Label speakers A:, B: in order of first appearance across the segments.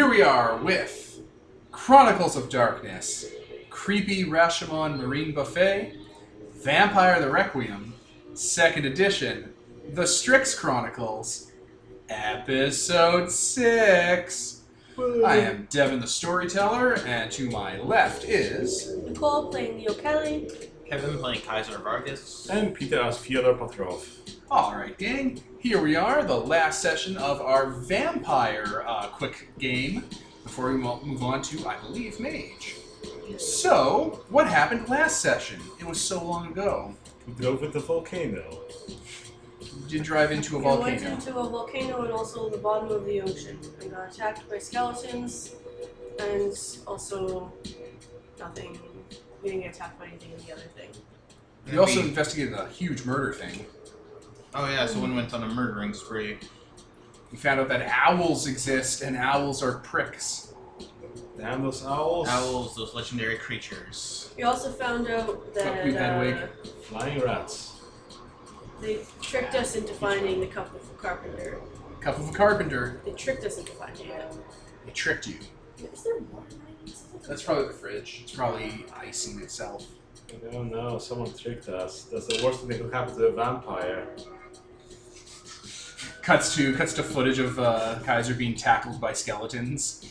A: start with Chronicles of Darkness, Creepy Rashomon Marine Buffet, Vampire the Requiem, Second Edition, The Strix Chronicles, Episode 6. I am Devin the Storyteller, and to my left is.
B: Nicole playing Leo Kelly.
C: Kevin playing Kaiser Vargas.
D: And Peter as Fyodor Petrov.
A: Alright, gang, here we are, the last session of our vampire uh, quick game before we mo- move on to, I believe, Mage. So, what happened last session? It was so long ago.
D: We drove with the volcano.
A: You did drive into a
B: We went
A: volcano.
B: into a volcano and also the bottom of the ocean and got attacked by skeletons and also nothing. We didn't get attacked by anything in the other thing.
A: We also investigated a huge murder thing.
C: oh yeah, someone went on a murdering spree.
A: We found out that owls exist, and owls are pricks.
D: Damn those owls.
C: Owls, those legendary creatures.
B: We also found out that
A: we've been
B: uh,
A: awake.
D: Flying rats.
B: they tricked us into finding the cup of carpenter.
A: Cup of a carpenter,
B: They tricked us into finding it.
A: they tricked you.
B: Is there more?
A: That's probably the fridge. It's probably icing itself.
D: Oh no, someone tricked us. That's the worst thing that could happen to a vampire.
A: Cuts to cuts to footage of uh, Kaiser being tackled by skeletons.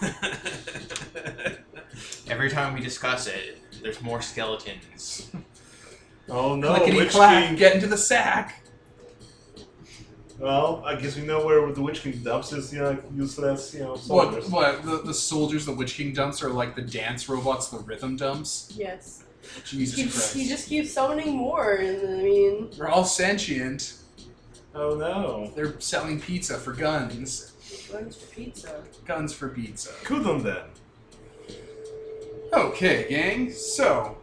C: Every time we discuss it, there's more skeletons.
D: Oh no,
A: Clickety
D: Witch
A: clack,
D: King.
A: get into the sack.
D: Well, I guess we know where the Witch King dumps his you know, useless, you know,
A: What?
D: soldiers.
A: What? The, the soldiers, the Witch King dumps are like the dance robots, the rhythm dumps.
B: Yes.
A: Jesus
B: He,
A: Christ!
B: he just keeps summoning more, and I mean,
A: They're all sentient.
D: Oh no.
A: They're selling pizza for guns.
B: lunch for pizza.
A: Guns for pizza.
D: Couldn't then.
A: Okay, gang. So,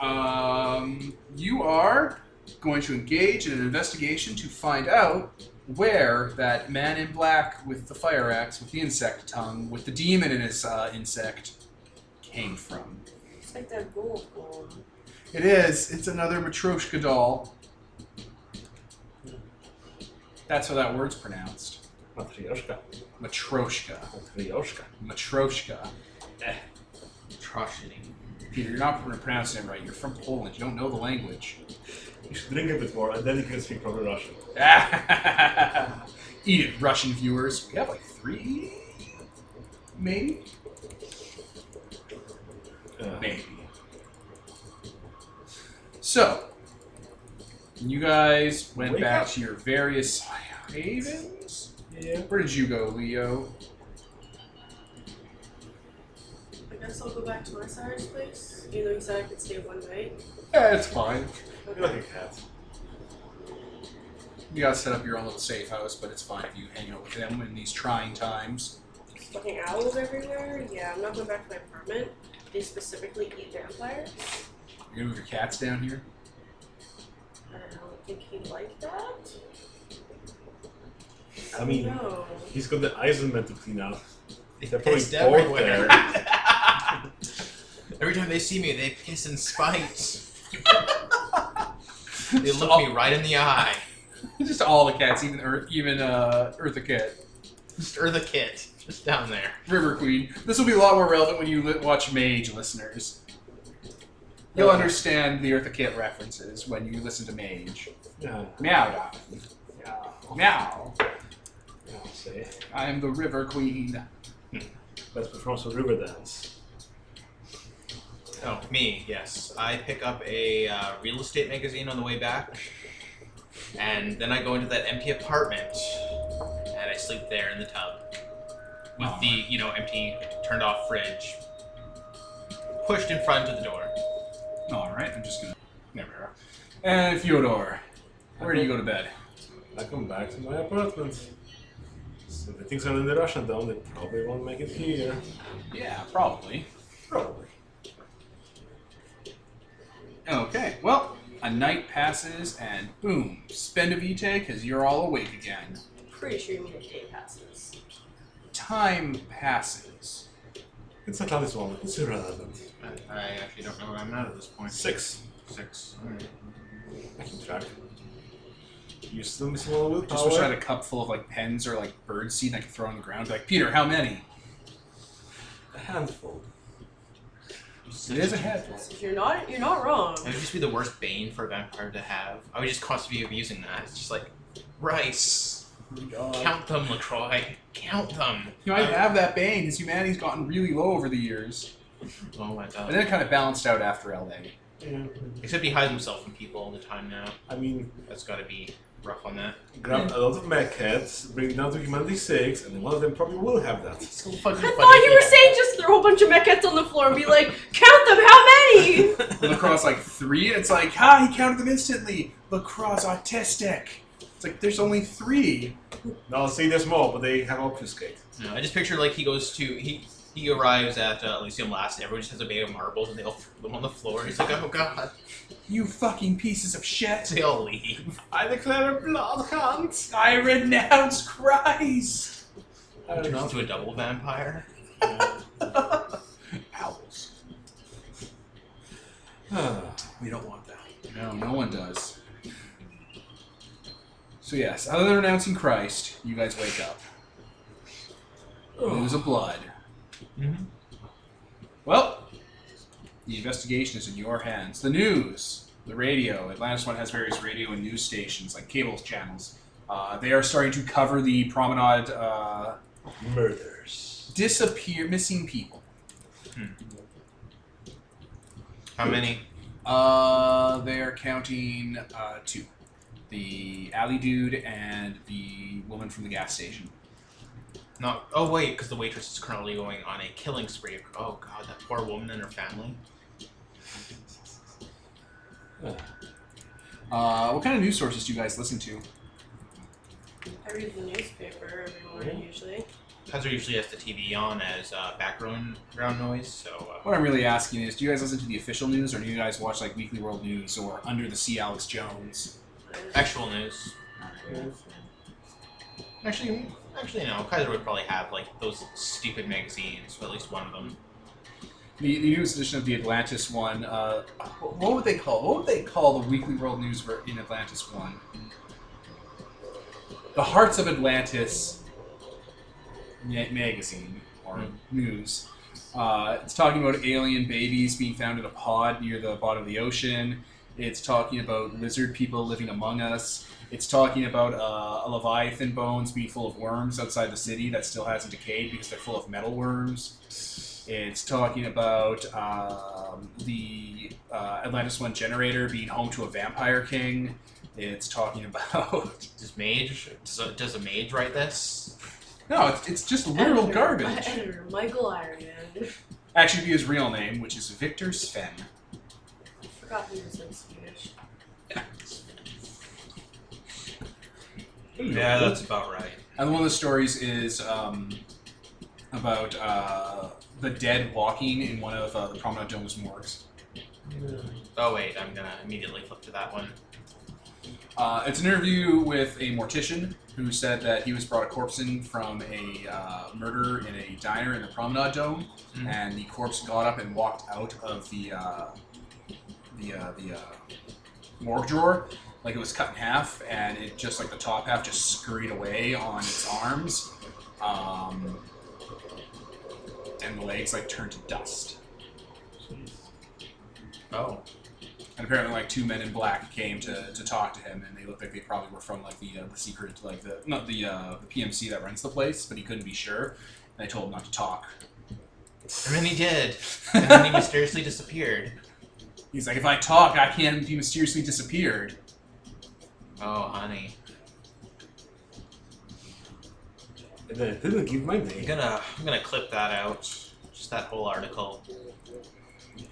A: um, you are going to engage in an investigation to find out where that man in black with the fire axe, with the insect tongue, with the demon in his uh, insect, came from.
B: It's like that gold gold.
A: It is. It's another Matryoshka doll. That's how that word's pronounced.
D: Matryoshka.
A: Matryoshka.
D: Matryoshka.
A: Matryoshka.
C: Atrocity.
A: Peter, you're not pronouncing it right. You're from Poland. You don't know the language.
D: You should drink a bit more and then you can speak proper Russian.
A: Eat it, Russian viewers. We have like three, maybe,
D: Uh,
A: maybe. So, you guys went
D: Wake
A: back
D: up.
A: to your various havens.
D: yeah.
A: Where did you go, Leo?
B: I guess I'll go back to my sire's place. Either he said I could stay one night.
A: Eh, it's fine.
D: You're like a cat.
A: You guys set up your own little safe house, but it's fine if you hang out with them in these trying times.
B: Fucking owls everywhere. Yeah, I'm not going back to my apartment. They specifically eat vampires.
A: You're gonna move your cats down here.
B: I don't think he liked that.
D: I mean,
B: no.
D: He's got the Eisenman to clean up. They're probably
C: Pissed
D: bored
C: everywhere. Every time they see me, they piss in spite. They
A: Just
C: look
A: all,
C: me right in the eye.
A: just all the cats, even Earth, even uh, Eartha Cat.
C: Stir the kit. Just down there.
A: River Queen. This will be a lot more relevant when you li- watch Mage, listeners. You'll understand the Eartha Kitt references when you listen to Mage.
D: Yeah.
A: Meow, dog.
D: Yeah.
A: meow.
D: Yeah, see.
A: I am the River Queen.
D: Let's perform some river dance.
C: Oh, me, yes. I pick up a uh, real estate magazine on the way back, and then I go into that empty apartment, and I sleep there in the tub with
A: Aw.
C: the, you know, empty, turned off fridge pushed in front of the door.
A: All right, I'm just gonna. There we are. And Fyodor, where do you go to bed?
D: I come back to my apartment. So the things are in the Russian Dome, they probably won't make it here.
A: Yeah, probably.
D: Probably.
A: Okay, well, a night passes and boom, spend a VTech because you're all awake again.
B: Pretty sure you mean a day passes.
A: Time passes.
D: It's Atlantis one, it's irrelevant.
C: I, I actually don't know where I'm at at this point.
D: Six.
C: Six. Alright.
D: I can track. You still missing a little
A: I
D: bit?
A: just wish I had a cup full of like pens or like bird seed I could throw on the ground. Be like, Peter, how many?
D: a handful.
A: It is a
C: It
A: head.
B: So you're not you're not wrong.
C: would just be the worst bane for a vampire to have. I would just constantly be abusing that. It's just like, rice. Count them, LaCroix. Count them. Uh,
A: You might have that bane. His humanity's gotten really low over the years,
C: Oh my
A: and then
C: god.
A: it kind of balanced out after LA.
D: Yeah.
C: Except he hides himself from people all the time now.
D: I mean,
C: That's gotta be rough on that.
D: grab a lot of mech heads, bring it down to humanity six, and one of them probably will have that.
C: So fucking
B: I
C: funny
B: thought you were saying just throw a bunch of mechets on the floor and be like, count them, how many?
A: And Lacrosse like three, and it's like, ha, he counted them instantly. Lacrosse autistic. It's like there's only three.
D: Now, see, there's more, but they have obfuscate.
C: No, I just picture like he goes to he he arrives at uh, Elysium last, and everyone just has a bag of marbles, and they all throw them on the floor. He's like, "Oh God!"
A: You fucking pieces of
C: So
A: shit.
C: they all leave.
D: I declare a blood hunt!
A: I renounce Christ.
D: I
C: Turns into a double vampire.
A: Owls.
D: Ah,
A: We don't want that. No, no one does. So yes, other than renouncing Christ, you guys wake up. Lose a blood.
C: Mm-hmm.
A: Well, the investigation is in your hands. The news, the radio, Atlantis One has various radio and news stations, like cable channels. Uh, they are starting to cover the promenade uh,
D: murders.
A: disappear missing people.
C: How many?
A: Uh, they are counting uh, two: the alley dude and the woman from the gas station.
C: Not. Oh wait, because the waitress is currently going on a killing spree. Oh God, that poor woman and her family.
A: Uh, what kind of news sources do you guys listen to?
B: I read the newspaper every morning usually.
C: Kaiser usually has the TV on as uh, background ground noise. So uh,
A: What I'm really asking is, do you guys listen to the official news, or do you guys watch like Weekly World News or Under the Sea Alex Jones?
C: uh, actual news. Actually, actually no. Kaiser would probably have like those stupid magazines, or at least one of them.
A: The, the newest edition of the Atlantis one. Uh, what would they call? What would they call the Weekly World News ver- in Atlantis one? The Hearts of Atlantis ma- magazine or news. Uh, it's talking about alien babies being found in a pod near the bottom of the ocean. It's talking about lizard people living among us. It's talking about uh, a leviathan bones being full of worms outside the city that still hasn't decayed because they're full of metal worms. It's talking about um, the uh, Atlantis One generator being home to a vampire king. It's talking about
C: Does mage does a, does a mage write this?
A: no, it's, it's just literal
B: Editor-
A: garbage.
B: Editor Michael Ironman.
A: Actually, be his real name, which is Victor Sven.
B: Forgot he was like Swedish.
C: Yeah, that's about right.
A: And one of the stories is um, about uh, the dead walking in one of uh, the Promenade Dome's morgues.
C: Oh wait, I'm gonna immediately flip to that one.
A: Uh, it's an interview with a mortician who said that he was brought a corpse in from a uh, murder in a diner in the Promenade Dome,
C: Mhm.
A: and the corpse got up and walked out of the uh, the uh, the uh, morgue drawer, like it was cut in half, and it just like the top half just scurried away on its arms, um, and the legs like turned to dust.
C: Oh.
A: And apparently, like two men in black came to, to talk to him, and they looked like they probably were from like the uh, the secret like the not the uh, the PMC that rents the place, but he couldn't be sure. And I told him not to talk.
C: And then he did. And then he mysteriously disappeared.
A: He's like, if I talk, I can't be mysteriously disappeared.
C: Oh honey.
D: And then I didn't give my
C: I'm
D: name.
C: gonna I'm gonna clip that out. Just that whole article.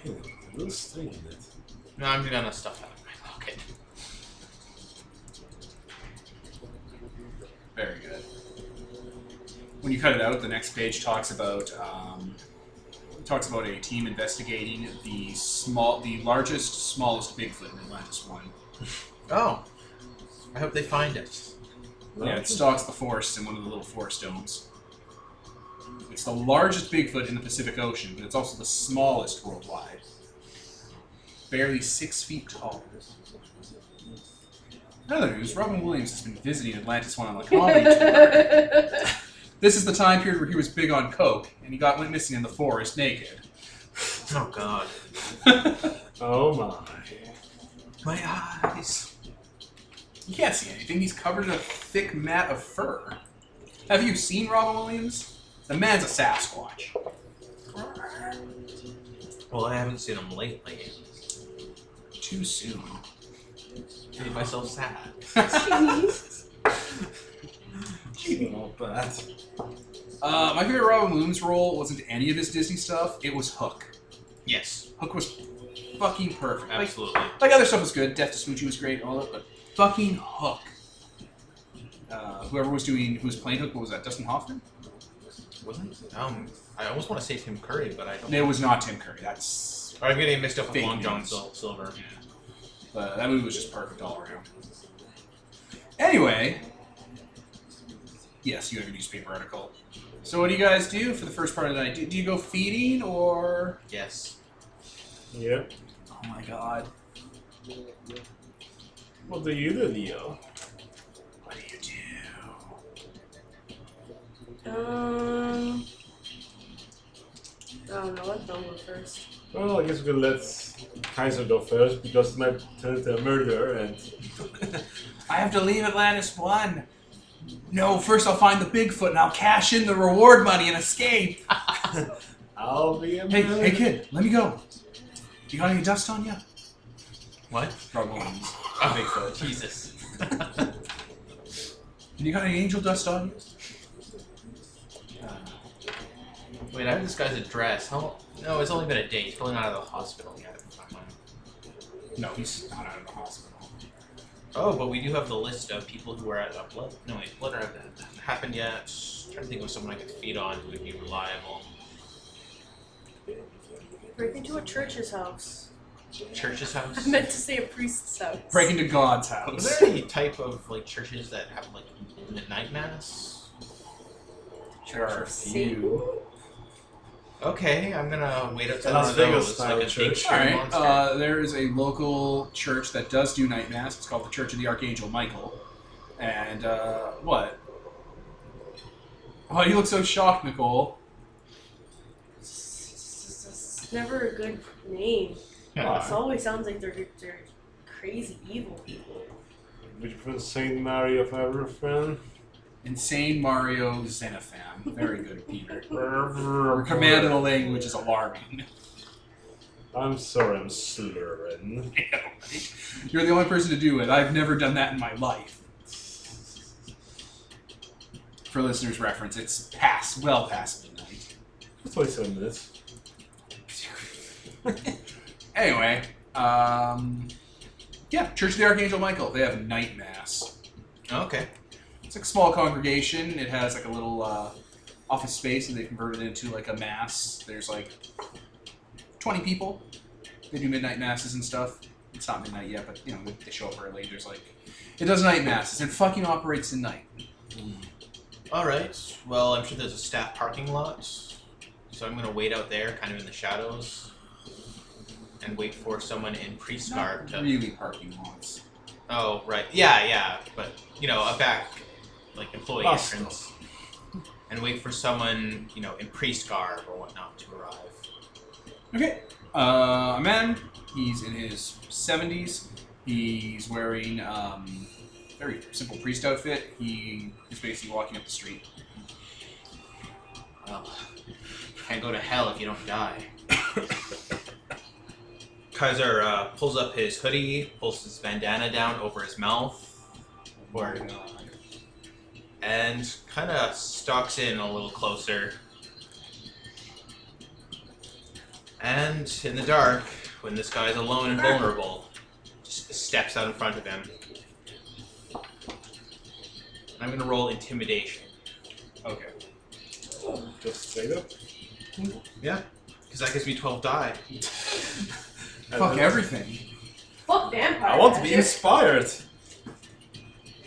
D: A little string in it.
C: No, I'm gonna stuff that in my pocket.
A: Very good. When you cut it out, the next page talks about um, talks about a team investigating the small, the largest, smallest Bigfoot in Atlantis One.
C: Oh. I hope they find it.
A: Yeah, it stalks the forest in one of the little forest domes. It's the largest Bigfoot in the Pacific Ocean, but it's also the smallest worldwide. Barely six feet tall. Another news, Robin Williams has been visiting Atlantis One on the comedy tour. This is the time period where he was big on coke, and he got went missing in the forest naked.
C: Oh god.
D: Oh my.
C: My eyes.
A: You can't see anything. He's covered in a thick mat of fur. Have you seen Robin Williams? The man's a Sasquatch.
C: Well, I haven't seen them lately.
A: Too soon.
C: Made myself sad.
D: Oh, but
A: Uh, my favorite Robin Williams role wasn't any of his Disney stuff. It was Hook.
C: Yes,
A: Hook was fucking perfect. Like,
C: absolutely.
A: like other stuff was good. Death to Smoochie was great, and all that, but fucking Hook. Uh, whoever was doing, who was playing Hook, what was that? Dustin Hoffman?
C: Wasn't um, I almost want to say Tim Curry, but I don't.
A: No, it was not Tim Curry. That's
C: Or I'm getting mixed up with
A: Fake
C: Long John
A: news.
C: Sil- Silver.
A: But Uh, that movie was just perfect all around. Anyway, yes, you have a newspaper article. So what do you guys do for the first part of the night? Do, do you go feeding or?
C: Yes.
D: yep.
A: Oh my god!
D: What do you do, Leo?
A: What do you do?
B: Um. I don't know. Let them go first.
D: Well, I guess we can let Kaiser go first because it might turn into a murder and
A: I have to leave Atlantis one. No, first I'll find the Bigfoot and I'll cash in the reward money and escape.
D: I'll be a
A: Hey,
D: murderer.
A: hey, kid, let me go. You got any dust on you?
C: What?
A: Problems.
C: Oh, Jesus.
A: You got any angel dust on you?
C: Wait, I have this guy's address. How? No, it's only been a day. He's probably not out of the hospital yet.
A: No, he's not out of the hospital.
C: Oh, but we do have the list of people who are at uh, blood. No, wait, blood have not happened yet. trying to think of someone I could feed on who would be reliable.
B: Break into a church's house.
C: Church's house.
B: I meant to say a priest's house.
A: Break into God's
C: Was
A: house.
C: there any type of like churches that have like midnight mass?
A: There are a few.
B: Satan?
C: Okay, I'm gonna wait up to
D: Las
C: one of
D: Vegas
C: those,
D: style
C: like a
D: church.
C: big
A: Alright,
C: monster.
A: uh, there is a local church that does do night mass. It's called the Church of the Archangel Michael. And, uh, what? Oh, you look so shocked, Nicole.
B: It's never a good name. It always sounds like they're they're crazy evil people.
D: Would you prefer Saint Mary of Everything?
A: Insane Mario Xenopham. Very good, Peter. Your command of the language is alarming.
D: I'm sorry, I'm slurring.
A: You're the only person to do it. I've never done that in my life. For listeners' reference, it's past, well past midnight.
D: It's 27 minutes.
A: anyway, um, yeah, Church of the Archangel Michael. They have night mass.
C: okay.
A: It's like a small congregation. It has like a little uh, office space, and they converted it into like a mass. There's like twenty people. They do midnight masses and stuff. It's not midnight yet, but you know they show up early. There's like it does night masses. It fucking operates in night.
C: All right. Well, I'm sure there's a staff parking lot, so I'm gonna wait out there, kind of in the shadows, and wait for someone in
A: It's
C: priest garb
A: not
C: to.
A: really parking lots.
C: Oh, right. Yeah, yeah. But you know, a back, like employee
D: Hostel.
C: entrance, and wait for someone, you know, in priest garb or whatnot to arrive.
A: Okay. Uh, a man. He's in his 70s. He's wearing um, very simple priest outfit. He is basically walking up the street.
C: Well, can't go to hell if you don't die. Kaiser uh, pulls up his hoodie, pulls his bandana down over his mouth, Word. and kind of stalks in a little closer. And in the dark, when this guy's alone and vulnerable, just steps out in front of him. And I'm gonna roll intimidation
A: Okay.
D: Just straight up.
C: because that gives me 12 die.
D: And
A: Fuck
D: then-
A: everything.
B: Fuck vampire.
D: I want to be
B: magic.
D: inspired.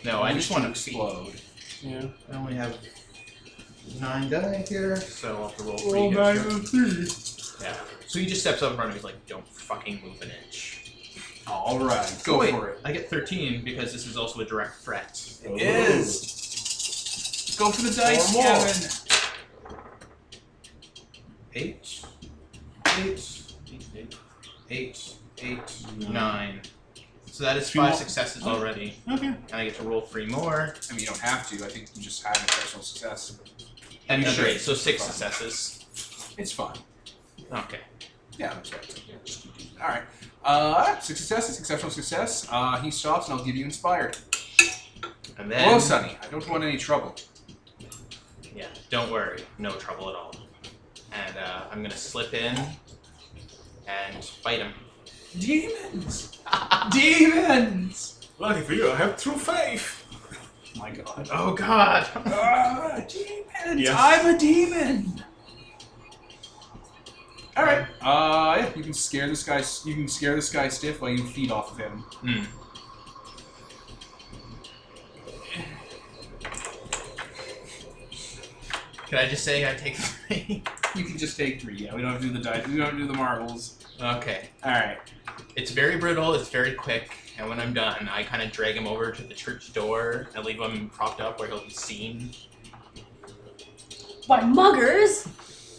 C: No, I just want to explode.
A: explode.
D: Yeah.
C: I only have nine die here, so I'll have to roll three.
D: Well, nine
C: hits.
D: and three.
C: Yeah. So he just steps up in front of me, he's like, "Don't fucking move an inch."
A: All right, go
C: Wait.
A: for it.
C: I get 13 because this is also a direct threat.
A: It is. go for the dice,
D: Or more.
A: Kevin.
C: Eight, eight, eight, eight, eight,
D: Nine.
C: nine. So that is
A: Three
C: five
A: more.
C: successes already,
D: Okay.
C: and I get to roll three more.
A: I mean, you don't have to. I think you just have an exceptional success.
C: And
A: Sure.
C: another eight, so six
A: Fine.
C: successes.
A: It's fine.
C: Okay.
A: Yeah, that's right. Just keep doing that. All right. Uh, six successes, exceptional success. Uh, he stops, and I'll give you inspired.
C: And
A: Hello,
C: then,
A: Sonny. I don't want any trouble.
C: yeah, don't worry, no trouble at all. And uh, I'm gonna slip in and fight him.
A: Demons! Demons!
D: Lucky for you, I have true faith.
A: Oh my god.
C: Oh God!
A: Ah, demons!
D: Yes.
A: I'm a demon! Alright. Uh, yeah, you can scare this guy. You can scare this guy stiff while you feed off of him.
C: Hmm. Can I just say I take three?
A: You can just take three. Yeah, we don't have to do the dice. We don't have to do the marbles.
C: okay.
A: All right.
C: It's very brittle, it's very quick, and when I'm done, I kind of drag him over to the church door. I leave him propped up where he'll be seen.
B: By muggers?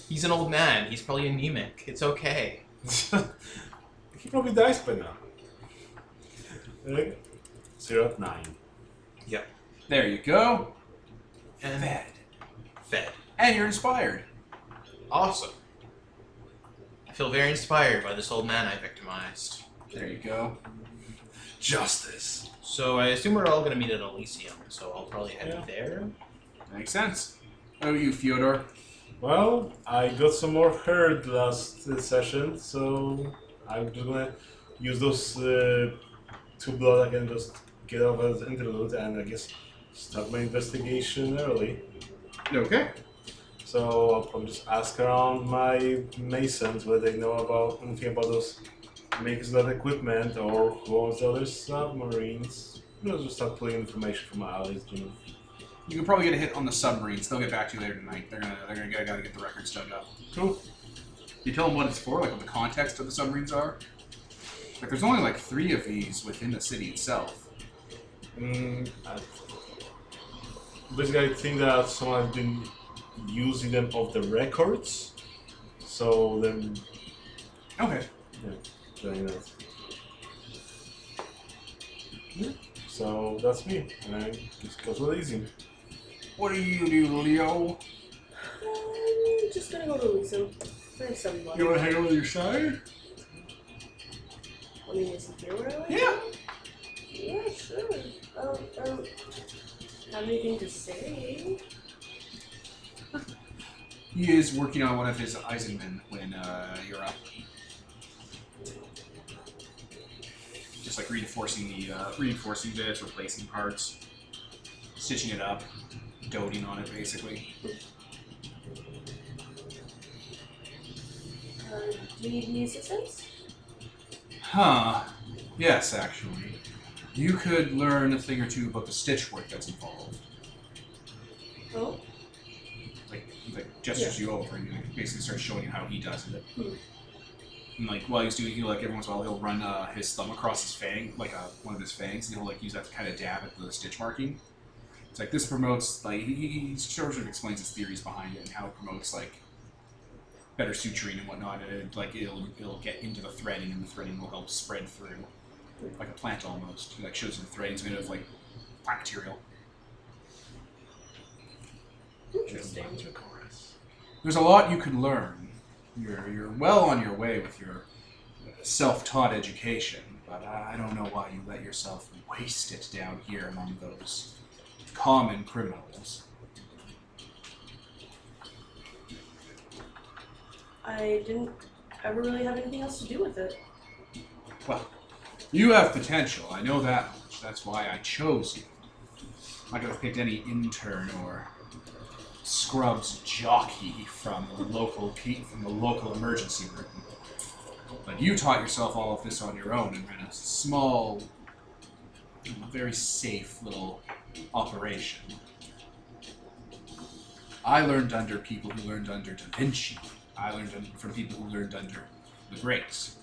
C: He's an old man, he's probably anemic. It's okay.
D: he probably dies by now. Like, zero at nine.
A: There you go.
C: And
A: Fed.
C: fed.
A: And you're inspired.
C: Awesome. I feel very inspired by this old man I victimized.
A: There you go. Justice.
C: So I assume we're all gonna meet at Elysium, so I'll probably head
D: Yeah.
C: there.
A: Makes sense. Oh, you, Fyodor.
D: Well, I got some more herd last uh, session, so I'm just gonna use those uh, two blood I can just get off as interlude and I guess start my investigation early.
A: Okay.
D: So I'll probably just ask around my masons whether they know about anything about those makers of that equipment or who owns the other submarines. You know, just start pulling information from my allies, you know.
A: You can probably get a hit on the submarines. They'll get back to you later tonight. They're gonna, they're gonna, gotta get the records dug up.
D: Cool.
A: You tell them what it's for, like what the context of the submarines are. Like, there's only like three of these within the city itself.
D: Mm, I- basically, I think that someone has been using them off the records. So then,
A: Okay.
D: doing that. Yeah, So that's me, and I just go to easy.
A: What do you do, Leo?
B: I'm Um, just gonna go to Elysium. I have some money.
A: wanna hang over your side?
B: I mean, is it here where I live?
A: Yeah.
B: Yeah, sure. I don't, I don't have anything to say.
A: He is working on one of his Eisenman when uh, you're up. Just like reinforcing the uh, reinforcing bits, replacing parts, stitching it up, doting on it basically.
B: Uh, do you need any assistance?
A: Huh. Yes, actually. You could learn a thing or two about the stitch work that's involved.
B: Oh,
A: Like like gestures you over and like, basically starts showing you how he does it.
B: Hmm.
A: And like while he's doing, he like every once in a while he'll run uh, his thumb across his fang, like uh, one of his fangs, and he'll like use that to kind of dab at the stitch marking. It's like this promotes like he, he he sort of explains his theories behind it and how it promotes like better suturing and whatnot, and it, like it'll it'll get into the threading, and the threading will help spread through, like a plant almost. He, like shows the threading's made of like plant material.
B: interesting.
A: There's a lot you can learn. You're, you're well on your way with your self taught education, but I I don't know why you let yourself waste it down here among those common criminals.
B: I didn't ever really have anything else to do with it.
A: Well, you have potential, I know that much. That's why I chose you. I could have picked any intern or scrubs jockey from the local pe- from the local emergency room. But you taught yourself all of this on your own and ran a small, you know, very safe little operation. I learned under people who learned under Da Vinci. I learned un- from people who learned under the greats.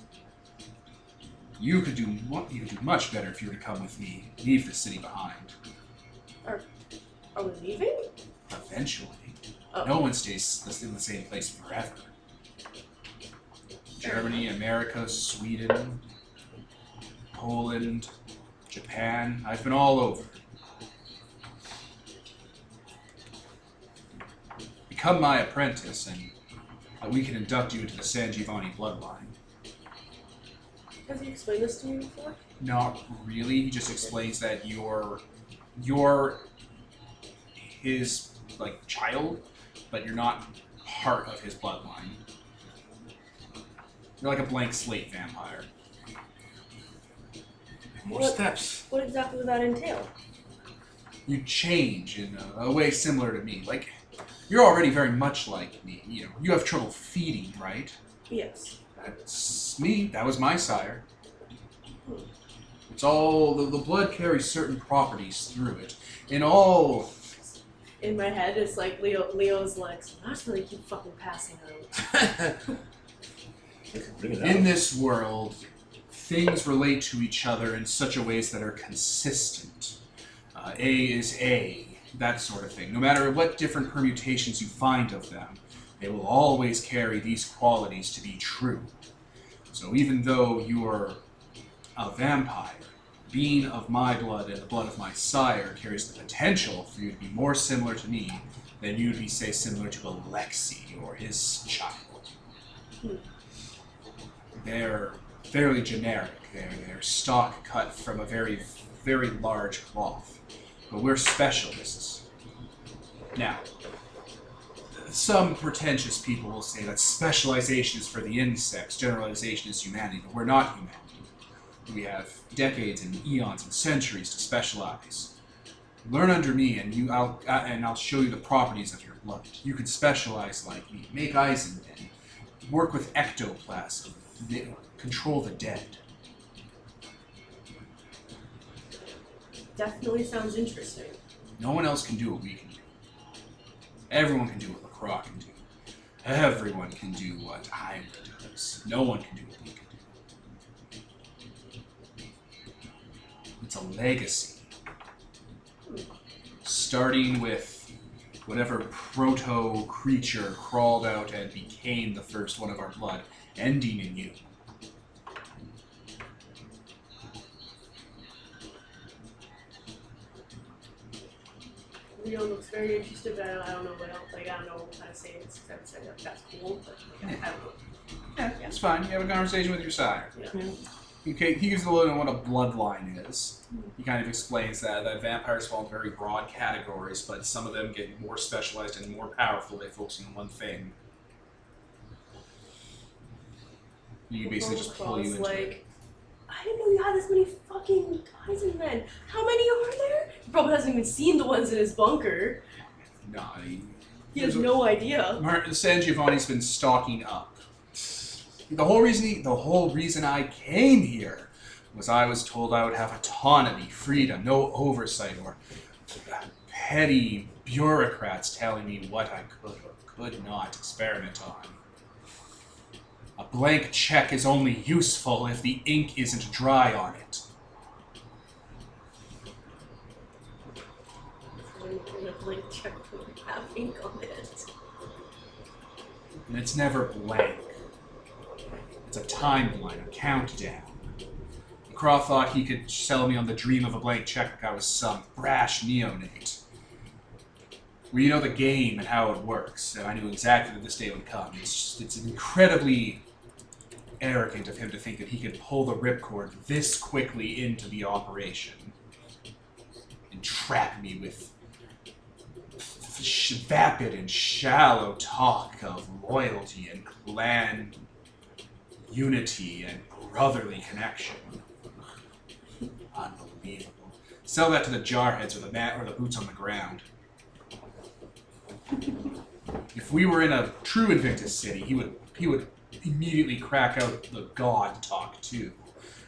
A: You could do mu- you could do much better if you were to come with me. Leave the city behind.
B: Are we leaving?
A: Eventually.
B: Oh.
A: No one stays s- in the same place forever. Germany, America, Sweden, Poland, Japan. I've been all over. Become my apprentice, and uh, we can induct you into the San Giovanni bloodline.
B: Have you explained this to me before?
A: Not really. He just explains that you're you're his like child, but you're not part of his bloodline. You're like a blank slate vampire.
D: More
B: What-
D: steps.
B: What exactly would that entail?
A: You change in a, a way similar to me. Like you're already very much like me. You know, you have trouble feeding, right?
B: Yes.
A: That's me. That was my sire. It's all the, the blood carries certain properties through it. In all
B: In my head, it's like Leo. Leo's like, that's really keep fucking passing out.
E: Bring it
A: In
E: out.
A: this world, things relate to each other in such a ways that are consistent. Uh, a is A, that sort of thing. No matter what different permutations you find of them, they will always carry these qualities to be true. So even though you're a vampire, being of my blood and the blood of my sire carries the potential for you to be more similar to me than you'd be, say, similar to Alexei or his child they're fairly generic. They're, they're stock cut from a very, very large cloth. But we're specialists. Now, some pretentious people will say that specialization is for the insects, generalization is humanity, but we're not humanity. We have decades and eons and centuries to specialize. Learn under me, and you, I'll, uh, and I'll show you the properties of your blood. You can specialize like me. Make Eisenman work with ectoplasm, They control the dead.
B: Definitely sounds interesting.
A: No one else can do what we can do. Everyone can do what LaCroix can do. Everyone can do what Heimler does. No one can do what we can do. It's a legacy. Starting with whatever proto creature crawled out and became the first one of our blood, ending in you.
B: Leo looks very interested, but I don't, I don't know what else. Like I don't know how to say it except say that that's cool. But like, I don't know.
A: Yeah, it's fine. You have a conversation with your sire. Okay, he gives a little on what a bloodline is. He kind of explains that, that vampires fall in very broad categories, but some of them get more specialized and more powerful by focusing on one thing. You basically just pull you
B: Claw's
A: into
B: like,
A: it.
B: I didn't know you had this many fucking guys and men. How many are there? He probably hasn't even seen the ones in his bunker.
A: No, I mean,
B: He has
A: There's a-
B: no idea.
A: Martin San Giovanni's been stocking up. The whole reason he, the whole reason I came here was I was told I would have autonomy, freedom, no oversight or uh, petty bureaucrats telling me what I could or could not experiment on. A blank check is only useful if the ink isn't dry on it.
B: I'm gonna like check what we have ink on it.
A: And it's never blank. It's a timeline, a countdown. Croft thought he could sell me on the dream of a blank check like I was some brash neonate. Well, you know the game and how it works, and I knew exactly that this day would come. It's just, it's incredibly arrogant of him to think that he could pull the ripcord this quickly into the operation and trap me with sh- vapid and shallow talk of loyalty and clan unity and brotherly connection. Unbelievable. Sell that to the jarheads or the mat or the boots on the ground. If we were in a true Invictus city, he would he would immediately crack out the god talk too.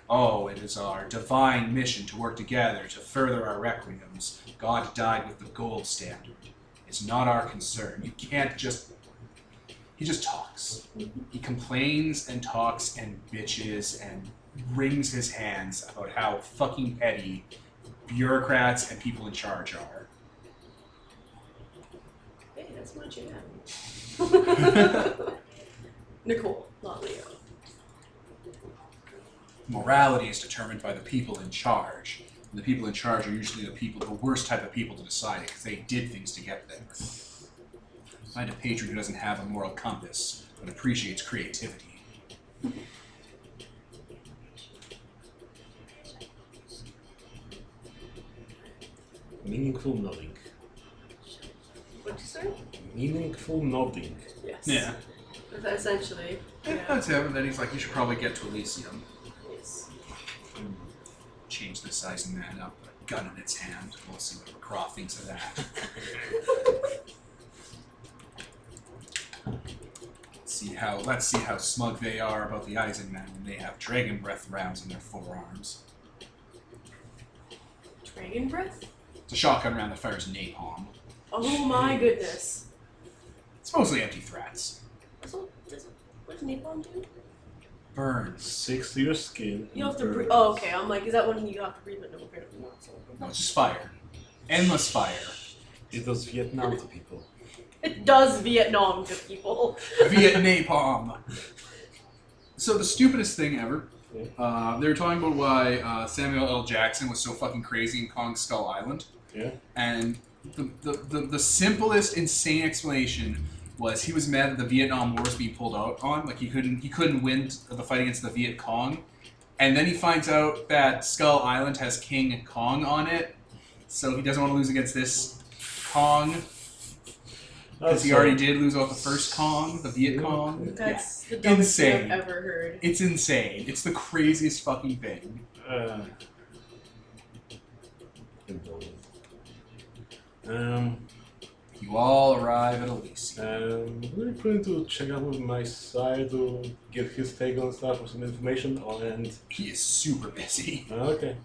A: Oh, it is our divine mission to work together to further our requiems. God died with the gold standard. It's not our concern. You can't just. He just talks. He complains and talks and bitches and wrings his hands about how fucking petty bureaucrats and people in charge are.
B: That's my jam. Nicole, not Leo.
A: morality is determined by the people in charge. And the people in charge are usually the people, the worst type of people to decide it, because they did things to get there. Find a patron who doesn't have a moral compass, but appreciates creativity.
D: Meaningful nodding.
B: What'd you say?
D: Meaningful nodding.
B: Yes.
A: Yeah.
B: That's Essentially. Yeah.
A: That's him, and then he's like, you should probably get to Elysium.
B: yes.
A: Change the size of man up, put a gun in its hand. We'll see what McCraw thinks of that. see how let's see how smug they are about the Eisenman when they have dragon breath rounds in their forearms.
B: Dragon breath?
A: It's a shotgun round that fires napalm.
B: Oh my goodness.
A: It's mostly empty threats.
B: So, does, what does napalm do?
A: Burns.
D: Six to your skin.
B: You have to breathe. Oh, okay. I'm like, is that one you have to breathe? But no, apparently not. So.
A: No, it's just fire. Endless fire.
D: It was Vietnam to people.
B: It does Vietnam to people.
A: Viet napalm. So the stupidest thing ever.
D: Yeah.
A: Uh, they were talking about why uh, Samuel L. Jackson was so fucking crazy in Kong Skull Island.
D: Yeah.
A: And the, the, the, the simplest insane explanation was he was mad that the Vietnam War was being pulled out on, like he couldn't he couldn't win the fight against the Viet Cong, and then he finds out that Skull Island has King Kong on it, so he doesn't want to lose against this Kong because he
D: Also,
A: already did lose off the first Kong, the Viet Cong. Yeah.
B: That's the dumbest
A: Insane.
B: thing I've ever heard.
A: It's insane. It's the craziest fucking thing.
D: Uh, um,
A: You all arrive at Elysium.
D: um, we're planning to check up with my side to get his take on stuff or some information on and uh,
A: He is super busy.
D: okay.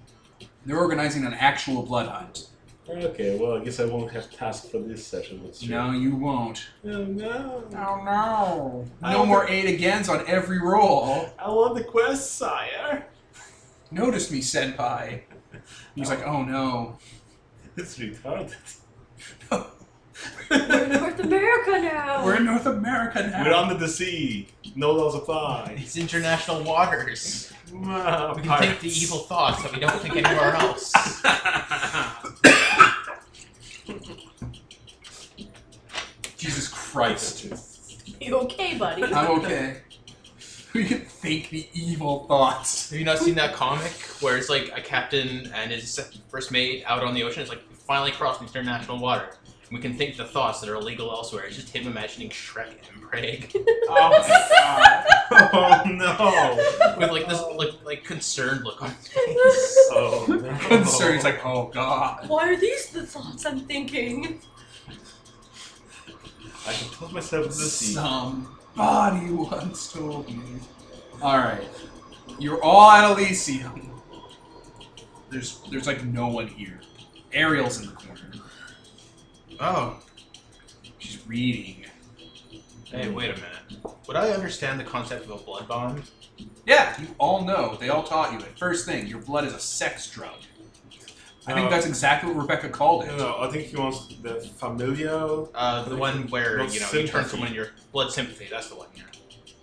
A: They're organizing an actual blood hunt.
D: Okay, well I guess I won't have task for this session, but sure.
A: No, you won't.
D: Oh, no.
A: Oh no.
D: I
A: No
D: don't
A: more eight agains on every roll.
D: I want the quest, sire.
A: Notice me, Senpai. He's like, oh no.
D: It's retarded.
B: We're in North America now.
A: We're in North America now.
D: We're under the sea. No laws apply.
C: It's international waters.
D: Ah,
C: We can think the
D: pirates.
C: evil thoughts that we don't think anywhere else.
A: Jesus Christ.
B: you okay, buddy?
A: I'm okay. We can think the evil thoughts.
C: Have you not seen that comic where it's like a captain and his first mate out on the ocean? It's like we finally crossed international water. We can think the thoughts that are illegal elsewhere. It's just him imagining Shrek and Prague
A: Oh my god.
D: Oh no!
C: with like this like, like concerned look on his face.
D: Oh no!
A: Concerned. He's like, oh god.
B: Why are these the thoughts I'm thinking?
D: I can put myself in the sea.
A: Somebody once told me. Alright. You're all at Elysium. There's there's like no one here. Ariel's in the corner.
C: Oh,
A: She's reading.
C: hey, wait a minute. Would I understand the concept of a blood bond?
A: Yeah, you all know. They all taught you it. First thing, your blood is a sex drug. I think
D: Oh.
A: that's exactly what Rebecca called it.
D: No, no, I think he wants the familial.
C: Uh, the one where
D: Blood
C: you know you turn
D: sympathy.
C: someone your blood sympathy. That's the one. Yeah,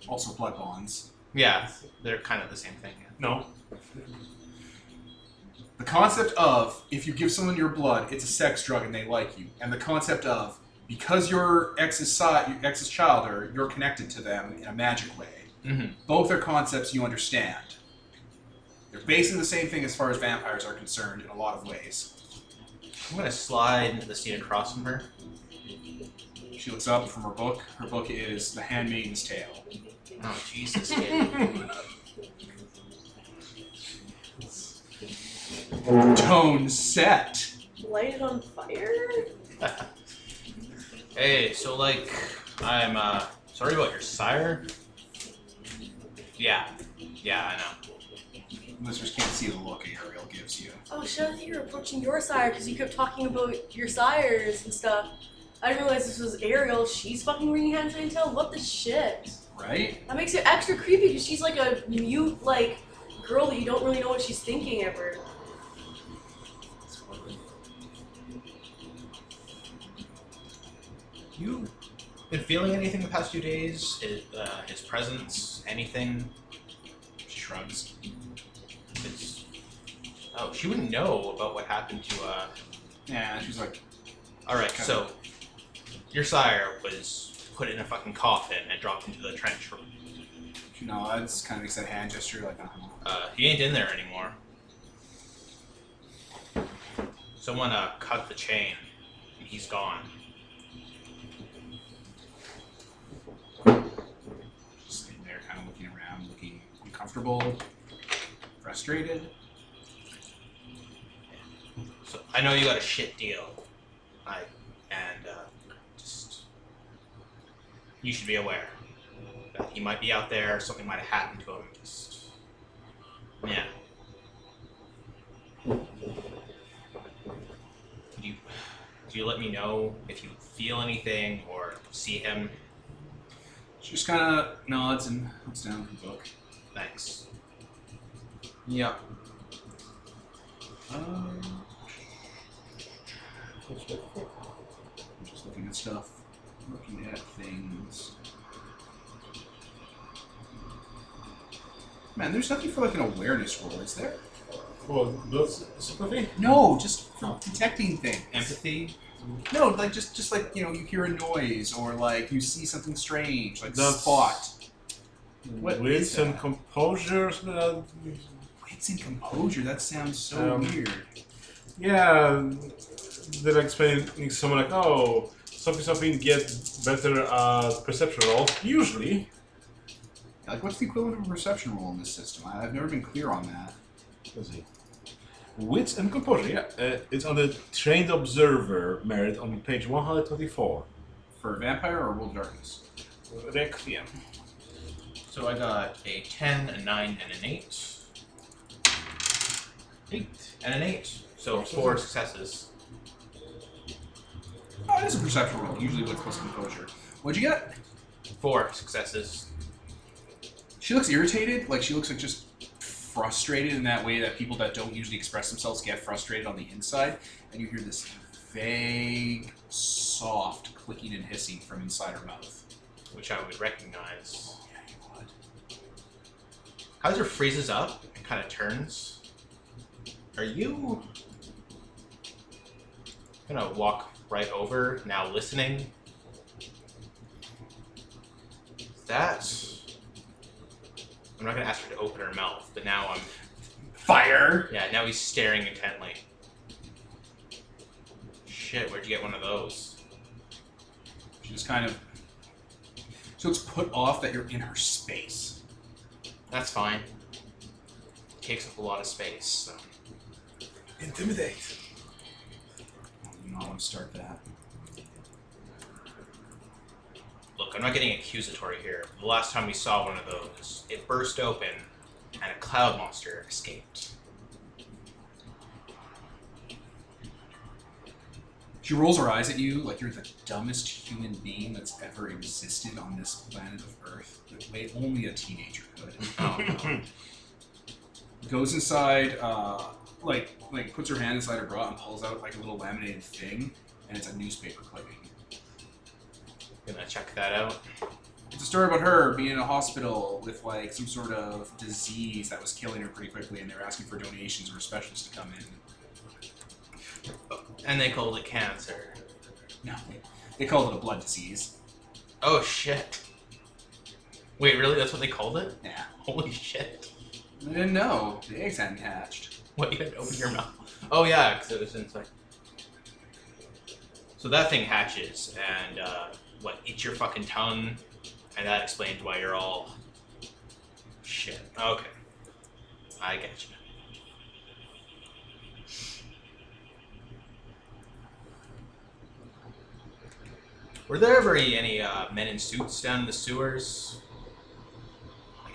A: Also, blood bonds.
C: yeah, they're kind of the same thing. yeah.
D: No.
A: The concept of if you give someone your blood, it's a sex drug and they like you. And the concept of because your ex's, si- your ex's child or you're connected to them in a magic way,
C: Mhm.
A: both are concepts you understand. They're basically the same thing as far as vampires are concerned in a lot of ways.
C: I'm gonna slide into the scene across from her.
A: She looks up from her book. Her book is The Handmaid's Tale.
C: Oh Jesus! kid.
A: Tone set.
B: Light it on fire?
C: hey, so like, I'm uh, sorry about your sire. Yeah, yeah, I
A: Listeners can't see the look Ariel gives you.
B: Oh, shit, I thought you were approaching your sire because you kept talking about your sires and stuff. I didn't realize this was Ariel. She's fucking reading Hands and Tell. What the shit?
A: Right?
B: That makes it extra creepy because she's like a mute, like, girl that you don't really know what she's thinking ever.
C: you been feeling anything the past few days? His, uh, his presence? Anything? Shrugs. It's- oh, she wouldn't know about what happened to. Uh,
A: Yeah, she's like,
C: all right,
A: Okay.
C: so your sire was put in a fucking coffin and dropped into the trench.
A: no, that just kind of makes that hand gesture, like, uh-huh.
C: Uh, he ain't in there anymore. Someone uh, cut the chain, and he's gone.
A: just sitting there, kind of looking around, looking uncomfortable, frustrated.
C: So I know you got a shit deal, I and uh, just you should be aware that he might be out there. Something might have happened to him. Just yeah. Do you do you let me know if you feel anything or see him?
A: She just kind of nods and looks down at the book.
C: Thanks.
A: Yeah. Um, I'm just looking at stuff, looking at things. Man, there's nothing for like an awareness roll, is there?
D: Well, blood sympathy?
A: No, just for detecting things.
C: Empathy.
A: No, like just just like you know, you hear a noise or like you see something strange, like
D: That's-
A: spot. What is
D: Wits and
A: that?
D: composure. uh,
A: Wits and composure. That sounds so
D: Um,
A: weird.
D: yeah, they're explaining someone like, oh, something something gets better at perception roll. Usually,
A: Like, what's the equivalent of a perception roll in this system? I, I've never been clear on that.
D: Let's see. Wits and composure, yeah. Uh, it's on the trained observer merit on page 124.
A: For a vampire or world of darkness.
D: Requiem.
C: So I got a ten, a nine, and an eight. Eight and an eight. So four successes.
A: Oh, it is a perception roll. Usually, what's plus composure. What'd you get?
C: Four successes.
A: She looks irritated. Like she looks like just frustrated in that way that people that don't usually express themselves get frustrated on the inside, and you hear this vague, soft clicking and hissing from inside her mouth.
C: which I would recognize.
A: Yeah, you would.
C: Kaiser freezes up and kind of turns. Are you gonna walk right over now, listening? That I'm not gonna ask her to open her mouth, but now I'm
A: Fire!
C: yeah. Now he's staring intently. Shit, where'd you get one of those?
A: She just kind of. So it's put off that you're in her space.
C: That's fine. Takes up a lot of space. So.
D: Intimidate.
A: I do not want to start that.
C: Look, I'm not getting accusatory here. The last time we saw one of those, it burst open and a cloud monster escaped.
A: She rolls her eyes at you like you're the dumbest human being that's ever existed on this planet of Earth. The way only a teenager could.
C: Oh,
A: Goes inside, uh, like like puts her hand inside her bra and pulls out like a little laminated thing, and it's a newspaper clipping.
C: Gonna check that out.
A: It's a story about her being in a hospital with like some sort of disease that was killing her pretty quickly, and they were asking for donations or specialists to come in.
C: And they called it cancer.
A: No, they, they called it a blood disease.
C: Oh shit. Wait, really? That's what they called it?
A: Nah,
C: Holy shit.
A: they didn't know the eggs hadn't hatched.
C: What, you had to open your mouth? Oh yeah, because it was inside. So that thing hatches and, uh, what, eats your fucking tongue? And that explains why you're all. Shit. Okay. I get you. Were there ever any uh, men in suits down in the sewers? Like,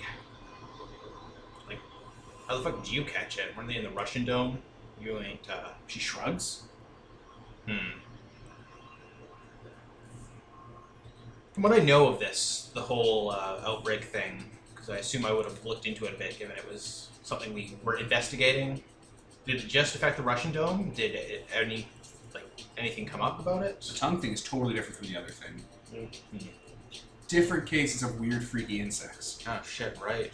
C: like, how the fuck did you catch it? Weren't they in the Russian dome? You ain't. Uh,
A: She shrugs.
C: hmm. From what I know of this, the whole uh, outbreak thing, because I assume I would have looked into it a bit, given it was something we were investigating. Did it just affect the Russian dome? Did it, any like anything come up about it?
A: The tongue thing is totally different from the other thing.
C: Mhm.
A: Different cases of weird, freaky insects.
C: Oh shit, right.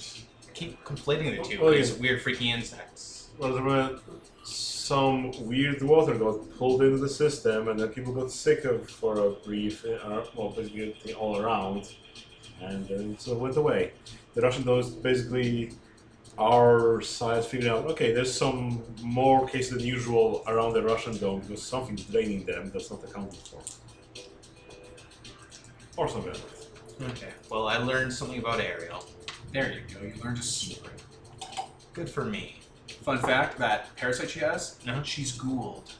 C: I keep conflating the two.
D: Oh, yeah.
C: These weird freaky insects.
D: Well, there were some weird water got pulled into the system, and then people got sick of for a brief, uh, well, basically all around, and then so it went away. The Russian those basically our side figured out okay, there's some more cases than usual around the Russian dome because something's draining them that's not accounted for, or something. Like that.
C: Okay. Well, I learned something about Ariel.
A: There you go. You learn to swim.
C: Good for me.
A: Fun fact: that parasite she has,
C: Uh-huh.
A: she's ghouled.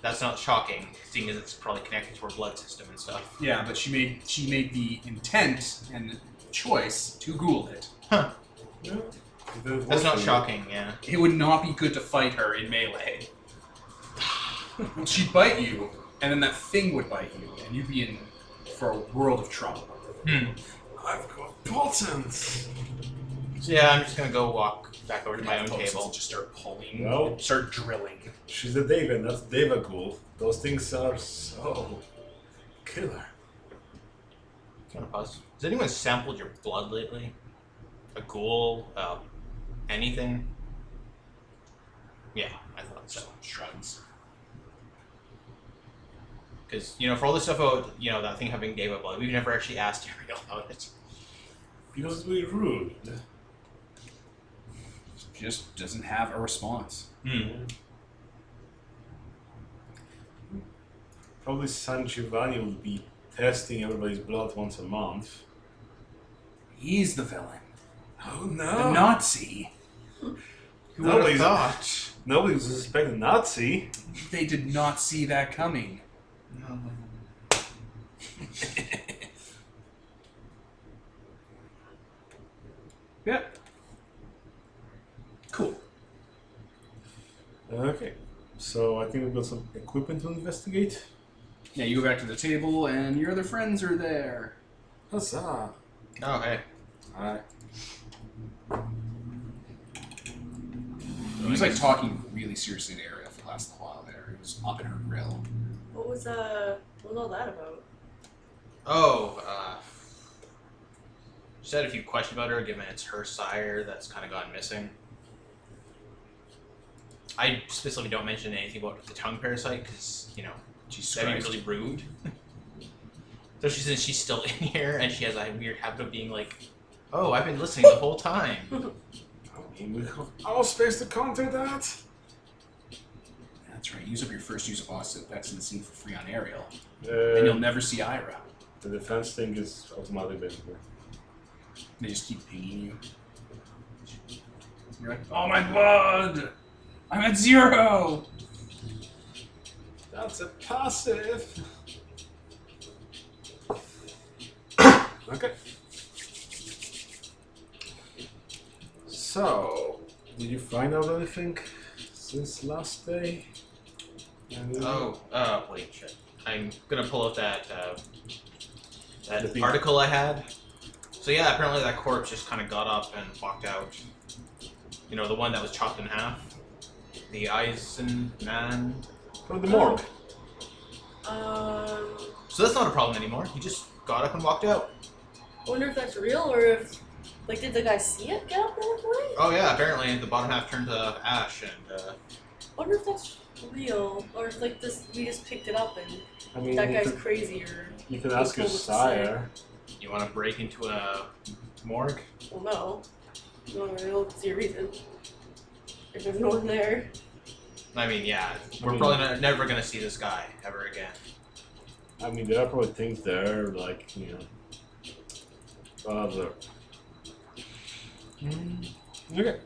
C: That's not shocking, seeing as it's probably connected to her blood system and stuff.
A: Yeah, but she made she made the intent and choice to ghoul it.
D: Yeah. It
C: That's not
D: worked.
C: shocking, yeah.
A: It would not be good to fight her in melee. She'd bite you, and then that thing would bite you, and you'd be in for a world of trouble.
C: Hmm.
D: I've got buttons.
C: So yeah, I'm just gonna go walk back over to my own
A: Pulses
C: table.
A: Just start pulling.
D: Well.
A: Start drilling.
D: She's a Dagon, that's Devagul. Those things are so killer.
C: Kind of pause. Has anyone sampled your blood lately? A ghoul? Uh, anything? Yeah, I thought so.
A: Shrugs.
C: Because, you know, for all this stuff about, you know, that thing having Deva blood, we've never actually asked Ariel about it.
D: Because we're rude.
A: Just doesn't have a response.
C: Hmm.
D: Probably San Giovanni will be testing everybody's blood once a month.
A: He's the villain.
D: Oh
A: The
D: no!
A: Nazi.
C: Who would have
D: Nobody's-
C: thought?
D: Nobody was suspecting Nazi.
A: They did not see that coming. Yep. Cool.
D: Okay. So I think we've got some equipment to investigate.
A: Yeah, you go back to the table, and your other friends are there.
D: Huzzah!
C: Oh, hey.
D: Alright.
A: He was like talking really seriously to Ariel for the last little while there. It was up in her grill.
B: What was uh what was all that about?
C: Oh, uh. Just had a few questions about her, given it's her sire that's kind of gone missing. I specifically don't mention anything about the tongue parasite because, you know,
A: Jesus
C: that'd be
A: Christ.
C: really rude. Especially since she's still in here and she has a weird habit of being like, oh, I've been listening the whole time.
D: I mean, we have our space to counter that.
A: That's right. Use up your first use of Austin. That's in the scene for free on Ariel. and you'll
D: Uh,
A: never see Ira.
D: the defense thing is automatic, basically.
A: They just keep pinging you. You're like, oh my blood! I'm at zero!
D: That's a passive. okay. So, did you find out anything since last day? And-
C: Oh, uh, wait, shit. I'm gonna pull up that uh,
D: The
C: that
D: beat.
C: article I had. So yeah, apparently that corpse just kind of got up and walked out. You know, the one that was chopped in half. The Eisen man.
D: From the morgue.
B: Um
C: So that's not a problem anymore. He just got up and walked out.
B: I wonder if that's real or if like did the guy see it get up and walk away?
C: Oh yeah, apparently the bottom half turned to ash, and uh,
B: wonder if that's real or if like this we just picked it up and
D: I mean,
B: that
D: you
B: guy's
D: could,
B: crazy or
D: you could ask your
B: Told us to say.
D: sire.
C: you want to break into a morgue?
B: well no. No real see a reason. If there's no one there.
C: I mean, yeah,
D: I
C: we're
D: mean-
C: probably not, never gonna see this guy ever again.
D: I mean, there are probably things there, like, you know. Other. Okay.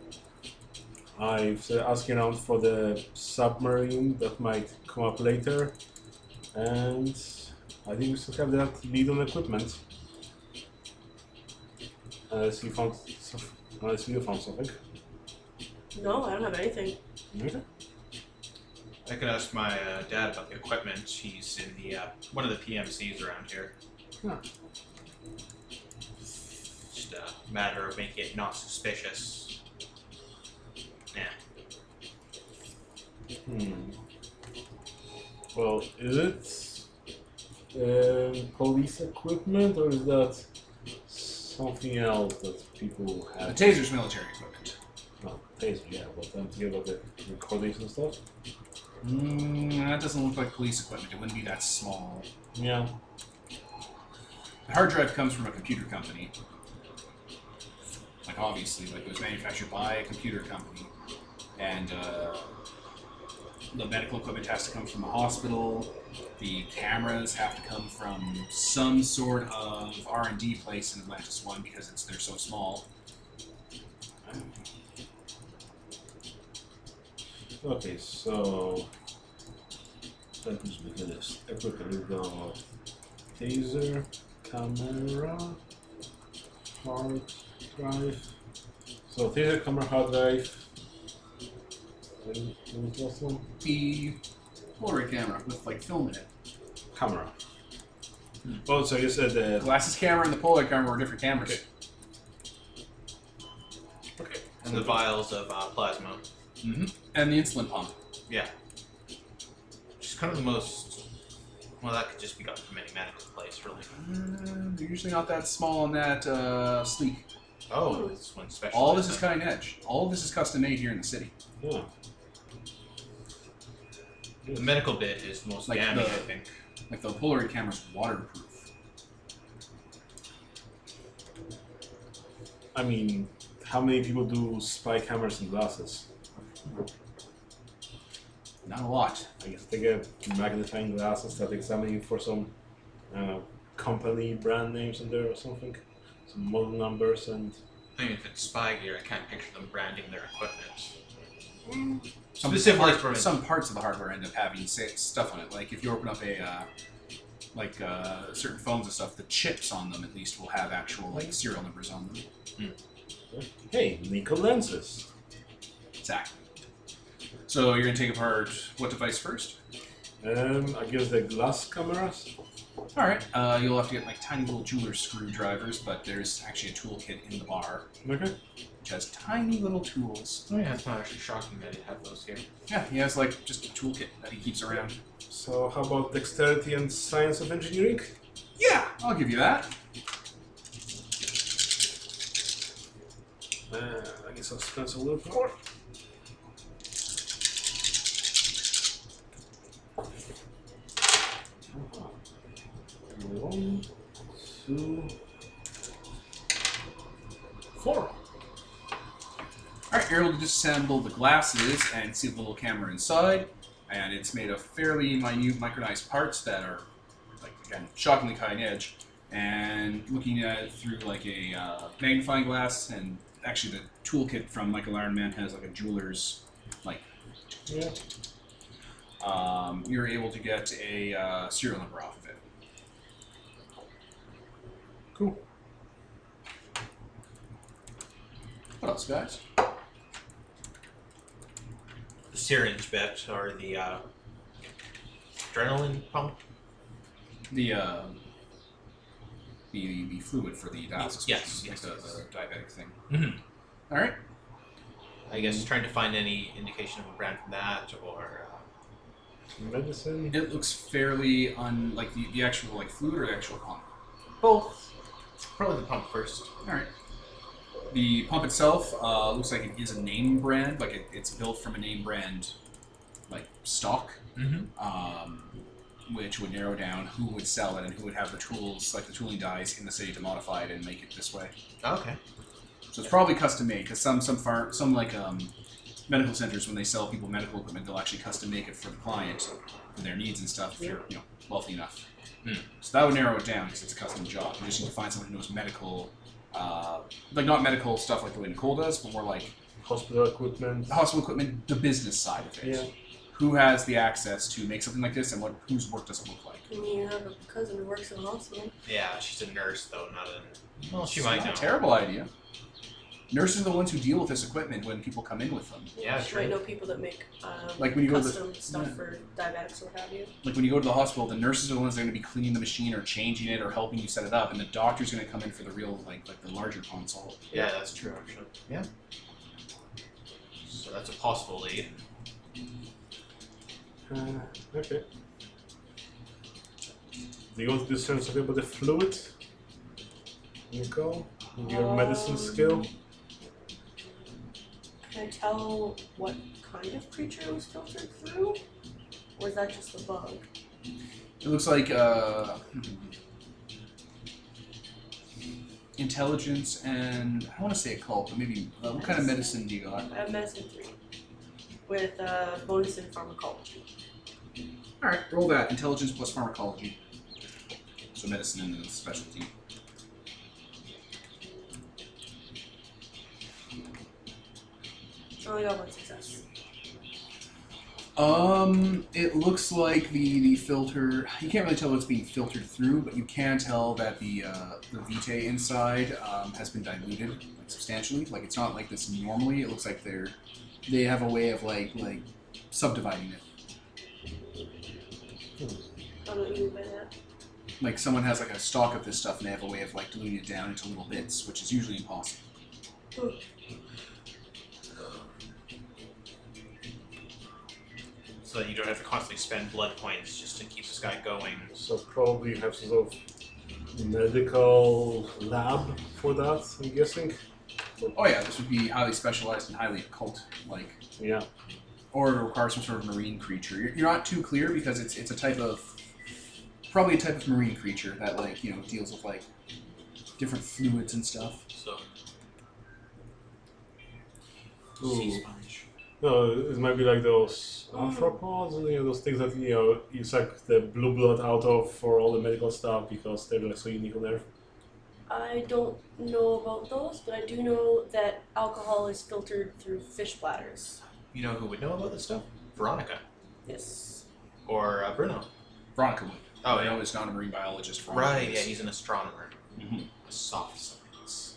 D: I've uh, asking around for the submarine that might come up later, and I think we still have that lead on equipment. Unless you found, some- unless you found something.
B: No, I don't have anything.
D: Okay.
C: I could ask my uh, dad about the equipment. He's in the uh, one of the PMCs around here.
D: Huh.
C: Just a matter of making it not suspicious.
D: Hmm. Well, is it um, police equipment or is that something else that people
A: The
D: have?
A: Uh, taser's military equipment.
D: No, taser, yeah, but I'm thinking about the recordings and stuff.
A: Mm, that doesn't look like police equipment. It wouldn't be that small.
D: Yeah.
A: The hard drive comes from a computer company. Like, obviously, like it was manufactured by a computer company. And uh, the medical equipment has to come from a hospital. The cameras have to come from some sort of R&D place in Atlantis 1 because it's, they're so small.
D: Okay, so let me just look at this. Equipment we got taser, camera, hard drive. So taser, camera, hard drive. Then then what's the last one?
A: The Polaroid camera with like film in it.
D: Camera. Oh, so you said
A: The
D: that.
A: glasses camera and the Polaroid camera were different cameras.
D: Okay.
C: Okay. And the vials of uh, plasma.
A: And the insulin pump.
C: Yeah. Which is kind of the most. Well, that could just be gotten from any medical place, really.
A: Um, they're usually not that small and that uh, sleek.
C: Oh, this one's special.
A: All this is cutting edge. All of this is custom made here in the city.
D: Yeah.
C: The medical bit is the most
A: Like
C: damning,
A: the-
C: I think.
A: Like the Polaroid camera's waterproof.
D: I mean, how many people do spy cameras and glasses?
A: Not a lot.
D: I guess they get magnifying glasses that examine you for some uh, company brand names in there or something, some model numbers and
C: I mean, if it's spy gear, I can't picture them branding their equipment.
A: Some
C: Specifically
A: parts,
C: for-
A: some parts of the hardware end up having sa- stuff on it. Like if you open up a uh, like uh, certain phones and stuff, the chips on them at least will have actual like serial numbers on them.
D: hey, Nico lenses.
A: Exactly. So you're gonna take apart what device first?
D: Um, I guess the glass cameras.
A: All right. Uh, you'll have to get like tiny little jeweler screwdrivers, but there's actually a toolkit in the bar
D: Okay.
A: which has tiny little tools.
C: Oh, yeah, it's not actually shocking that you have those here.
A: Yeah, he has like just a toolkit that he keeps around.
D: So how about dexterity and science of engineering?
A: Yeah, I'll give you that.
D: Uh, I guess I'll spend a little more. One, two, four.
A: All right, you're able to disassemble the glasses and see the little camera inside, and it's made of fairly minute micronized parts that are, like, again, shockingly cutting edge. And looking at it through like a uh, magnifying glass, and actually the toolkit from Michael Iron Man has like a jeweler's, like,
D: Yeah.
A: um, you're able to get a uh, serial number off of it.
D: Cool.
A: What else, guys?
C: The syringe bit, or the uh, adrenaline pump?
A: The um, the the fluid for the dialysis.
C: Yes,
A: machine,
C: yes,
A: like the,
C: yes.
A: the diabetic thing.
C: Mhm.
A: All right.
C: I guess trying to find any indication of a brand from that, or. Uh,
D: Medicine.
A: It looks fairly un like the, the actual like fluid or the actual pump. Both.
C: probably the pump first.
A: All right. The pump itself uh, looks like it is a name brand, like it, it's built from a name brand, like stock,
C: Mm-hmm.
A: um, which would narrow down who would sell it and who would have the tools, like the tooling dies in the city to modify it and make it this way.
C: Okay.
A: So it's probably custom made because some some far some like um, medical centers when they sell people medical equipment they'll actually custom make it for the client for their needs and stuff. If you're you know wealthy enough,
C: Hmm.
A: so that would narrow it down because it's a custom job. You just need to find someone who knows medical, uh, like not medical stuff like the way Nicole does, but more like
D: Hospital equipment.
A: the hospital equipment, the business side of it.
D: Yeah.
A: Who has the access to make something like this, and what whose work does it look like?
B: I mean, you have a cousin who works in a hospital.
C: Yeah, she's a nurse, though, not a. Well, she
A: It's
C: might
A: not
C: know.
A: a terrible idea. Nurses are the ones who deal with this equipment when people come in with them.
C: Yeah,
B: she
C: true.
B: might know people that make um,
A: Like when you go to the-
B: custom stuff
A: yeah.
B: for diabetics or what have you.
A: like when you go to the hospital, the nurses are the ones that are going to be cleaning the machine or changing it or helping you set it up, and the doctor's going to come in for the real, like like the larger console.
C: Yeah, that's true, actually. Yeah. So that's a possible lead.
D: Uh, okay. Do you want to do something about the fluid? Nico? Your medicine skill?
B: Can I tell what kind of creature was filtered through? Or is that just a bug?
A: It looks like uh, hmm. intelligence and I want to say occult, but maybe uh, what kind of medicine do you got?
B: I have medicine three. With uh, bonus in pharmacology.
A: All right, roll that intelligence plus pharmacology. So medicine and a specialty.
B: I only got one success.
A: Um, it looks like the the filter. You can't really tell what's being filtered through, but you can tell that the uh, the vitae inside um, has been diluted like, substantially. Like it's not like this normally. It looks like they're they have a way of like like subdividing it.
B: I don't even by that.
A: Like someone has like a stock of this stuff, and they have a way of like diluting it down into little bits, which is usually impossible.
C: so that you don't have to constantly spend blood points just to keep this guy going.
D: So probably have some sort of medical lab for that, I'm guessing.
A: Oh yeah, this would be highly specialized and highly occult like.
D: Yeah.
A: or it requires some sort of marine creature. You're, you're not too clear because it's it's a type of probably a type of marine creature that like you know deals with like different fluids and stuff.
C: So
D: Ooh.
C: sea sponge.
D: No, it might be like those arthropods, you know, those things that you know you suck the blue blood out of for all the medical stuff because they're like so unique on Earth.
B: I don't know about those, but I do know that alcohol is filtered through fish bladders.
C: You know who would know about this stuff? Veronica
B: Yes.
C: or uh, Bruno.
A: Veronica would.
C: Oh
A: I
C: yeah,
A: know is not a marine biologist. Veronica
C: right. Yeah,
A: is.
C: he's an astronomer.
A: Mhm.
C: A soft science.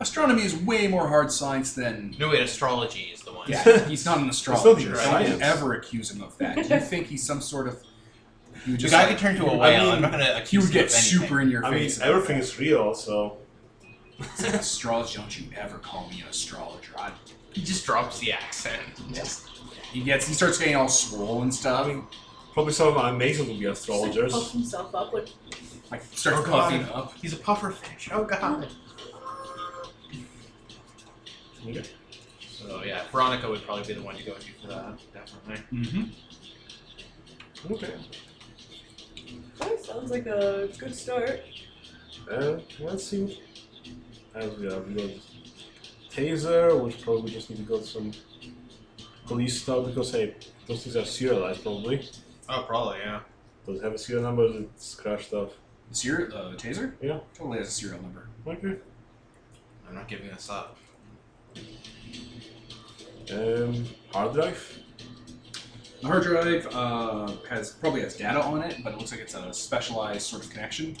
A: Astronomy is way more hard science than.
C: No, wait. Astrology is the one.
A: Yeah, he's not an astrologer.
D: even
A: I
D: science.
A: Don't ever accuse him of that. Do you think he's some sort of? You
C: The
A: just
C: guy
A: like-
C: could turn to a
D: I
C: whale.
D: mean,
C: I'm not gonna
A: he
C: accuse
A: would
C: him
A: get
C: of anything.
A: super in your
D: I mean,
A: face. about
D: everything is real, so
A: that. It's like, astrology. Don't you ever call me an astrologer? I,
C: He just drops the accent. Just
A: he gets. He starts getting all swollen and stuff.
D: I mean, probably some of my mates will be astrologers.
B: Puff himself up with
A: like starts
C: Oh, God.
A: puffing up.
C: He's a puffer fish. Oh god.
D: Okay.
C: So yeah, Veronica would probably be the one to go to for that. Definitely.
A: Mm-hmm.
D: Okay.
B: that sounds like a good start.
D: Uh, let's see. As we have got taser, which probably just need to go to some police stuff because hey, those things are serialized probably.
C: Oh, probably yeah.
D: Does it have a serial number? It's crashed off.
A: Zero, uh, taser?
D: Yeah.
A: Totally has a serial number.
D: Okay.
C: I'm not giving this up.
D: Um, hard drive.
A: The hard drive uh, has probably has data on it, but it looks like it's a specialized sort of connection.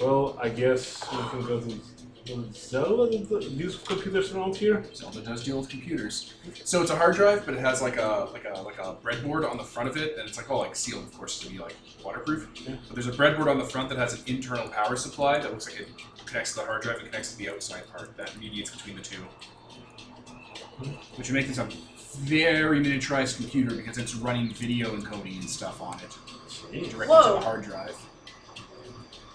D: Well, I guess we can go to to Zelda. Do they Use computers around here.
A: Zelda does deal with computers, so it's a hard drive, but it has like a like a like a breadboard on the front of it, and it's like all like sealed, of course, to be like waterproof.
D: Yeah.
A: But there's a breadboard on the front that has an internal power supply that looks like it connects to the hard drive and connects to the outside part that mediates between the two, which would make this a very miniaturized computer because it's running video encoding and stuff on it. directly to
B: Whoa.
A: the hard drive.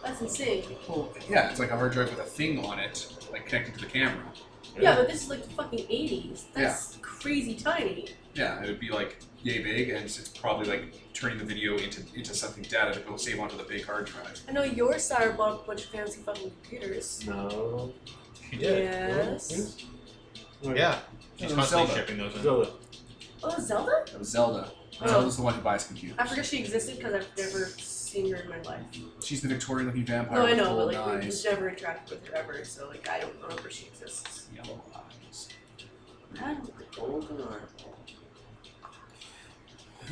B: That's insane.
A: Well, yeah, it's like a hard drive with a thing on it, like connected to the camera.
B: Yeah, but this is like the fucking 80s. That's crazy tiny.
A: Yeah, it would be like yay big, and it's, it's probably like turning the video into into something data to go save onto the big hard drive.
B: I know your sire bought a bunch of fancy fucking computers.
D: No.
C: She
B: Yes.
D: Okay.
C: Yeah. She's
A: Oh,
C: constantly
A: Zelda.
C: shipping those in.
D: Zelda.
B: Oh, Zelda?
A: That was Zelda.
B: Oh.
A: Zelda's the one who buys computers.
B: I forgot she existed because I've never seen her in my life.
A: She's the Victorian-looking vampire
B: No, Oh, I
A: with
B: know, but
A: golden
B: like we've
A: eyes,
B: just never interacted with her ever, so like I don't remember she exists.
A: yellow eyes.
B: I don't like golden arm.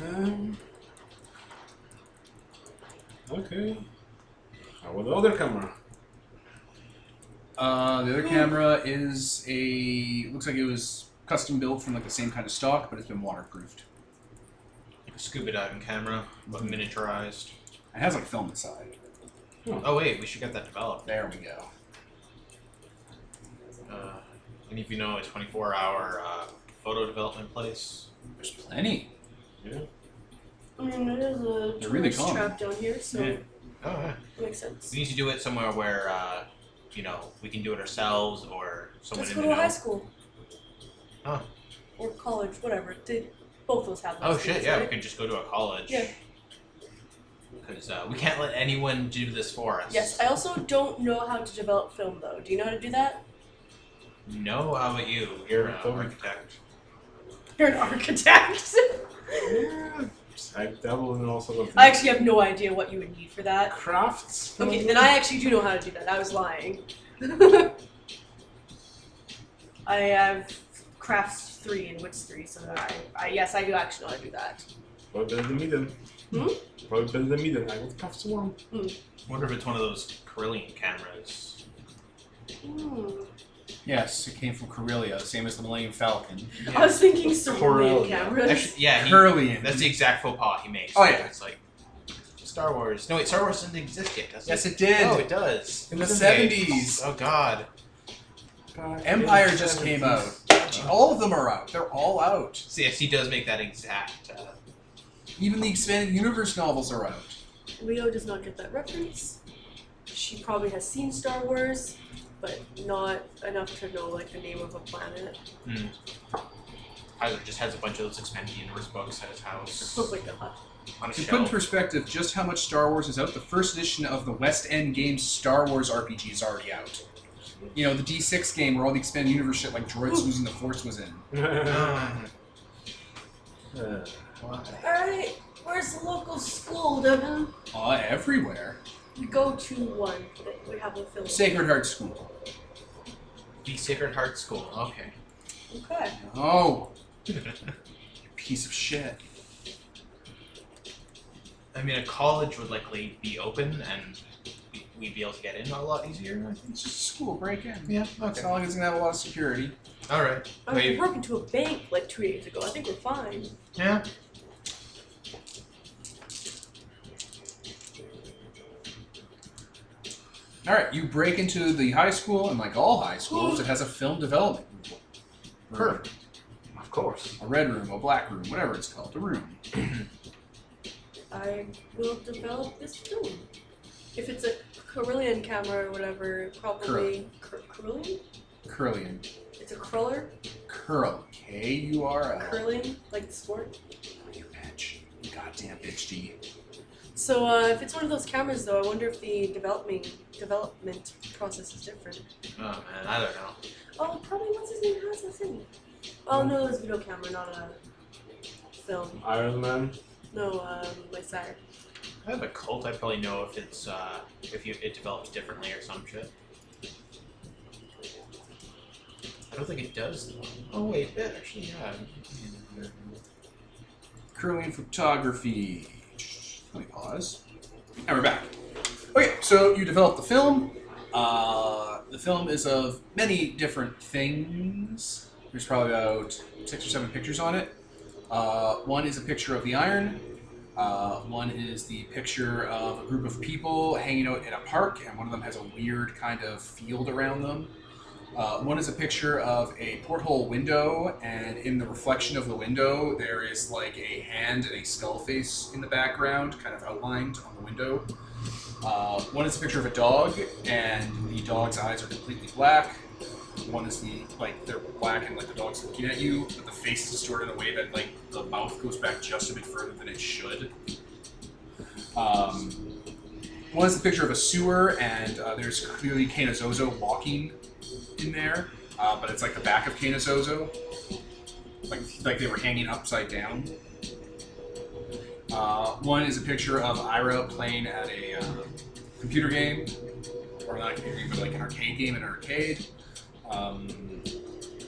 D: Um, okay. How about the other camera?
A: Uh, the other camera is a looks like it was custom built from like the same kind of stock, but it's been waterproofed.
C: Like a scuba diving camera, but miniaturized.
A: It has like film inside.
C: Oh wait, we should get that developed.
A: There we go.
C: Uh, and if you know a 24-hour uh, photo development place,
A: There's plenty.
D: Yeah.
B: I mean, there's a
A: They're really
B: tourist
A: common.
B: trap down here, so
A: Yeah.
C: Oh, yeah.
B: makes sense.
C: We need to do it somewhere where, uh, you know, we can do it ourselves or someone
B: Let's
C: in
B: go
C: the
B: to
C: know.
B: high school.
C: Huh.
B: Or college, whatever. Did both those have? high
C: Oh shit!
B: schools,
C: Yeah, we
B: right?
C: could just go to a college.
B: Yeah.
C: Because uh, we can't let anyone do this for us.
B: Yes. I also don't know how to develop film though. Do you know how to do that?
C: No, how about you? You're uh, an
D: Don't-
C: architect.
B: You're an architect.
D: Yeah, I dabble in all sorts of
B: I
D: things.
B: actually have no idea what you would need for that.
D: crafts.
B: Okay, then I actually do know how to do that. I was lying. I have crafts three and wits three, so that I, I yes, I do actually know how to do that.
D: Probably better than me then.
B: Hmm?
D: Probably better than me then. I would craft one.
C: Wonder if it's one of those Carillion cameras.
B: Hmm.
A: Yes, it came from Corellia, same as the Millennium Falcon.
B: I was thinking
D: Corel,
B: Cerulean
D: yeah.
B: cameras.
C: Actually, yeah, he,
A: Curlian.
C: that's the exact faux pas he makes.
A: Oh, yeah.
C: It's like Star Wars. No, wait, Star Wars doesn't exist yet, does
A: Yes,
C: it?
A: it did.
C: Oh, it does.
A: In the
C: Okay.
A: 70s.
C: Oh god.
D: uh,
A: Empire just came out. All of them are out. They're all out.
C: So yes, he does make that exact. Uh,
A: Even the expanded universe novels are out.
B: Leo does not get that reference. She probably has seen Star Wars, but not enough to know like the name of a planet.
C: Heiser just has a bunch of those expanded universe books at his house
B: Oh my god.
C: on a
A: To put in
C: shelf.
A: perspective just how much Star Wars is out, the first edition of the West End Games Star Wars RPG is already out. You know, the D6 game where all the expanded universe shit like droids losing the force was in.
C: Mm.
D: Uh,
B: Alright, where's the local school, Devin?
A: Uh, everywhere.
B: We go to one that we have a film.
A: Sacred Heart School.
C: The Sacred Heart School. Okay.
B: Okay.
A: Oh. Piece of shit.
C: I mean, a college would likely be open and we- we'd be able to get in a lot easier. I think.
A: It's just a school break in.
C: Yeah.
A: It's not like it's gonna have a lot of security.
C: All right.
B: I was
C: Wait.
B: broken to a bank like two days ago. I think we're fine.
C: Yeah.
A: Alright, you break into the high school, and like all high schools, it has a film development room.
C: Perfect. Of course.
A: A red room, a black room, whatever it's called, a room.
B: I will develop this film. If it's a Carillion camera or whatever, probably Cur- Carillion?
A: Curlian.
B: It's a cruller?
A: Curl. K U R L.
B: Curling, like the sport.
A: You bitch. You Goddamn bitch D.
B: So uh, if it's one of those cameras though, I wonder if the developing development process is different.
C: Oh man, I don't know.
B: Oh probably what's his name has this in. Oh no, it's a video camera, not a film.
D: Iron Man.
B: No, um my sire.
C: I have a cult. I probably know if it's uh, if you it develops differently or some shit. I don't think it does. Though. Oh wait, yeah, actually, yeah.
A: Curlian Photography. Let me pause. And we're back. Okay, so you developed the film. Uh, the film is of many different things. There's probably about six or seven pictures on it. Uh, one is a picture of the iron. Uh, one is the picture of a group of people hanging out in a park, and one of them has a weird kind of field around them. Uh, one is a picture of a porthole window, and in the reflection of the window, there is like a hand and a skull face in the background, kind of outlined on the window. Uh, one is a picture of a dog, and the dog's eyes are completely black. One is the like they're black and like the dog's looking at you, but the face is distorted in a way that like the mouth goes back just a bit further than it should. Um, one is a picture of a sewer, and uh, there's clearly Kanazozo walking in there, uh, but it's like the back of Kanazozo, like like they were hanging upside down. Uh, one is a picture of Ira playing at a uh, computer game, or not a computer game, but like an arcade game in an arcade. Um,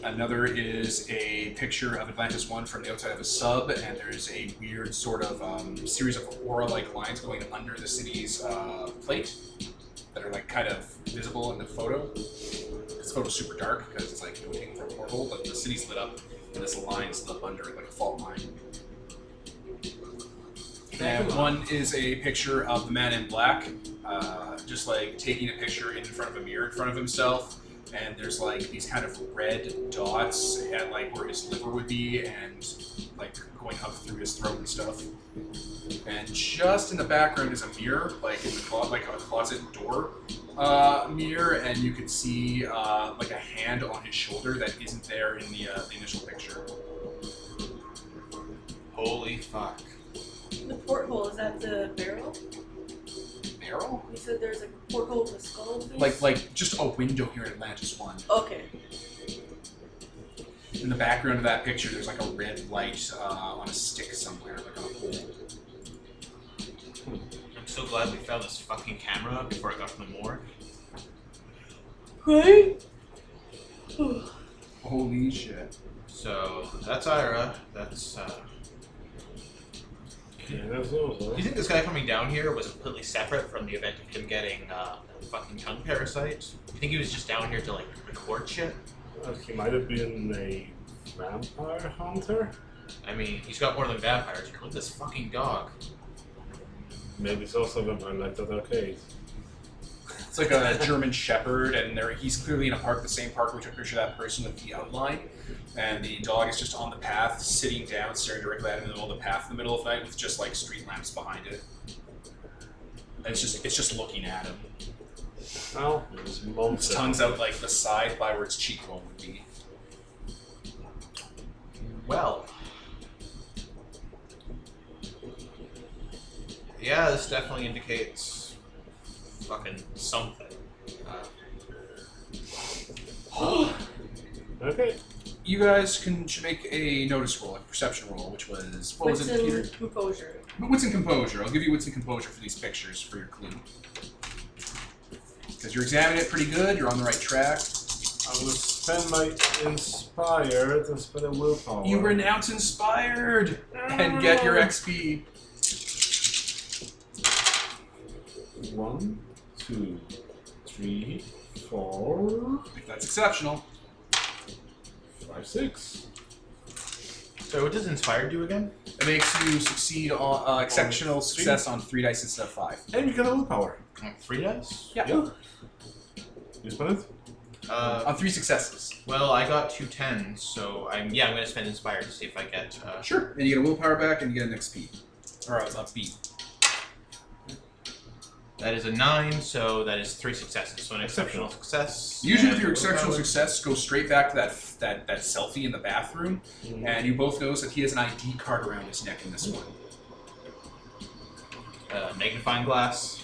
A: another is a picture of Atlantis One from the outside of a sub, and there's a weird sort of um, series of aura-like lines going under the city's uh, plate that are like kind of visible in the photo. This photo's super dark because it's like looking for a portal, but the city's lit up and this line's lit up under it like a fault line. And one is a picture of the man in black, uh, just like taking a picture in front of a mirror in front of himself, and there's like these kind of red dots at like where his liver would be, and like going up through his throat and stuff. And just in the background is a mirror, like in the clo- like a closet door uh, mirror, and you can see uh, like a hand on his shoulder that isn't there in the, uh, the initial picture.
C: Holy fuck.
B: The porthole is that the barrel?
A: Barrel?
B: You said there's like a porthole with a skull. face?
A: Like like just a window here in Atlantis one.
B: Okay.
A: In the background of that picture, there's like a red light uh, on a stick somewhere, like on a pole.
C: I'm so glad we found this fucking camera before I got from the morgue.
B: Right.
A: Holy shit!
C: So that's Ira. That's. Uh,
D: Yeah, that's also.
C: do you think this guy coming down here was completely separate from the event of him getting uh, fucking tongue parasite? You think he was just down here to like record shit?
D: Uh, He might have been a vampire hunter.
C: I mean, he's got more than vampires here. Look at this fucking dog.
D: Maybe it's also a vampire like that arcade.
A: It's like a German Shepherd, and there he's clearly in a park, the same park we took a picture of that person with the outline, and the dog is just on the path, sitting down, staring directly at him in the middle of the path in the middle of the night, with just like street lamps behind it. And it's just it's just looking at him.
D: Well, it was
A: Its
D: monster.
A: tongue's out like the side by where its cheekbone would be.
C: Well. Yeah, this definitely indicates fucking something. Uh,
D: Okay.
A: You guys can should make a notice roll, a perception roll, which was what
B: What's
A: was it? Peter?
B: in composure?
A: But what's in composure? I'll give you what's in composure for these pictures for your clue. Because you're examining it pretty good, you're on the right track.
D: I will spend my inspired and spend a willpower.
A: You renounce inspired and get your XP.
D: One, two, three, four,
A: If that's exceptional.
D: five, six.
C: so what does inspired do again?
A: It makes you succeed on uh, exceptional success on three dice instead of five.
D: And you get a willpower.
C: Um, Three dice?
A: Yeah.
D: Yeah. You spend it?
C: Uh,
A: On three successes.
C: well, I got two tens, so I'm yeah, I'm gonna spend inspired to see if I get. Uh,
A: Sure. And you get a willpower back and you get an XP. Or uh, it's not beat.
C: that is a nine, so that is three successes. So an exceptional success.
A: Usually, with
C: and uh,
A: your exceptional
C: willpower.
A: success, go straight back to that that that selfie in the bathroom, and you both notice that he has an ID card around his neck in this one.
C: Uh, magnifying glass.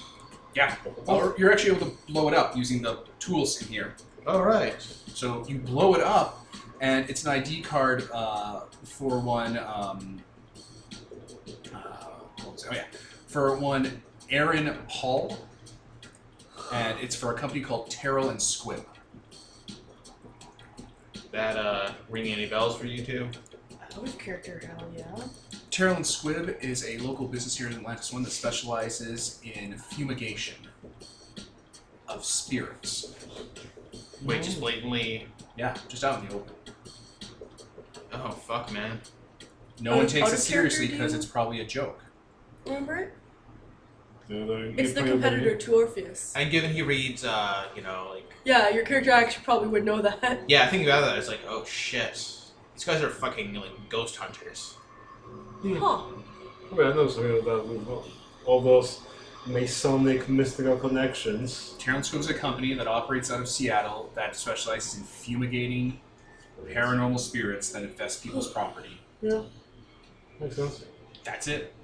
A: Yeah. Or you're actually able to blow it up using the tools in here.
C: All right.
A: So you blow it up, and it's an ID card uh, for one. Um, uh, what was it? oh yeah, for one Aaron Paul, and it's for a company called Terrell and Squibb.
C: That uh, ringing any bells for you two?
B: I was character L, yeah.
A: Terrell and Squibb is a local business here in Atlantis, one that specializes in fumigation of spirits.
C: Wait, just blatantly.
A: Yeah, just out in the open.
C: Oh fuck, man.
A: No
B: Out
A: one
B: of-
A: takes
B: out
A: it
B: of character,
A: seriously
B: do
A: because
B: you-
A: it's probably a joke.
B: Remember it?
D: Yeah, they-
B: It's the
D: they-
B: competitor to Orpheus.
C: And given he reads, uh, you know, like
B: Yeah, your character actually probably would know that.
C: yeah, I think about that. It's like, oh shit, these guys are fucking like ghost hunters.
B: Huh.
D: Well, I know something like that with all- all those Masonic mystical connections.
A: Terran Scope is a company that operates out of Seattle that specializes in fumigating paranormal spirits that infest people's property.
D: Yeah. Makes sense.
A: That's it.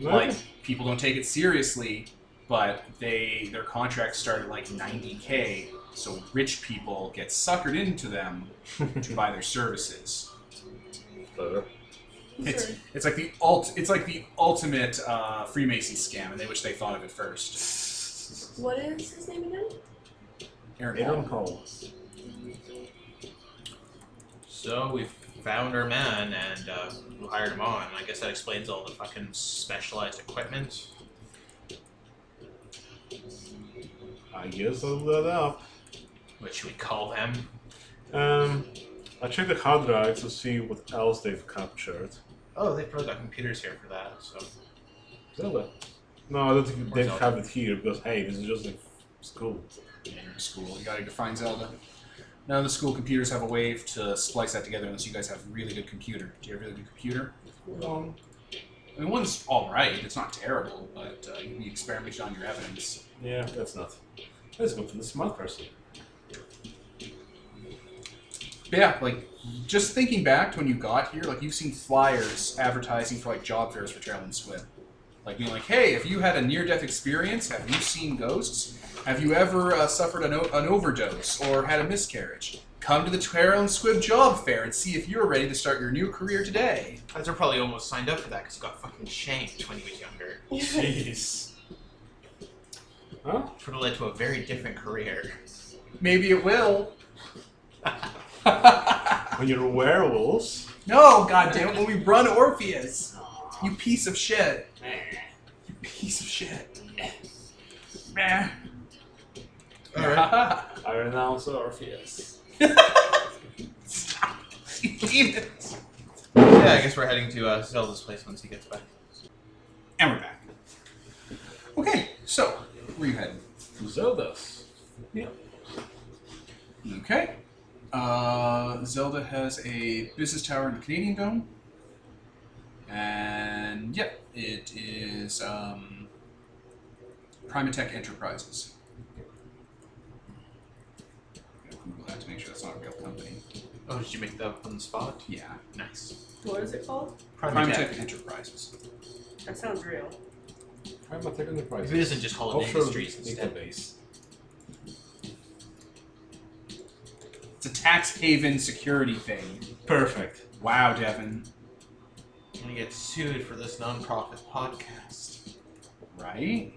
A: Like
D: Nice.
A: people don't take it seriously, but they their contracts start at like 90k, so rich people get suckered into them to buy their services.
D: Clever.
B: I'm
A: It's
B: sorry.
A: it's like the ult it's like the ultimate uh, Freemason scam, and they wish they thought of it first.
B: What is his name again?
A: Aaron Paul.
D: Aaron Hall.
C: So we found our man and uh, we hired him on. I guess that explains all the fucking specialized equipment.
D: I guess I'll look that up.
C: What should we call them?
D: Um, I checked the hard drive to see what else they've captured.
C: Oh, they've probably got computers here for that. So
D: Zelda. No, I don't think
C: Or
D: they
C: Zelda.
D: have it here because hey, this is just a School.
A: Yeah, you're in school. You gotta go find Zelda. None of the school computers have a wave to splice that together unless you guys have a really good computer. Do you have a really good computer?
D: Um,
A: I mean, one's all right. It's not terrible, but uh, you experimented on your evidence.
D: yeah, that's not. That's good for the smart person.
A: But yeah, like just thinking back to when you got here, like you've seen flyers advertising for like job fairs for Traveling Squid. Like being like, hey, if you had a near death experience, have you seen ghosts? Have you ever uh, suffered an, o- an overdose or had a miscarriage? Come to the Traveling Squid job fair and see if you're ready to start your new career today.
C: Ezra probably almost signed up for that because he got fucking shamed when he was younger.
D: Jeez. Huh?
C: It would have led to a very different career.
A: Maybe it will.
D: When you're werewolves.
A: no, goddamn it, when we run Orpheus. You piece of shit. You piece of shit. Meh.
D: Alright. I renounce Orpheus.
A: and
C: Yeah, I guess we're heading to uh, Zelda's place once he gets back.
A: we're back. Okay, so where are you heading?
D: Zelda's.
A: Okay. Uh, Zelda has a business tower in the Canadian Dome. And yep, it is um, Primatech Enterprises. Gotta Google that to make sure that's not a real company.
C: Oh, did you make that up on the spot?
A: Yeah,
C: Nice.
B: What is it called?
A: Primatech Enterprises.
B: That sounds real.
D: Primatech Enterprise.
C: If it isn't, just call it
D: Offshore
C: Industries instead.
D: database.
A: It's a tax haven security thing.
D: Perfect.
A: Wow, Devin.
C: I'm gonna get sued for this non-profit podcast.
A: Right?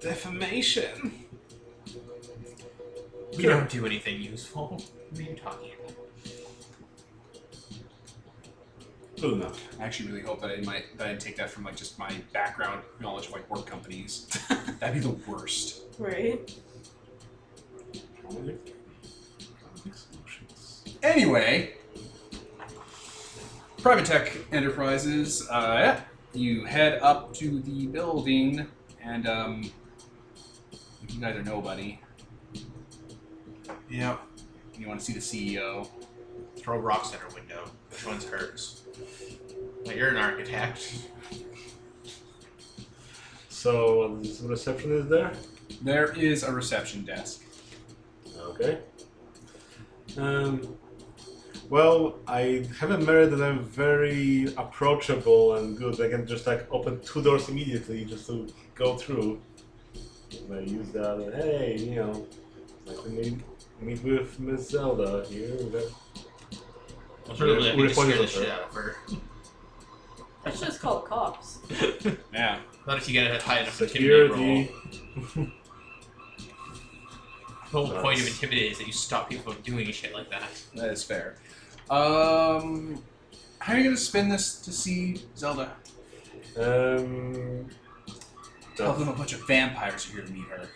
D: Defamation.
C: We don't do anything useful. What are you talking about?
D: Good enough.
A: I actually really hope that I might that I take that from like just my background knowledge of like work companies. That'd be the worst.
B: Right?
D: Primatech. Primatech Solutions.
A: Anyway, Private Tech Enterprises. Uh, yeah, you head up to the building, and um, you guys are nobody.
C: Yeah.
A: You want to see the E CEO.
C: Throw rocks at her window. Which one's hers? Well, you're an architect.
D: So uh, this reception is there.
A: There is a reception desk.
D: Okay. Um, well, I have a merit that I'm very approachable and good. I can just like open two doors immediately just to go through. And I use that. uh, Hey, you know, like to meet meet with Miss Zelda here. That-
C: Literally, I
D: We're
C: could just scare the
D: pointing at
C: shit
D: her.
C: out of her.
B: Let's just call the cops.
A: Yeah.
C: Not if you get a high enough
D: Security.
C: intimidate roll. The whole point of
D: Nice.
C: intimidate is that you stop people from doing shit like that.
A: That is fair. Um, how are you gonna spin this to see Zelda?
D: Um,
A: Tell
D: that,
A: them a bunch of vampires are here to meet her.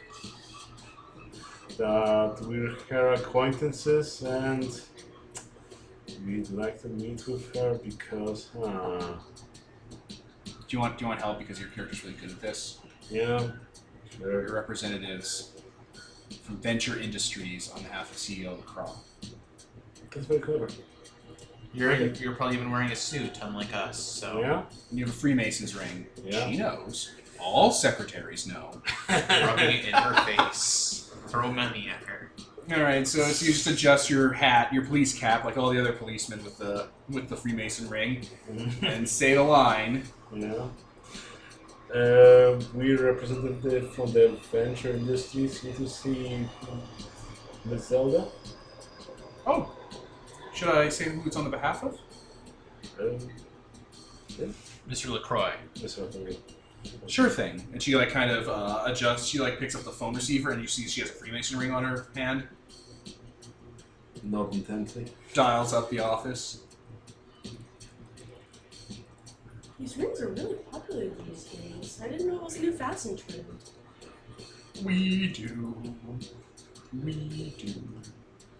D: that we're her acquaintances and we'd like to meet with her because, ah, huh.
A: Do you want do you want help because your character's really good at this?
D: Yeah, sure.
A: Your representatives from Venture Industries on behalf of CEO LaCroix.
D: That's very clever.
C: You're
D: Okay.
C: you're probably even wearing a suit, unlike us. So
D: Oh, Yeah,
A: And you have a Freemason's ring.
D: Yeah.
A: She knows. All secretaries know.
C: rubbing
D: Mm-hmm.
C: it in her face, throw money at her.
A: Alright, so, so you just adjust your hat, your police cap, like all the other policemen with the with the Freemason ring, and say the line.
D: yeah. Uh, we're representative from the venture industries here to see Miss Zelda.
A: Oh. Should I say who it's on the behalf of?
D: Um,
C: Mr. Lacroix.
D: Miss Zelda.
A: Sure thing. And she like kind of uh, adjusts. She like picks up the phone receiver, and you see she has a Freemason ring on her hand.
D: Not intently.
A: Dials up the office.
B: These rings are really popular these days. I didn't know it was a new fashion trend.
A: We do. We do.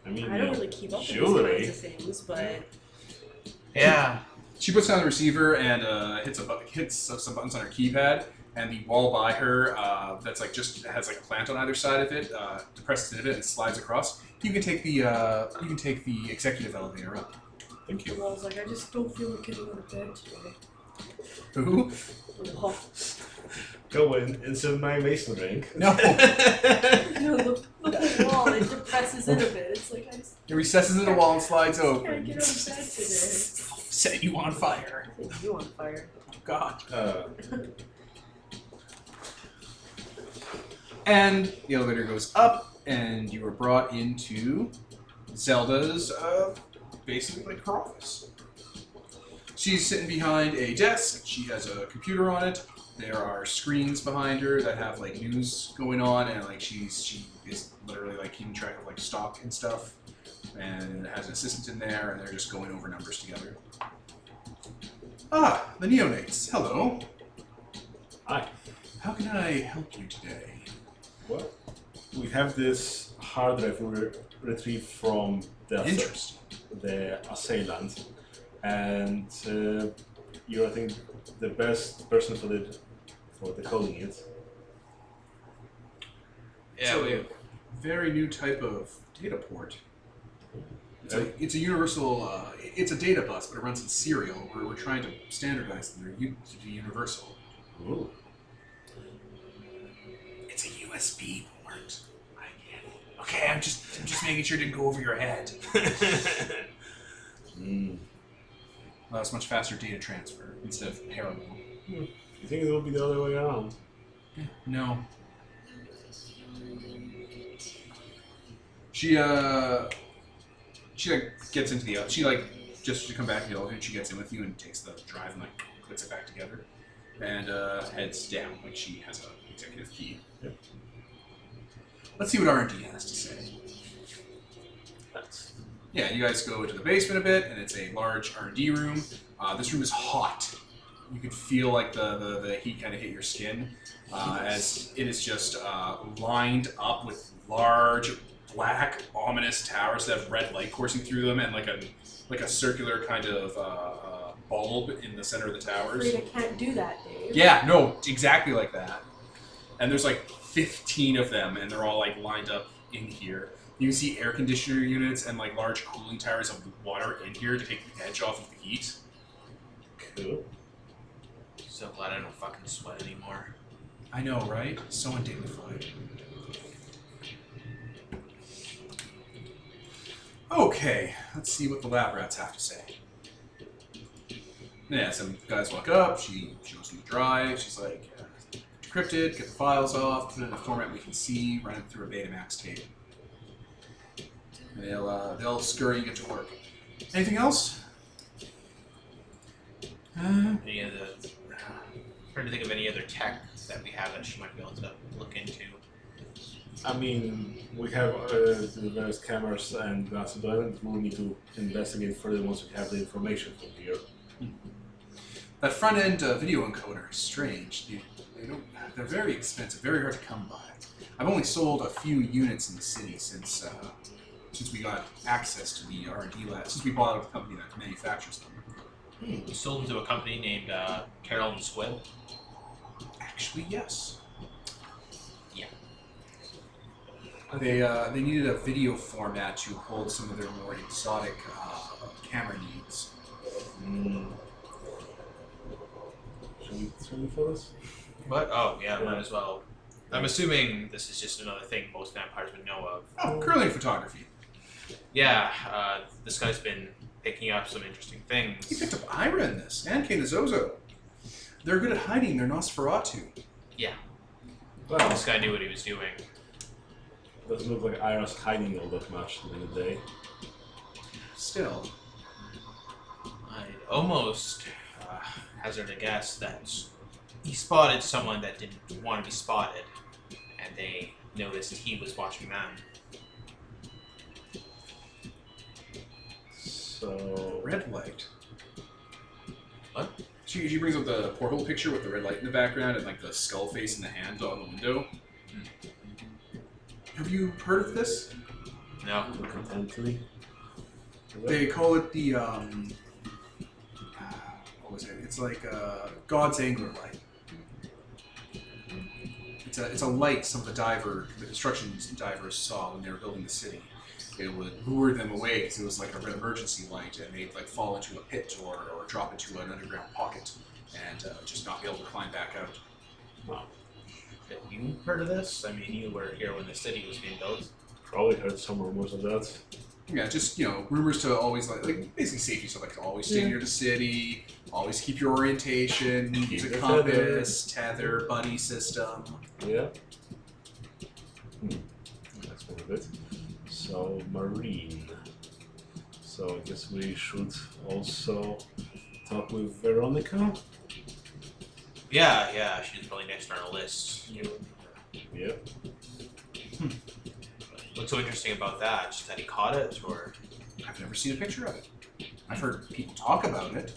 D: I mean,
B: I don't really keep up
D: Jewelry.
B: with these kinds of things, but
C: Yeah.
A: She puts down the receiver and uh, hits a bu- hits some buttons on her keypad, and the wall by her uh, that's like just has like a plant on either side of it uh, depresses into it and slides across. You can take the uh, you can take the executive elevator up.
D: Thank
B: And I was like, I just don't feel like getting out of bed today.
A: Ooh,
B: Oh,
D: Go in and send my mason drink.
A: no,
B: no, look, look at the wall. It depresses in a bit. It's like I just
A: it recesses into the wall and slides
B: can't
A: open.
B: get out of bed today.
A: Set you on fire.
B: Set you on fire.
A: God.
D: Uh,
A: And the elevator goes up, and you are brought into Zelda's, uh, basically like her office. She's sitting behind a desk. She has a computer on it. There are screens behind her that have like news going on, and like she's she is literally like keeping track of like stock and stuff. And has an assistant in there, and they're just going over numbers together. Ah, the neonates. Hello.
D: Hi.
A: How can I help you today?
D: well, we have this hard drive we re- retrieved from the
A: Interesting.
D: the assailant, and uh, you're I think the best person for the for the calling it.
C: Yeah,
A: So-
C: we,
A: very new type of data port. It's,
D: Yeah.
A: a, it's a universal, uh, it's a data bus, but it runs in serial, where we're trying to standardize them. They're u- to be universal.
D: Ooh.
A: It's a USB port. I get it. Okay, I'm just, I'm just making sure it didn't go over your head.
D: Mm.
A: Allows much faster data transfer instead of parallel.
D: You think it will be the other way around?
A: No. She uh, she like gets into the she like just to come back to the elevator. She gets in with you and takes the drive and like puts it back together, and uh, heads down like she has a executive key.
D: Yep.
A: Let's see what R and D has to say. Yeah, you guys go into the basement a bit, and it's a large R and D room. Uh, this room is hot. You can feel like the the, the heat kind of hit your skin uh, as it is just uh, lined up with large, black, ominous towers that have red light coursing through them, and like a like a circular kind of uh, uh, bulb in the center of the towers.
B: Frida can't do that, Dave.
A: Yeah, no, exactly like that. And there's like 15 of them, and they're all like lined up in here. You can see air conditioner units and like large cooling towers of water in here to take the edge off of the heat.
D: Cool.
C: so glad I don't fucking sweat anymore.
A: I know, right? So undignified. Okay, let's see what the lab rats have to say. Yeah, some guys walk up. She shows them the drive. She's like, uh, "Decrypted, get the files off, put it in a format we can see, run it through a Betamax tape." And they'll uh, they'll scurry and get to work. Anything else? Uh,
C: Any of the, trying to think of any other tech that we have that she might be able to look into.
D: I mean, we have uh, the various cameras and glass diamond. We'll need to investigate further once we have the information from here.
A: That front end uh, video encoder is strange. They, they don't, they're very expensive, very hard to come by. I've only sold a few units in the city since uh, since we got access to the R and D lab. Since we bought out the company that manufactures them.
C: We sold them to a company named uh, Carol and Squibb.
A: Actually, yes.
C: Yeah.
A: They uh, they needed a video format to hold some of their more exotic uh, camera needs.
D: Mm. Should we swing for this?
C: What? Oh, yeah, might as well. I'm assuming this is just another thing most vampires would know of.
A: Oh, curling photography.
C: Yeah, uh, this guy's been picking up some interesting
A: He
C: things.
A: picked up Ira in this and Kanazozo. They're good at hiding their Nosferatu.
D: Well,
C: This guy knew what he was doing.
D: doesn't look like Ira's hiding all that much in the day.
A: Still,
C: I'd almost uh, hazard a guess that he spotted someone that didn't want to be spotted, and they noticed he was watching them.
D: So
A: red light.
C: What?
A: She, she brings up the porthole picture with the red light in the background and like the skull face and the hand on the window. Hmm. Have you heard of this?
C: No.
D: look intently.
A: They call it the um, uh, what was it? It's like uh, God's angler light. It's a, it's a light some of the diver, the construction divers saw when they were building the city. It would lure them away because it was like a red emergency light, and they'd like fall into a pit or, or drop into an underground pocket and uh, just not be able to climb back out.
C: Have you heard of this? I mean, you were here when the city was being built.
D: Probably heard some rumors of that.
A: Yeah, just you know, rumors to always like, like basically safety stuff like always stay
B: Yeah.
A: near the city, always keep your orientation, use a
D: your
A: compass, tether, buddy system.
D: Yeah. Hmm. That's one of it. So marine. So I guess we should also talk with Veronica.
C: Yeah, yeah, she's probably next on our list. You-
D: Yeah.
C: What's so interesting about that? Just that he caught it, or
A: I've never seen a picture of it. I've heard people talk about it.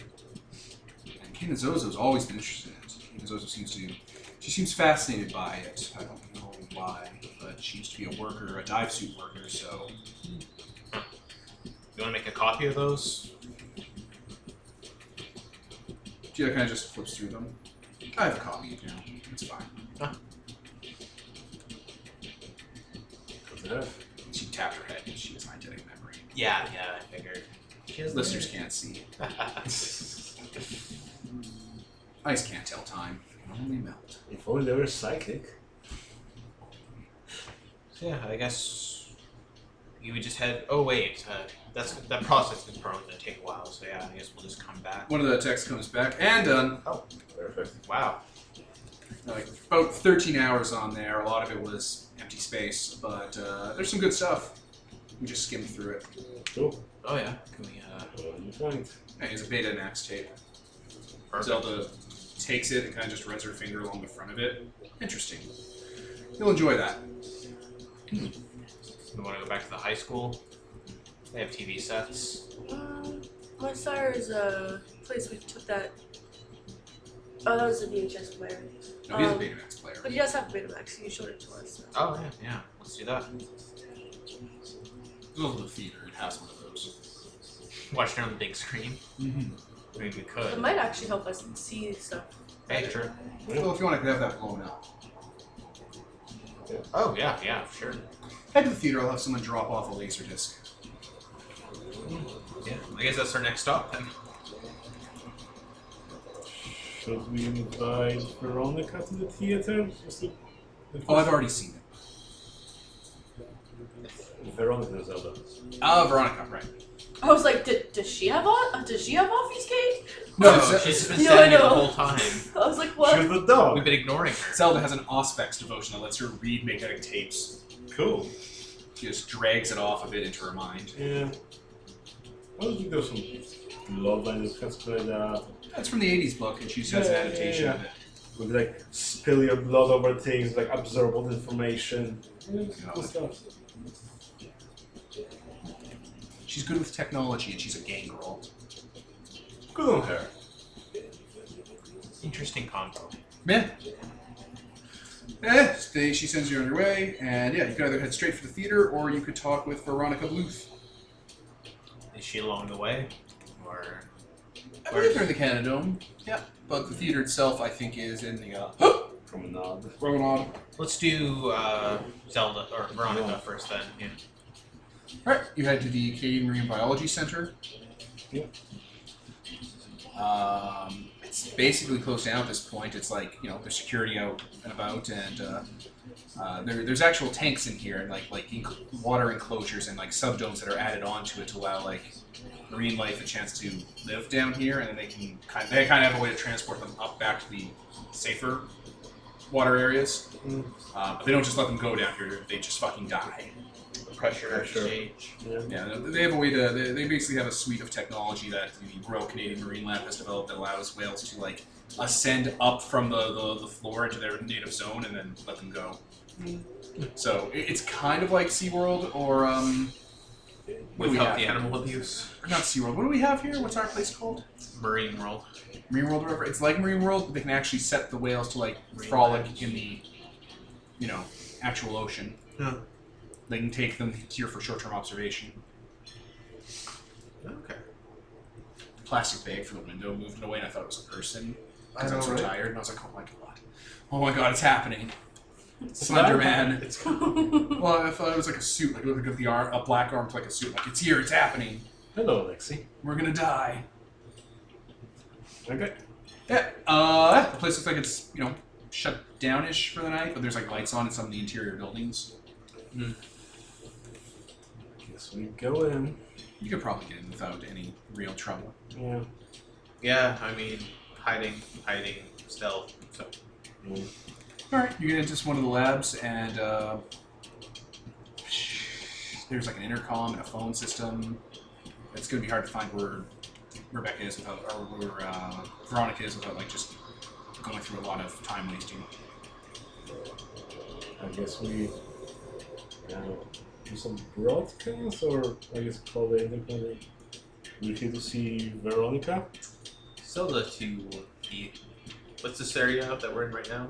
A: And Kinazozo's always been interested in it. Kinazozo seems to she seems fascinated by it. I don't know why, but she used to be a worker, a dive suit worker, so
C: you want to make a copy of those?
A: she kind of just flips through them. I have a copy now. It's fine.
D: Good to have.
A: She tapped her head and she has eidetic memory.
C: Yeah, yeah, I figured. She has
A: Listeners can't see. Ice can't tell time. It can only melt.
D: If only they were psychic.
C: yeah, I guess you would just head. Oh wait, uh, that's that process is probably gonna take a while. So yeah, I guess we'll just come back.
A: One of the texts comes back and done.
D: Perfect.
C: Wow.
A: Like about 13 hours on there. A lot of it was empty space, but uh, there's some good stuff. We just skimmed through it.
D: Cool.
C: Oh yeah. Can we? Uh,
D: What do you find?
A: Hey, it's a beta max tape.
C: perfect.
A: Zelda takes it and kind of just runs her finger along the front of it. Interesting. You'll enjoy that.
C: We want to go back to the high school. They have TV sets.
B: Um, Moissar is a place we took that. Oh, that was a VHS player.
A: No, he's a
B: Um,
A: Betamax player.
B: But he does have Betamax. You showed it to us. So.
C: Oh yeah, yeah. Let's do that.
A: Go to the theater and has one of those.
C: Watch it on the big screen.
A: Mm-hmm.
C: I mean, we
B: It
C: could.
B: might actually help us see stuff.
C: Hey, sure.
A: Well, if you want, I could have that blown up.
C: Oh yeah, yeah, sure.
A: Head to the theater. I'll have someone drop off a laser disc.
C: Yeah. I guess that's our next stop then.
D: Should we invite Veronica to the theater? Just to...
A: Oh, I've already seen it.
D: Veronica Zelda.
A: Ah, Veronica, right.
B: I was like, "Did- does she have o- uh, does she have obfuscate?
C: oh,
A: Ze-
C: she's been
B: No,
C: standing
B: I
C: here the
B: know.
C: whole time.
B: I was like,
D: She's
B: what?
D: the
C: We've
D: dog.
C: been ignoring her.
A: Zelda has an Auspex devotion that lets her read magnetic tapes.
D: Cool.
A: She just drags it off a bit into her mind.
D: Yeah. I don't think there's some love line discussed like that.
A: That's from the 80s book, and she just has an
D: Yeah, yeah,
A: adaptation
D: yeah.
A: of it.
D: With like spill your blood over things, like absorb all the information. Cool stuff.
A: She's good with technology, and she's a gang girl.
D: Good on her.
C: Interesting combo.
A: Man. Eh, they, she sends you on your way, and yeah, you could either head straight for the theater, or you could talk with Veronica Bluth.
C: Is she along the way? Or
A: I
C: Where-
A: believe they're in the Canadome. Yeah, but the theater itself, I think, is in the uh,
D: Promenade.
A: Promenade.
C: let's do uh, Zelda or Veronica
D: Yeah.
C: first then. Yeah.
A: Right, you head to the Canadian Marine Biology Center.
D: Yeah.
A: Um, it's basically closed down at this point. It's like you know there's security out and about, and uh, uh, there, there's actual tanks in here and like like enc- water enclosures and like subdomes that are added onto it to allow like marine life a chance to live down here, and then they can kind of, they kind of have a way to transport them up back to the safer water areas.
D: Mm.
A: Uh, but they don't just let them go down here; they just fucking die.
C: Pressure
D: Pressure.
C: exchange.
D: Yeah.
A: Yeah, they have a way to. They, they basically have a suite of technology that the Royal Canadian Marine Lab has developed that allows whales to like ascend up from the, the, the floor into their native zone and then let them go. So it, it's kind of like SeaWorld or um, what do we
C: Without
A: have?
C: the animal abuse.
A: or not SeaWorld. What do we have here? What's our place called?
C: Marine world.
A: Marine World or whatever. It's like Marine World, but they can actually set the whales to like
C: Marine
A: frolic
C: Labs.
A: in the, you know, actual ocean.
C: Yeah.
A: They can take them here for short-term observation.
C: Okay.
A: plastic bag from the window moved it away, and I thought it was a person because I,
D: I
A: was
D: know,
A: so
D: right?
A: tired, and I was like, "Oh my god, oh my god, it's happening!" Slender Man.
D: It's
A: Well, I thought it was like a suit, like look at the arm, a black arm, like a suit, like it's here, it's happening,
D: hello, Lexi.
A: we're gonna die.
D: Okay.
A: Yeah, uh, yeah, the place looks like it's you know shut downish for the night, but there's like lights on in some of the interior buildings.
D: Guess we go in.
A: You could probably get in without any real trouble.
D: Yeah.
C: Yeah, I mean, hiding, hiding, stealth. So
A: All right, you get into just one of the labs, and uh, there's like an intercom and a phone system. It's gonna be hard to find where Rebecca is without, or where uh, Veronica is without like just going through a lot of time wasting.
D: I guess we uh, do some broadcast, or I guess call the intercom. We're here to see Veronica.
C: Zelda to the what's this area that we're in right now?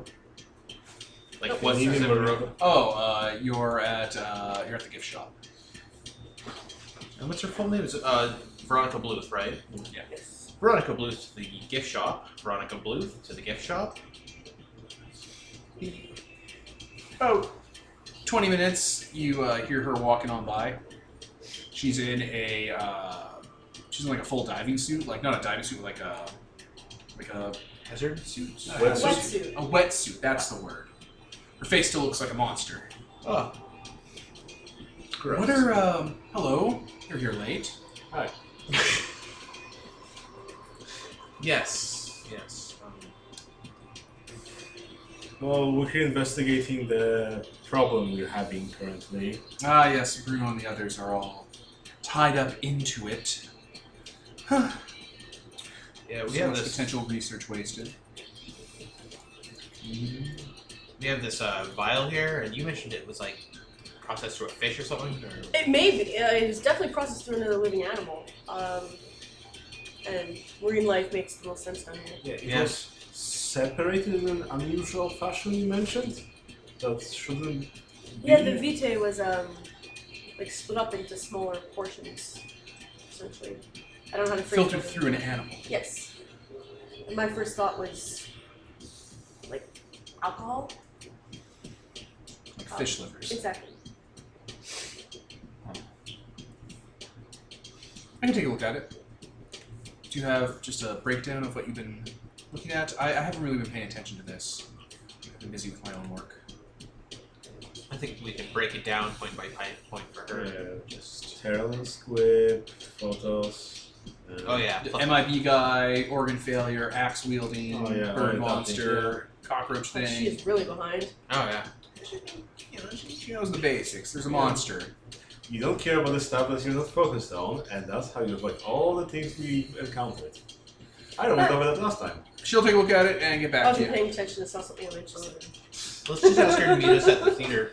C: Like what's
D: Leaving
C: this
D: Veronica.
A: Oh, uh, you're at uh, you're at the gift shop.
C: And what's her full name? Is uh, Veronica Bluth, right?
B: Yes.
C: Veronica Bluth to the gift shop. Veronica Bluth to the gift shop.
A: Oh, 20 minutes. You uh, hear her walking on by. She's in a uh, she's in like a full diving suit, like not a diving suit, like a like a
C: Hazard suits.
A: Uh,
D: Wetsuit?
B: Wetsuit.
A: a wetsuit. That's the word. Her face still looks like a monster. Ah.
C: Oh. Gross.
A: What are um? Hello, you're here late.
D: Hi.
C: Yes. Yes. Um,
D: Well, we're here investigating the problem we're having currently.
A: Ah, yes, Bruno and the others are all tied up into it. Huh.
C: yeah, we
A: so
C: have
A: much
C: this.
A: potential research wasted.
D: Mm-hmm.
C: We have this uh, vial here, and you mentioned it was like processed through a fish or something. Or...
B: It may be. Uh, It was definitely processed through another living animal. Um, and marine life makes the most sense down here.
D: Yeah, it
C: Yeah.
D: was separated in an unusual fashion you mentioned. That shouldn't be.
B: Yeah,
A: Mm.
B: the vitae was um, like split up into smaller portions, essentially. I don't know how to phrase
A: Filtered
B: it.
A: through an animal.
B: Yes. And my first thought was like alcohol.
A: Like fish livers.
B: Exactly.
A: I can take a look at it. Do you have just a breakdown of what you've been looking at? I, I haven't really been paying attention to this. I've been busy with my own work.
C: I think we can break it down point by point- point for her.
D: Yeah.
C: Just.
D: Terrelling squid, photos. uh,
C: Oh yeah.
A: The MIB guy, organ failure, axe wielding,
D: Oh,
A: bird
D: yeah, I thought they
A: monster, cockroach
B: Oh,
A: thing.
B: she is really behind.
C: Oh yeah.
A: You know, she, she knows the basics. There's a
D: Yeah.
A: monster.
D: You don't care about the stuff that you're not focused on, and that's how you avoid all the things we encountered. I don't remember that last time.
A: She'll take a look at it and get
B: I
A: back to
B: wasn't
A: you.
B: paying attention. It's not something I'm interested in.
C: Let's just ask her to meet us at the theater,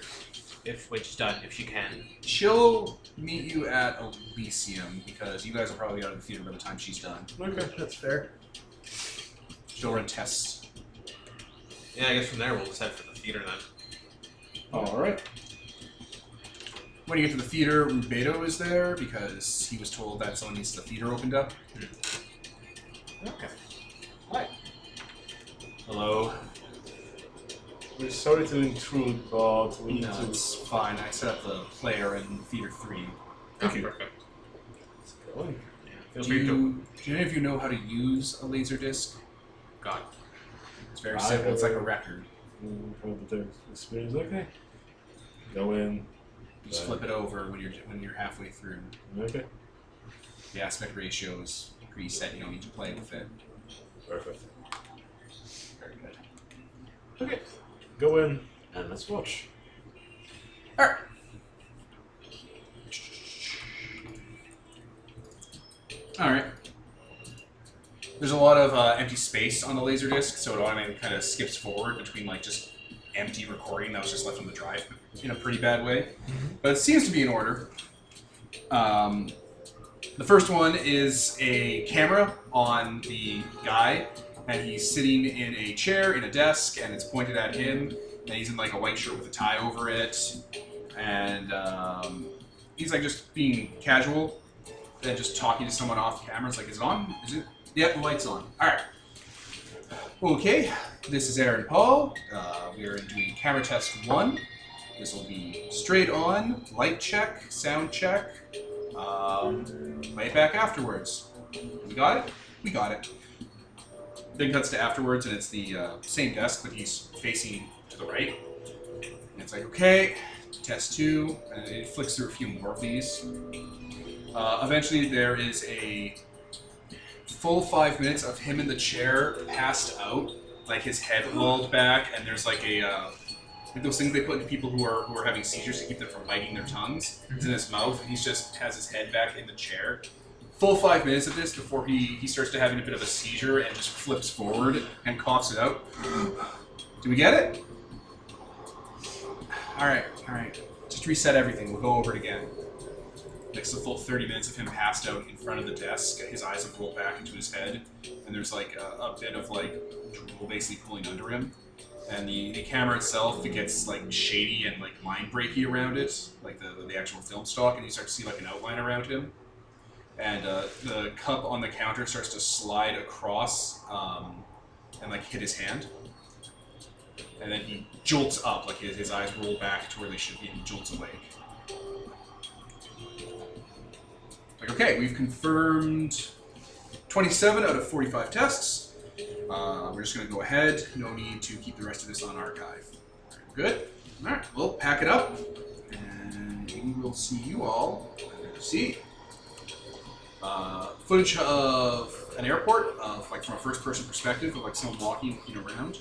C: if which is done, if she can.
A: She'll meet you at Elysium because you guys will probably be out of the theater by the time she's done.
D: Okay, that's fair.
A: She'll run tests.
C: Yeah, I guess from there we'll just head for the theater then.
D: Alright.
A: When you get to the theater, Rubedo is there because he was told that someone needs the theater opened up.
C: Okay. Hi. Hello.
D: We're sorry to intrude, but we need
A: No,
D: to.
A: it's fine. I set up the player in Theater 3.
D: Thank
C: Oh,
D: you.
C: Perfect.
D: Oh,
C: Yeah. Feel
A: Do,
C: free to.
A: you, do any of you know how to use a laser disc?
C: God.
A: It's very
D: I
A: simple. It's like a
D: have-
A: record.
D: mm, Hope the experience okay. Go in.
A: You just
D: Right.
A: flip it over when you're when you're halfway through.
D: Okay.
A: The aspect ratio is preset. You don't need to play with it.
D: Perfect.
A: Very good.
D: Okay. Go in and let's watch.
A: Alright. Alright. There's a lot of uh, empty space on the laser disc, so it automatically kind of skips forward between like just empty recording that was just left on the drive in a pretty bad way. But it seems to be in order. Um, the first one is a camera on the guy, and he's sitting in a chair in a desk, and it's pointed at him. And he's in like a white shirt with a tie over it, and um, he's like just being casual and just talking to someone off camera. It's like, is it on? Is it? Yep, the light's on. All right. Okay. This is Aaron Paul. Uh, we are doing camera test one. This will be straight on, light check, sound check, um, playback afterwards. We got it? We got it. Then cuts to afterwards, and it's the uh, same desk, but he's facing to the right. And it's like, okay, test two. And it flicks through a few more of these. Uh, eventually, there is a full five minutes of him in the chair, passed out, like his head lolled back, and there's like a uh, like those things they put in people who are who are having seizures to keep them from biting their tongues. It's in his mouth, and he's just has his head back in the chair. Full five minutes of this before he he starts to having a bit of a seizure and just flips forward and coughs it out. Do we get it? All right, all right. Just reset everything. We'll go over it again. Like the full 30 minutes of him passed out in front of the desk. His eyes have rolled back into his head, and there's like a, a bit of like drool basically pulling under him. And the, the camera itself, it gets like shady and like mind breaky around it, like the, the actual film stock, and you start to see like an outline around him. And uh, the cup on the counter starts to slide across um, and like hit his hand. And then he jolts up, like his, his eyes roll back to where they should be, and he jolts awake. Like, okay, we've confirmed 27 out of 45 tests. Uh, we're just going to go ahead. No need to keep the rest of this on archive. Good. All right, we'll pack it up, and we will see you all. See. Uh, footage of an airport, of like from a first-person perspective, of like someone walking, looking around,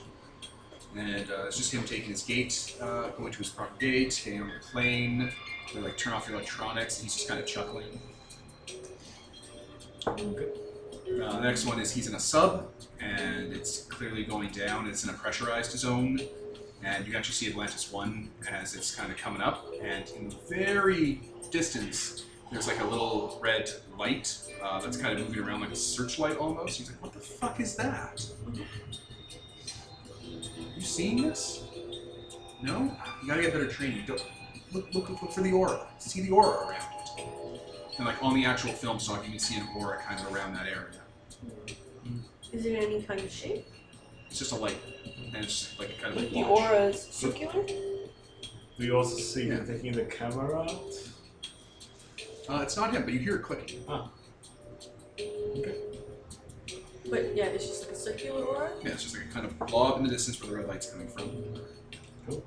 A: and uh, it's just him taking his gate, uh, going to his proper gate, getting on the plane. They like turn off your electronics, and he's just kind of chuckling. Uh, the next one is he's in a sub, and it's clearly going down. It's in a pressurized zone, and you actually see Atlantis 1 as it's kind of coming up. And in the very distance, there's like a little red light uh, that's kind of moving around like a searchlight almost. He's like, What the fuck is that? You seen this? No? You gotta get better training. Don't, look, look, look for the aura. See the aura around it. And like on the actual film stock, you can see an aura kind of around that area.
B: Is it any kind of shape?
A: It's just a light, and it's just like a kind of like
B: Like the
A: launch.
B: aura is circular?
D: Do you also see
A: Yeah.
D: him taking the camera out?
A: Uh, it's not him, but you hear it clicking.
B: But yeah, it's just like a circular aura.
A: Yeah, it's just like a kind of blob in the distance where the red light's coming from.
D: Cool.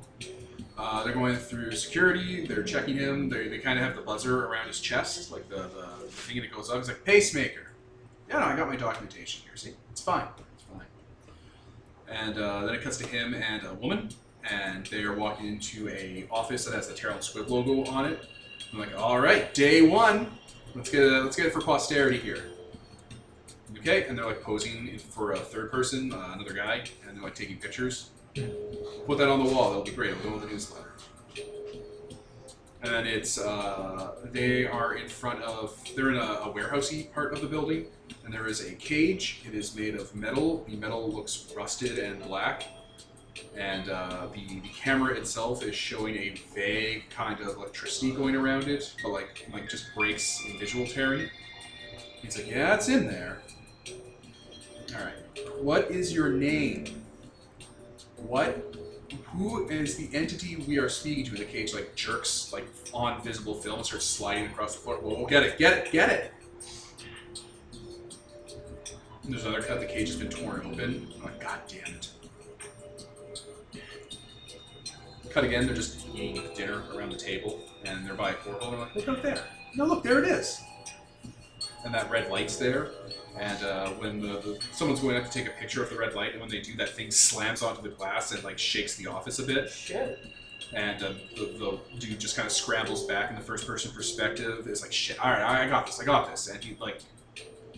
A: Uh, they're going through security. They're checking him. They, they kind of have the buzzer around his chest, like the, the, the thing that goes up. It's like pacemaker. Yeah, no, I got my documentation here. See, it's fine. It's fine. And uh, then it cuts to him and a woman, and they are walking into a office that has the Terrell and Squibb logo on it. I'm like, all right, day one. Let's get a, let's get it for posterity here. Okay, and they're like posing for a third person, uh, another guy, and they're like taking pictures. Put that on the wall. That'll be great. We'll go with the newsletter. And it's uh, they are in front of they're in a, a warehousey part of the building, and there is a cage. It is made of metal. The metal looks rusted and black, and uh, the the camera itself is showing a vague kind of electricity going around it, but like like just breaks in visual terrain. He's like, yeah, it's in there. All right. What is your name? What who is the entity we are speaking to in the cage like jerks like on visible film and starts sliding across the floor whoa whoa, get it get it get it And there's another cut the cage has been torn open I'm like god damn it cut again they're just eating dinner around the table and they're by a porthole and they're like look up there no look there it is and that red light's there and uh, when the, the someone's going up to take a picture of the red light, and when they do, that thing slams onto the glass and like shakes the office a bit.
B: Shit.
A: And uh, the, the dude just kind of scrambles back in the first person perspective. Is like, shit, all right, all right, I got this, I got this. And he like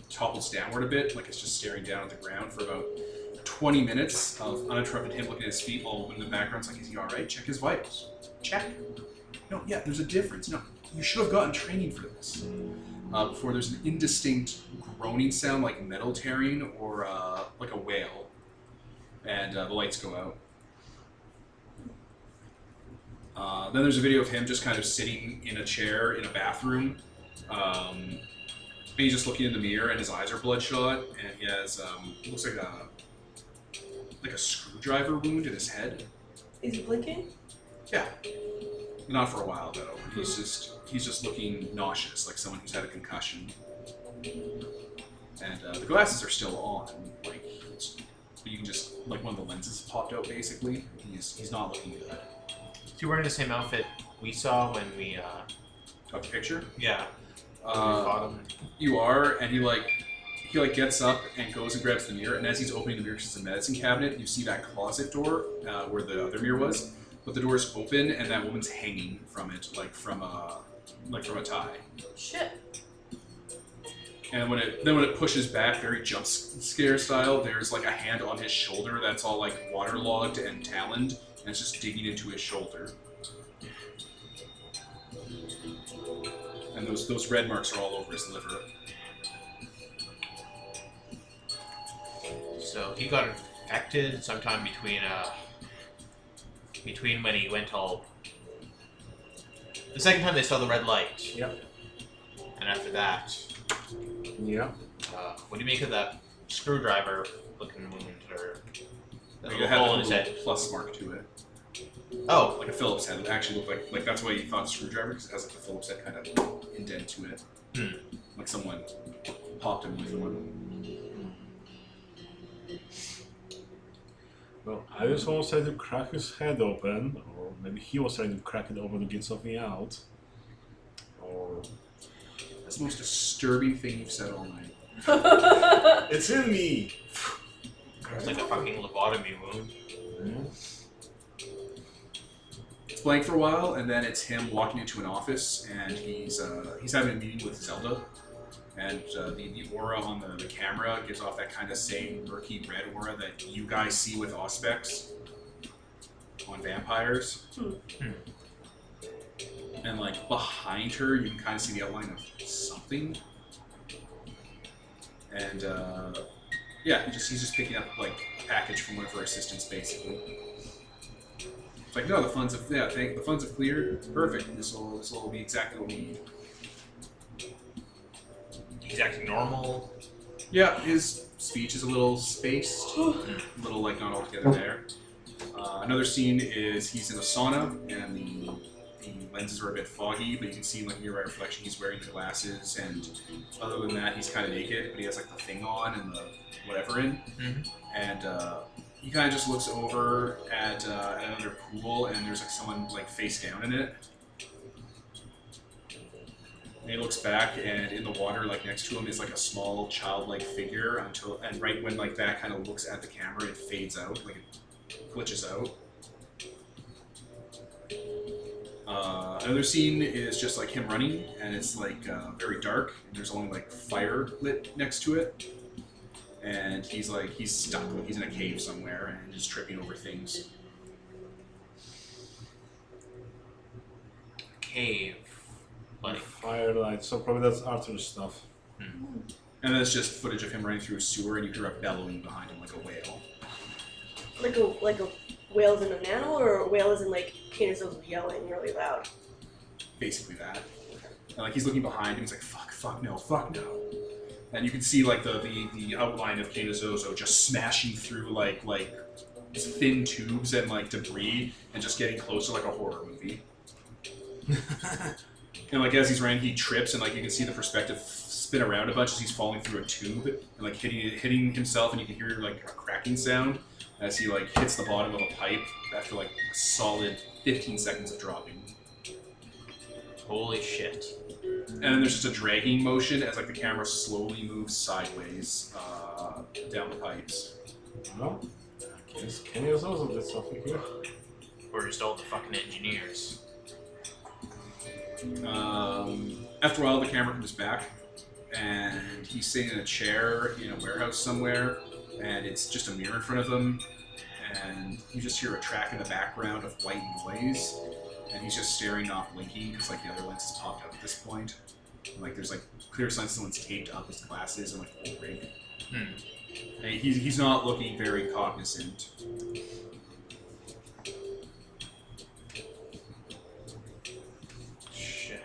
A: topples downward a bit, like it's just staring down at the ground for about 20 minutes of uninterrupted him looking at his feet while in the background's like, is he all right? Check his vitals. Check. No, yeah, there's a difference. No, you should have gotten training for this. Uh, before there's an indistinct groaning sound like metal tearing or uh, like a whale, and uh, the lights go out. Uh, then there's a video of him just kind of sitting in a chair in a bathroom. Um, and he's just looking in the mirror, and his eyes are bloodshot, and he has um, looks like a like a screwdriver wound in his head.
B: Is he blinking?
A: Not for a while though. He's just he's just looking nauseous, like someone who's had a concussion. And uh, the glasses are still on, like it's- but you can just like one of the lenses popped out basically. He's he's not looking good.
C: So you're wearing the same outfit we saw when we, uh,
A: A picture.
C: yeah, when we
A: Uh,
C: fought him.
A: you are, and he like he like gets up and goes and grabs the mirror. And as he's opening the mirror, 'cause it's a medicine cabinet. You see that closet door uh, where the other mirror was, but the door is open and that woman's hanging from it, like from a like from a tie.
B: Shit.
A: And when it then when it pushes back, very jump s- scare style, there's like a hand on his shoulder that's all like waterlogged and taloned, and it's just digging into his shoulder. And those those red marks are all over his liver.
C: So he got infected sometime between uh between when he went all the second time they saw the red light.
D: Yep.
C: And after that,
D: Yeah.
C: uh, what do you make of that screwdriver looking wound or that
A: Like it
C: little
A: had
C: hole
A: like a
C: in his
A: little
C: head?
A: plus mark to it,
C: Oh,
A: like a Phillips head. It actually looked like like that's why you thought screwdriver because it has like the Phillips head kind of indent to it,
C: Hmm.
A: like someone popped him with one.
D: Well, I was almost trying to crack his head open, or maybe he was trying to crack it open to get something out. Or
A: That's the most disturbing thing you've said all night.
B: That's
D: it's in me.
C: it's like a fucking lobotomy wound.
A: It's blank for a while, and then it's him walking into an office, and he's uh, he's having a meeting with Zelda, and uh, the, the aura on the, the camera gives off that kind of same murky red aura that you guys see with Auspex on vampires.
B: Hmm.
A: And like behind her, you can kind of see the outline of something. And uh, yeah, he just he's just picking up like a package from one of her assistants, basically. It's like, no, the funds have yeah, thank, the funds have cleared. Perfect. This will this will be exactly what we need.
C: He's acting normal.
A: Yeah, his speech is a little spaced, a little like not altogether there. Uh, another scene is he's in a sauna and the the lenses are a bit foggy, but you can see in like nearby reflection he's wearing the glasses and other than that he's kind of naked, but he has like the thing on and the whatever in.
C: Mhm.
A: And uh, he kind of just looks over at, uh, at another pool and there's like someone like face down in it. And he looks back, and in the water, like next to him, is like a small childlike figure. Until and right when like that kind of looks at the camera, it fades out, like it glitches out. Uh, another scene is just like him running, and it's like uh, very dark, and there's only like fire lit next to it. And he's like he's stuck, like he's in a cave somewhere, and is tripping over things.
C: Cave. Like
D: Firelight, so probably that's Arthur's stuff.
A: And then it's just footage of him running through a sewer, and you hear a bellowing behind him like a whale.
B: like a like a whale is in an animal, or a whale is in like Kanazo's yelling really loud.
A: basically that. And like he's looking behind him, he's like, fuck, fuck no, fuck no. And you can see like the the, the outline of Kanazozo just smashing through like like thin tubes and like debris and just getting close to like a horror movie. and like as he's running, he trips and like you can see the perspective spin around a bunch as he's falling through a tube and like hitting hitting himself and you can hear like a cracking sound as he like hits the bottom of a pipe after like a solid 15 seconds of dropping.
C: holy shit.
A: And then there's just a dragging motion as like the camera slowly moves sideways uh, down the pipes.
D: Well, I guess Kenny has also did something here.
C: We're just all the fucking engineers.
A: Um, after a while, the camera comes back, and he's sitting in a chair in a warehouse somewhere, and it's just a mirror in front of him, and you just hear a track in the background of white noise, and he's just staring, not blinking, because like the other lens has popped out at this point. And, like there's like clear signs someone's taped up his glasses and like the whole rig.
C: Hmm.
A: And he's, he's not looking very cognizant.
C: Shit.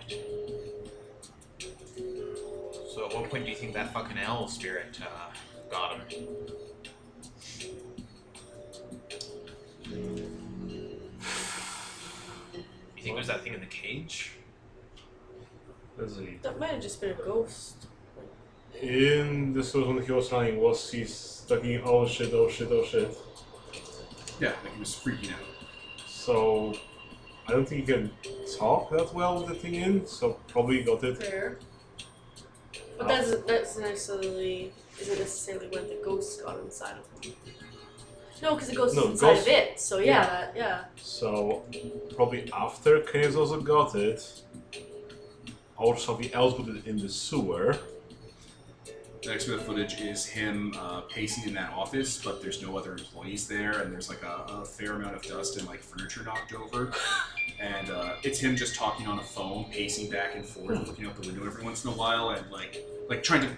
C: So at what point do you think that fucking owl spirit uh, got him? You think it was that thing in the cage?
D: Let's see.
B: That might have just been a ghost.
D: In the story when he was running, was he talking, oh shit, oh shit, oh shit.
F: Yeah, like he was freaking out.
D: So I don't think you can talk that well with the thing in, so probably got it.
B: Fair. But that's that's necessarily isn't necessarily when the ghost got inside of him. No, because the ghost
D: No,
B: is inside
D: ghost-
B: of it. So yeah, yeah. That, yeah.
D: So probably after Kenny's also got it, or somebody else put it in the sewer.
A: The next bit of footage is him uh, pacing in that office, but there's no other employees there, and there's like a, a fair amount of dust and like furniture knocked over. And uh, it's him just talking on a phone, pacing back and forth, looking out the window every once in a while, and like like trying to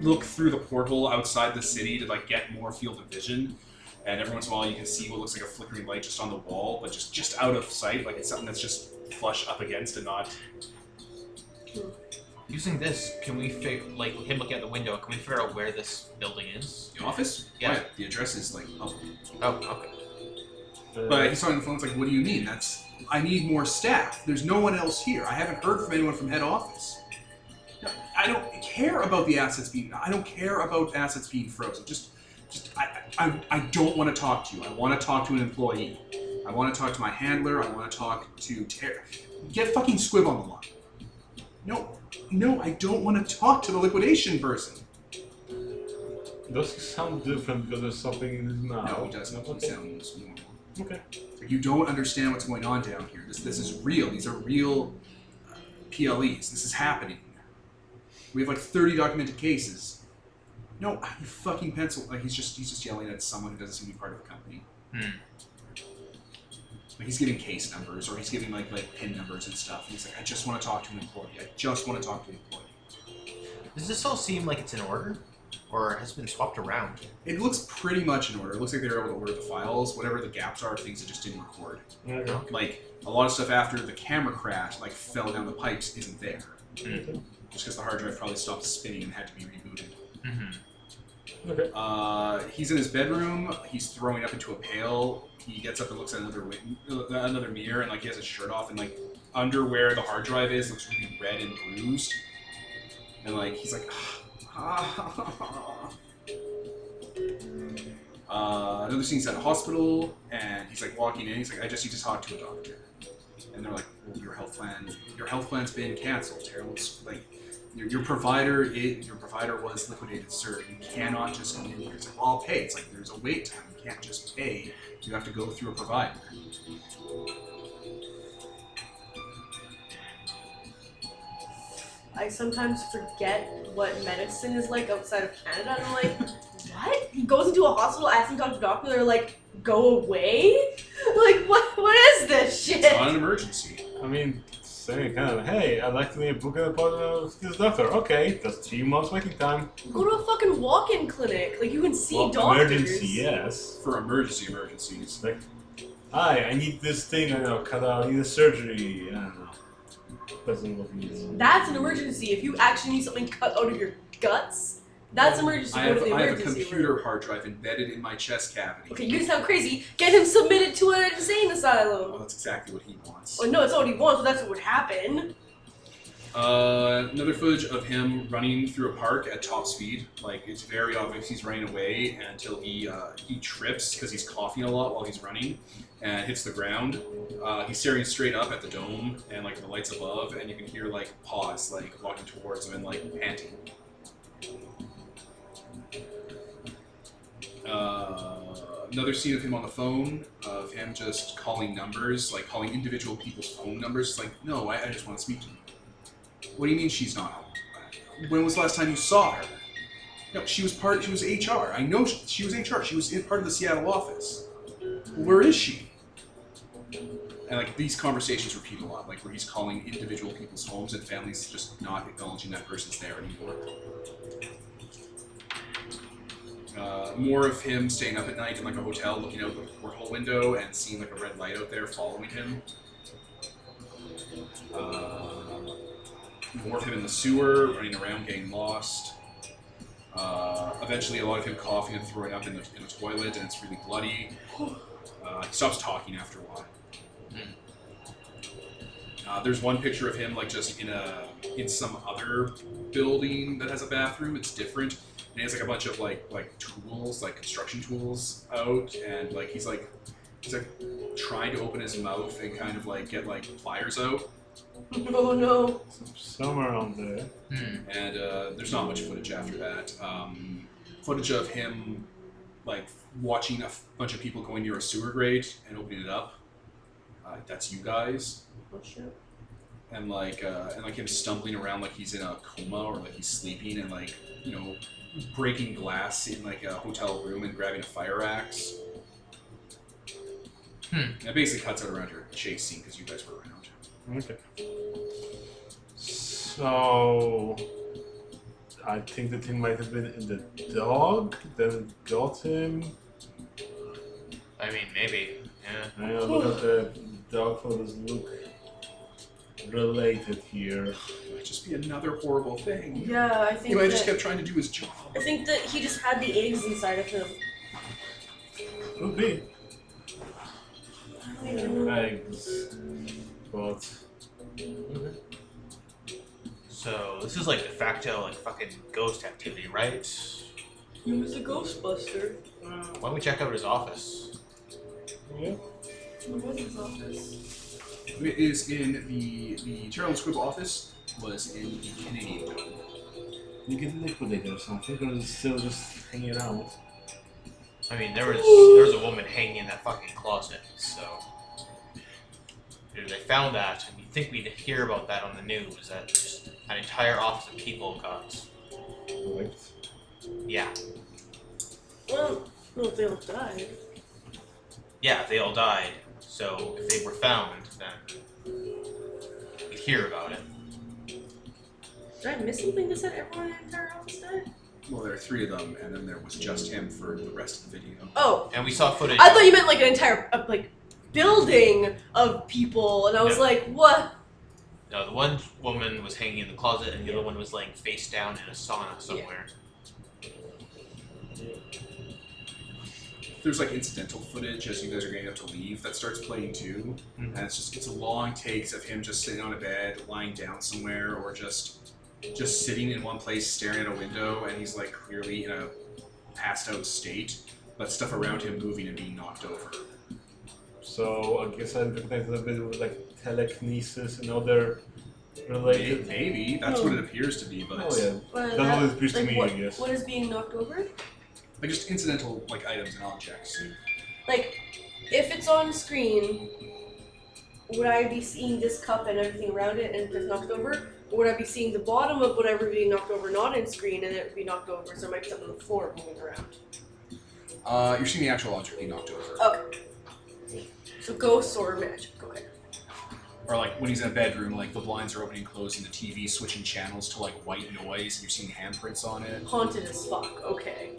A: look through the portal outside the city to like get more field of vision. And every once in a while, you can see what looks like a flickering light just on the wall, but just just out of sight, like it's something that's just flush up against and not
C: Using this, can we figure like him looking out the window? Can we figure out where this building is?
A: the office.
C: Yeah.
A: Why? the address is like up
C: Oh, okay.
D: Uh,
A: But he's talking on the phone. It's like, what do you mean? That's I need more staff. There's no one else here. I haven't heard from anyone from head office. No, I don't care about the assets being. I don't care about assets being frozen. Just, just I, I, I- I don't want to talk to you. I want to talk to an employee. I want to talk to my handler. I want to talk to Ter. Get fucking squib on the line. No, no, I don't want to talk to the liquidation person.
D: does he sound different because there's something in his mouth?
A: No, it doesn't. It
D: Okay.
A: sounds normal.
D: okay.
A: Like, you don't understand what's going on down here. This this is real. These are real uh, PLEs. This is happening. We have like 30 documented cases. No, you fucking pencil. Like he's just he's just yelling at someone who doesn't seem to be part of the company.
C: Hmm.
A: Like he's giving case numbers or he's giving like like pin numbers and stuff. And he's like, I just want to talk to an employee. I just want to talk to an employee.
C: Does this all seem like it's in order, or has been swapped around?
A: It looks pretty much in order. It looks like they were able to order the files, whatever the gaps are, things that just didn't record.
D: Okay.
A: like a lot of stuff after the camera crash like fell down the pipes isn't there
C: Mm.
A: just because the hard drive probably stopped spinning and had to be rebooted
C: Mm-hmm.
A: uh, he's in his bedroom he's throwing up into a pail he gets up and looks at another win- uh, another mirror and like he has his shirt off and like under where the hard drive is looks really red and bruised and like he's like "Ah, Uh, another scene's at a hospital, and he's like walking in. He's like, "I just need to talk to a doctor," and they're like, well, "Your health plan, your health plan's been canceled. Terrible. Like, your, your provider, it, your provider was liquidated, sir. You cannot just come in here. It's like, well, I'll pay. It's like there's a wait time. You can't just pay. You have to go through a provider."
B: I sometimes forget what medicine is like outside of Canada. and I'm like, what? He goes into a hospital, asking Dr. Doctor, they're like, go away? Like, what? What is this shit?
A: It's not an emergency.
D: I mean, saying kind of, hey, I'd like to need a book an appointment with this doctor. Okay, that's three months waiting time.
B: Go to a fucking walk-in clinic. Like, you can see
D: well,
B: doctors.
D: emergency, yes.
A: For emergency emergencies,
D: Like, hi, I need this thing. I know, cut out. I need a surgery. I don't know. Doesn't look easy.
B: That's an emergency. If you actually need something cut out of your guts, that's emergency.
A: I
B: Go
A: have,
B: to the
A: I have a
B: emergency room.
A: computer hard drive embedded in my chest cavity.
B: Okay, you sound crazy. Get him submitted to an insane
A: Well,
B: asylum.
A: Oh, that's exactly what he wants.
B: Well, no, it's all he wants, but that's what would happen.
A: Uh, another footage of him running through a park at top speed. Like it's very obvious he's running away until he uh, he trips because he's coughing a lot while he's running and hits the ground. Uh, he's staring straight up at the dome and like the lights above, and you can hear like paws like walking towards him and like panting. Uh, another scene of him on the phone, of him just calling numbers, like calling individual people's phone numbers. It's like, no, I, I just want to speak to you. What do you mean she's not home? When was the last time you saw her? No, she was part. She was HR. I know she, she was HR. She was in part of the Seattle office. Where is she? And like these conversations repeat a lot, like where he's calling individual people's homes and families, just not acknowledging that person's there anymore. Uh, more of him staying up at night in like a hotel, looking out the porthole window and seeing like a red light out there following him. Uh, more of him in the sewer, running around, getting lost. Uh, eventually, a lot of him coughing and throwing up in the, in the toilet, and it's really bloody. Uh, he stops talking after a while.
C: Hmm.
A: Uh, there's one picture of him like just in a in some other building that has a bathroom. It's different, and he has like a bunch of like like tools, like construction tools, out, and like he's like he's like trying to open his mouth and kind of like get like pliers out.
B: Oh no.
D: Somewhere around there.
C: Hmm.
A: and uh, there's not much footage after that. Um, footage of him like watching a f- bunch of people going near a sewer grate and opening it up. Uh, that's you guys,
B: Oh shit.
A: and like uh, and like him stumbling around like he's in a coma or like he's sleeping, and like you know breaking glass in like a hotel room and grabbing a fire axe.
C: Hmm.
A: That basically cuts out around your chase scene because you guys were around.
D: Okay. So I think the thing might have been in the dog, then got him.
C: I mean, maybe. Yeah.
D: I gotta look at the dog for this look related here.
A: It might just be another horrible thing.
B: Yeah, I
A: He
B: think
A: might
B: that,
A: have just kept trying to do his job.
B: I think that he just had the eggs inside of him.
D: Could be.
B: I don't even know.
D: Eggs. But
C: So this is like de facto like fucking ghost activity, right?
B: He was a ghostbuster.
C: Why don't we check out his office?
D: yeah.
B: He was his office.
A: It is in the the Gerald Squibb office. Was in the Canadian building.
D: You get liquidated or something, or is it still just hanging out?
C: I mean, there was there was a woman hanging in that fucking closet, so Dude, they found that, and you think we'd hear about that on the news? That just an entire office of people got,
D: Right.
C: yeah,
B: Well, no, they all died.
C: yeah, they all died. So if they were found, then we'd hear about it.
B: Did I miss something that said everyone in the entire office died?
A: Well, there are three of them, and then there was just him for the rest of the video.
B: Oh,
C: And we saw footage.
B: I thought you meant like an entire uh, like building of people, and I was
C: No.
B: like, what?
C: No, uh, the one woman was hanging in the closet, and the other one was laying face down in a sauna somewhere.
A: There's like incidental footage as you guys are getting up to leave that starts playing too,
D: Mm-hmm.
C: Mhm.
A: and it's just it's long takes of him just sitting on a bed, lying down somewhere, or just just sitting in one place staring at a window, and he's like clearly in a passed out state, but stuff around him moving and being knocked over.
D: So I guess I recognize a bit with like telekinesis and other related.
A: Maybe that's what it appears to be, but
D: Hmm. Oh yeah,
B: What is
D: that's what it appears to
B: like,
D: me,
B: what,
D: I guess.
B: what is being knocked over?
A: like just incidental like items and objects.
B: Like, if it's on screen, would I be seeing this cup and everything around it and if it's knocked over? Or would I be seeing the bottom of whatever being knocked over not in screen and it would be knocked over, so it might be something on the floor moving around?
A: Uh, you're seeing the actual object being knocked over.
B: Okay. So ghosts or magic. Go ahead.
A: Or like when he's in a bedroom, like the blinds are opening and closing, the TV switching channels to like white noise, and you're seeing handprints on it.
B: Haunted as fuck, okay.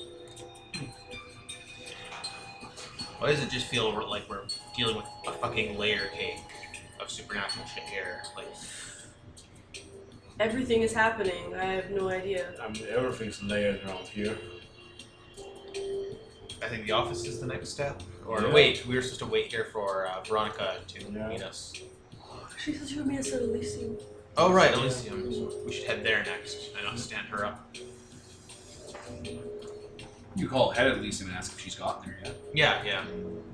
C: Why does it just feel we're- like we're dealing with a fucking layer cake of supernatural shit here? Like,
B: Everything is happening, I have no idea.
D: I mean everything's layered around here.
C: I think the office is the next step. Or
D: Yeah.
C: wait, we were supposed to wait here for uh, Veronica to
D: Yeah.
C: meet us.
B: She said she would meet us at Elysium.
C: Oh right, Elysium. We should head there next and not stand her up.
A: You call ahead at least and ask if she's gotten there yet.
C: Yeah, yeah,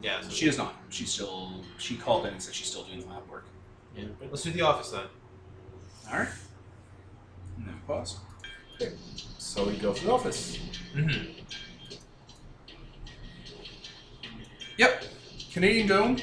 C: yeah. So
A: She has not. She's still. She called in and said she's still doing the lab work.
C: yeah. Let's do the office then.
A: All right. And then pause.
D: So we go to the office.
C: Mm-hmm.
A: Yep. Canadian Dome,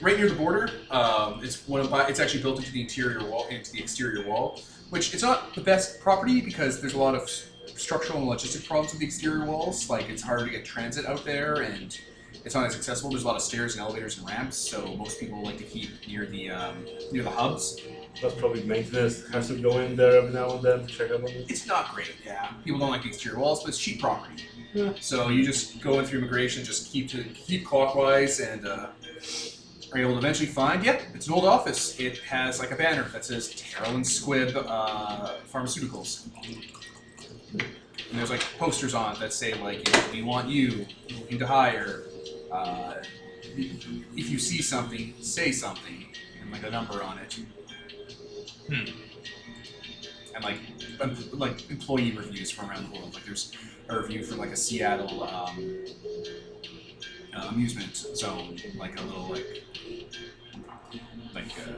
A: right near the border. Um, it's one of my, it's actually built into the interior wall, into the exterior wall, which it's not the best property because there's a lot of s- structural and logistic problems with the exterior walls. Like it's harder to get transit out there, and it's not as accessible. There's a lot of stairs and elevators and ramps, so most people like to keep near the um, near the hubs.
D: That's probably maintenance. Has to go in there every now and then to check up on it.
A: It's not great. Yeah, people don't like the exterior walls, but it's cheap property.
D: Yeah.
A: So you just go in through immigration, just keep to keep clockwise, and uh, are able to eventually find. Yep, it's an old office. It has like a banner that says Terrell and Squibb uh, Pharmaceuticals. And there's like posters on it that say like you know, we want you, looking to hire, uh, if you see something, say something, and like a number on it.
C: Hmm.
A: And like, em- like employee reviews from around the world. Like there's a review from like a Seattle um, uh, amusement zone, like a little like like. Uh,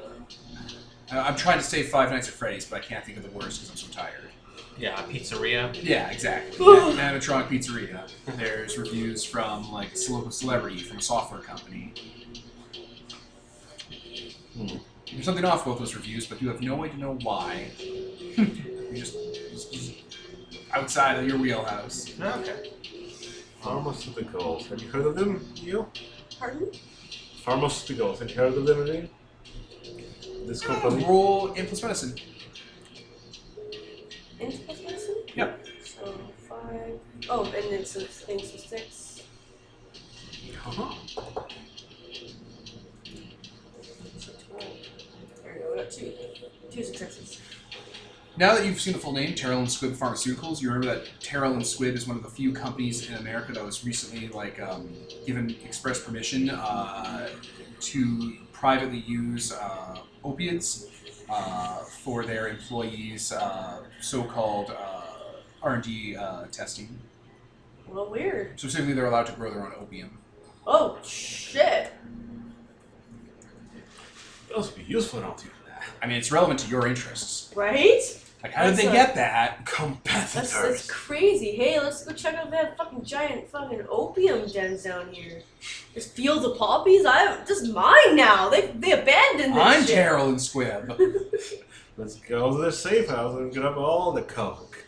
A: I- I'm trying to say Five Nights at Freddy's, but I can't think of the words because I'm so tired.
C: Yeah, a pizzeria.
A: Yeah, exactly. An Animatronic pizzeria. There's reviews from like ce- local celebrity from a software company.
D: Hmm.
A: There's something off about those reviews, but you have no way to know why. you just, just, just outside of your wheelhouse.
C: Okay.
D: Pharmaceuticals. Have you heard of them, you?
B: Pardon?
D: Pharmaceuticals. Have you heard of them, any? This company.
A: Roll impulse medicine.
B: Impulse medicine?
A: Yep.
B: So five. Oh, and then so things so six.
D: Ah.
A: Uh-huh.
B: So twelve. There we go. We got two. Two successes.
A: Now that you've seen the full name, Terrell and Squibb Pharmaceuticals, you remember that Terrell and Squibb is one of the few companies in America that was recently like um, given express permission uh, to privately use uh, opiates uh, for their employees' uh, so-called uh, R&D uh, testing.
B: Well, weird.
A: Specifically, they're allowed to grow their own opium.
B: Oh shit.
D: Those would be useful now to
A: I mean, it's relevant to your interests.
B: Right?
A: Like, how did
B: That's
A: they
B: a-
A: get that?
B: That's, that's
A: Competitors.
B: crazy. Hey, let's go check out that fucking giant fucking opium dens down here. This field of poppies. I this is mine now. They they abandoned this
A: I'm
B: shit.
A: Terrell and Squibb.
D: Let's go to the safe house and get up all the coke.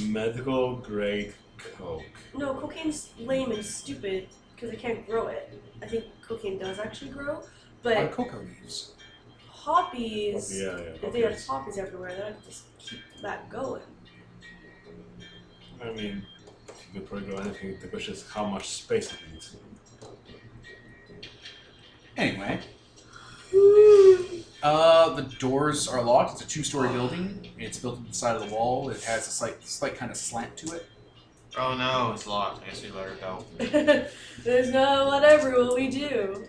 D: Medical grade coke.
B: No, cocaine's lame and stupid because I can't grow it. I think cocaine does actually grow,
A: On
B: but
A: cocoa leaves.
B: poppies.
D: Oh, Yeah, yeah.
B: If they have
D: coke.
B: poppies everywhere, then I just keep that going.
D: I mean, you could probably grow anything. The question is how much space it needs.
A: Anyway. Uh, the doors are locked. It's a two-story building. It's built into the side of the wall. It has a slight, slight kind of slant to it.
C: Oh no, it's locked. I guess we let her go.
B: There's no whatever will we do.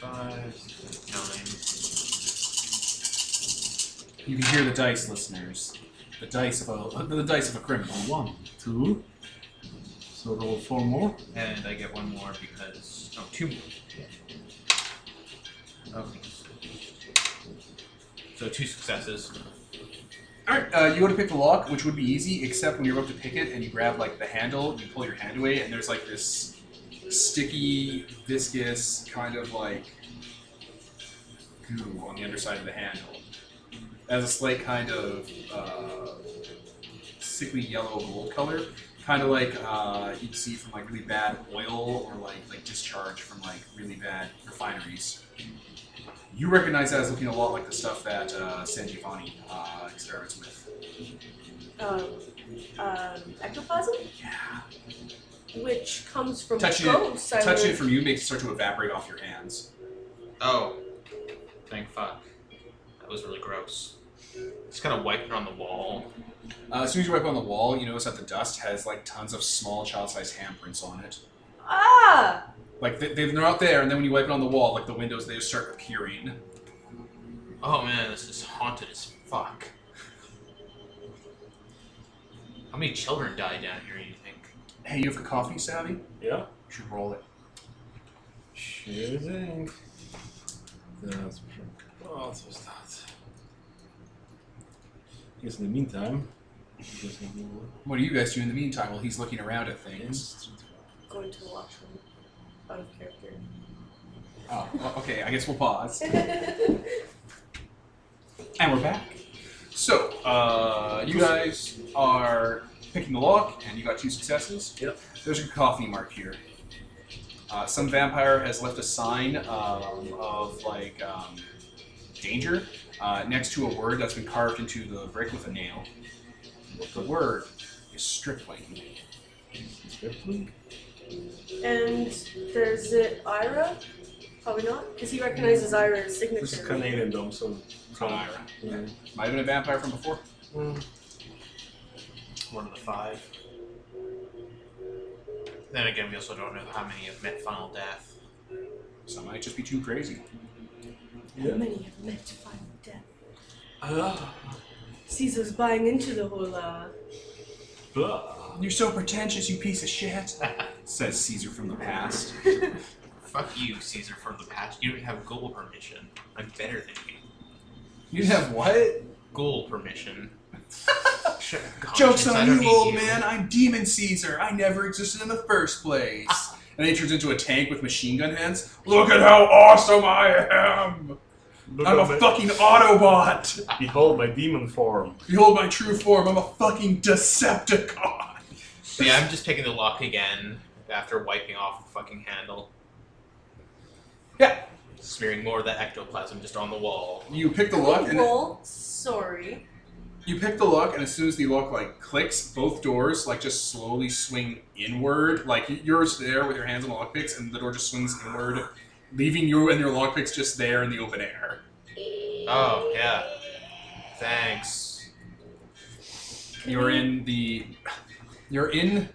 C: Five, six, nine.
A: You can hear the dice, listeners. The dice of a the dice of a criminal.
D: One, two. So roll four more.
C: And I get one more because no, two more. Okay. So two successes.
A: All right. Uh, you go to pick the lock, which would be easy, except when you're about to pick it and you grab like the handle, you pull your hand away, and there's like this sticky, viscous kind of like goo on the underside of the handle. It has a slight kind of uh, sickly yellow gold color, kind of like uh, you'd see from like really bad oil or like like discharge from like really bad refineries. You recognize that as looking a lot like the stuff that uh, Sanjivani uh, experiments with.
B: Um, um, ectoplasm,
A: Yeah.
B: which comes from
A: Touching it-
B: ghosts. I
A: Touching it
B: learned.
A: from you makes it start to evaporate off your hands.
C: Oh. Thank fuck. That was really gross. Just kind of wiped it on the wall.
A: Uh, as soon as you wipe on the wall, you notice that the dust has like tons of small child-sized handprints on it.
B: Ah!
A: Like they, they're not there, and then when you wipe it on the wall, like the windows, they just start appearing.
C: Oh man, this is haunted as fuck. How many children died down here, you think?
A: Hey, you have a coffee savvy? You
D: Yeah.
A: should roll it.
D: Sure thing. That's what was that? I guess in the meantime, I guess I'll do
A: What do you guys do in the meantime while he's looking around at
D: what?
A: things?
B: Going to the washroom. Out of character.
A: Oh, well, okay. I guess we'll pause. And we're back. So, uh, you guys are picking the lock, and you got two successes.
D: Yep.
A: There's a coffee mark here. Uh, some vampire has left a sign um, of like um, danger uh, next to a word that's been carved into the brick with a nail. The word is stripling.
D: Stripling?
B: and there's it Ira? Probably not, because he recognizes Ira as signature.
D: This is Canadian dom, so
A: From Ira.
D: Yeah.
A: Might have been a vampire from before.
D: Mm.
C: one of the five. Then again, we also don't know how many have met final death.
A: Some might just be too crazy.
B: How
D: Yeah.
B: many have met final death? Caesar's buying into the whole, uh,
D: Blah.
A: You're so pretentious, you piece of shit, says Caesar from the past.
C: Fuck you, Caesar from the past. You don't have ghoul permission. I'm better than you.
F: You have what?
C: Ghoul permission. Shit, conscience,
A: Joke's
C: I
A: on
C: don't
A: you,
C: need
A: old
C: you.
A: man. I'm Demon Caesar. I never existed in the first place. and then he turns into a tank with machine gun hands. Look at how awesome I am!
D: Look
A: I'm
D: at
A: a
D: my-
A: fucking Autobot!
D: Behold my demon form.
A: Behold my true form. I'm a fucking Decepticon!
C: So yeah, I'm just picking the lock again after wiping off the fucking handle.
F: Yeah.
C: Smearing more of that ectoplasm just on the wall.
A: You pick the lock, and
B: roll. Sorry.
A: you pick the lock, and as soon as the lock like clicks, both doors like just slowly swing inward. Like y- yours there with your hands on the lockpicks, and the door just swings inward, leaving you and your lockpicks just there in the open air.
C: Oh, yeah. Thanks.
A: You're in the. You're in.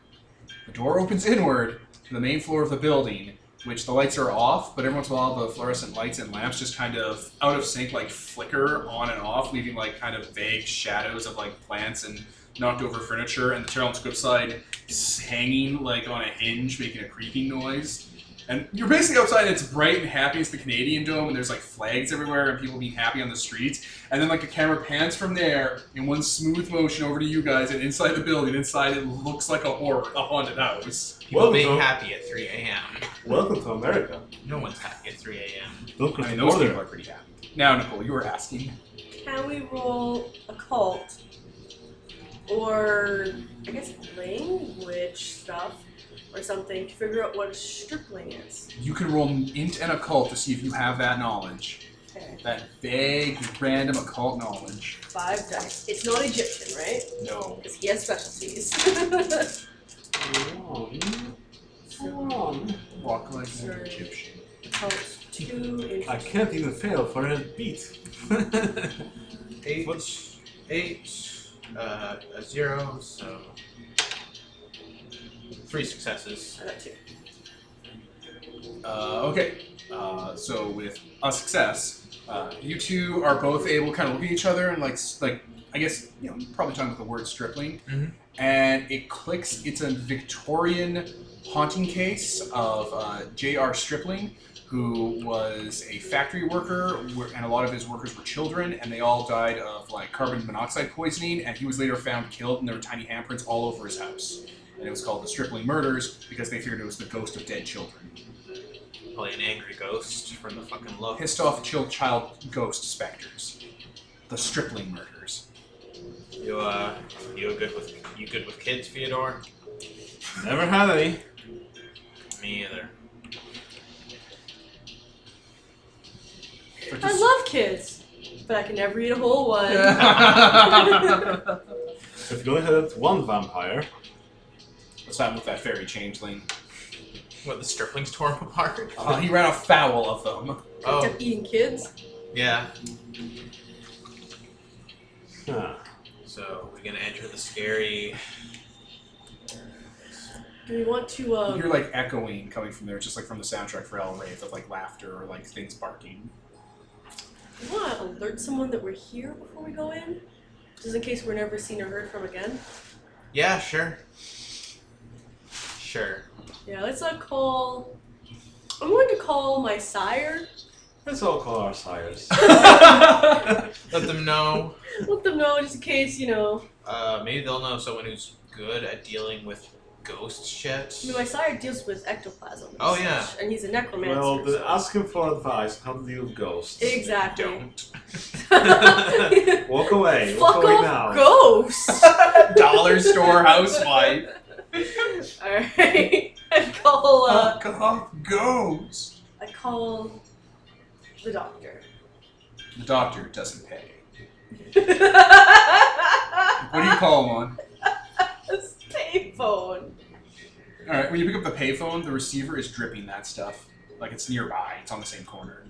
A: The door opens inward to the main floor of the building, which the lights are off, but every once in a while the fluorescent lights and lamps just kind of out of sync, like flicker on and off, leaving like kind of vague shadows of like plants and knocked over furniture, and the Terrell's grip side is hanging like on a hinge, making a creaking noise. And you're basically outside, it's bright and happy. It's the Canadian Dome, and there's like flags everywhere, and people being happy on the streets. And then like the camera pans from there in one smooth motion over to you guys, and inside the building, inside it looks like a horror, a haunted house.
C: People
D: Well,
C: being
D: no.
C: happy at 3 a.m.
D: Welcome to America.
C: No one's happy at 3 a.m.
D: Don't cross
A: I mean,
D: the
A: those
D: border.
A: people are pretty happy. Now, Nicole, you were asking.
B: Can we roll occult or I guess language stuff or something to figure out what a stripling is?
A: You can roll int and occult to see if you have that knowledge,
B: Okay.
A: that vague, random occult knowledge.
B: Five dice. It's not Egyptian, right?
A: No.
B: Because he has specialties.
A: Walk like an
B: Sure.
A: Egyptian.
B: occult two and
D: I can't even fail for a beat.
C: Eight,
D: What's-
C: eight, uh, a zero, so three successes.
B: I got two.
A: Uh, okay. Uh, so with a success, uh, you two are both able to kind of look at each other and like s- like I guess you know probably talking about the word stripling,
C: Mhm.
A: and it clicks. It's a Victorian haunting case of uh, J.R. Stripling, who was a factory worker, wh- and a lot of his workers were children, and they all died of like carbon monoxide poisoning, and he was later found killed, and there were tiny handprints all over his house. And it was called the Stripling Murders because they feared it was the ghost of dead children
C: Probably an angry ghost from the fucking look.
A: pissed off chill child ghost specters. The stripling murders.
C: You uh, you good with you good with kids, Theodore?
D: Never had any.
C: Me either.
A: But
B: I
A: just-
B: love kids, but I can never eat a whole one.
D: If you only had that one vampire,
A: What's happened with that fairy changeling?
C: What the striplings tore him apart?
A: Uh, he ran afoul of them.
B: Picked
C: Oh
B: up eating kids.
C: yeah.
D: huh.
C: So we're gonna enter the scary.
B: Do we want to? Um,
A: You're like echoing coming from there, just like from the soundtrack for El Wraith of like laughter or like things barking.
B: We want to alert someone that we're here before we go in, just in case we're never seen or heard from again.
C: Yeah, sure. Sure.
B: Yeah, let's not call. I'm going to call my sire.
D: let's all call our sires.
C: Let them know
B: Let them know just in case you know.
C: Uh, maybe they'll know someone who's good at dealing with ghost shit.
B: I mean, my sire deals with ectoplasm. and
C: Oh, yeah.
B: such, and he's a necromancer.
D: well, then
B: so-
D: ask him for advice. How do you deal with ghosts?
B: exactly.
C: Don't.
D: Walk away. Walk
B: Fuck
D: away
B: off,
D: now.
B: ghost.
A: Dollar store housewife.
B: All right, I call. Uh,
A: Fuck off, ghost.
B: I call the doctor.
A: The doctor doesn't pay. What do
B: what
A: you call him on?
B: payphone?
A: All right, when you pick up the payphone, the receiver is dripping that stuff. Like it's nearby. It's on the same corner.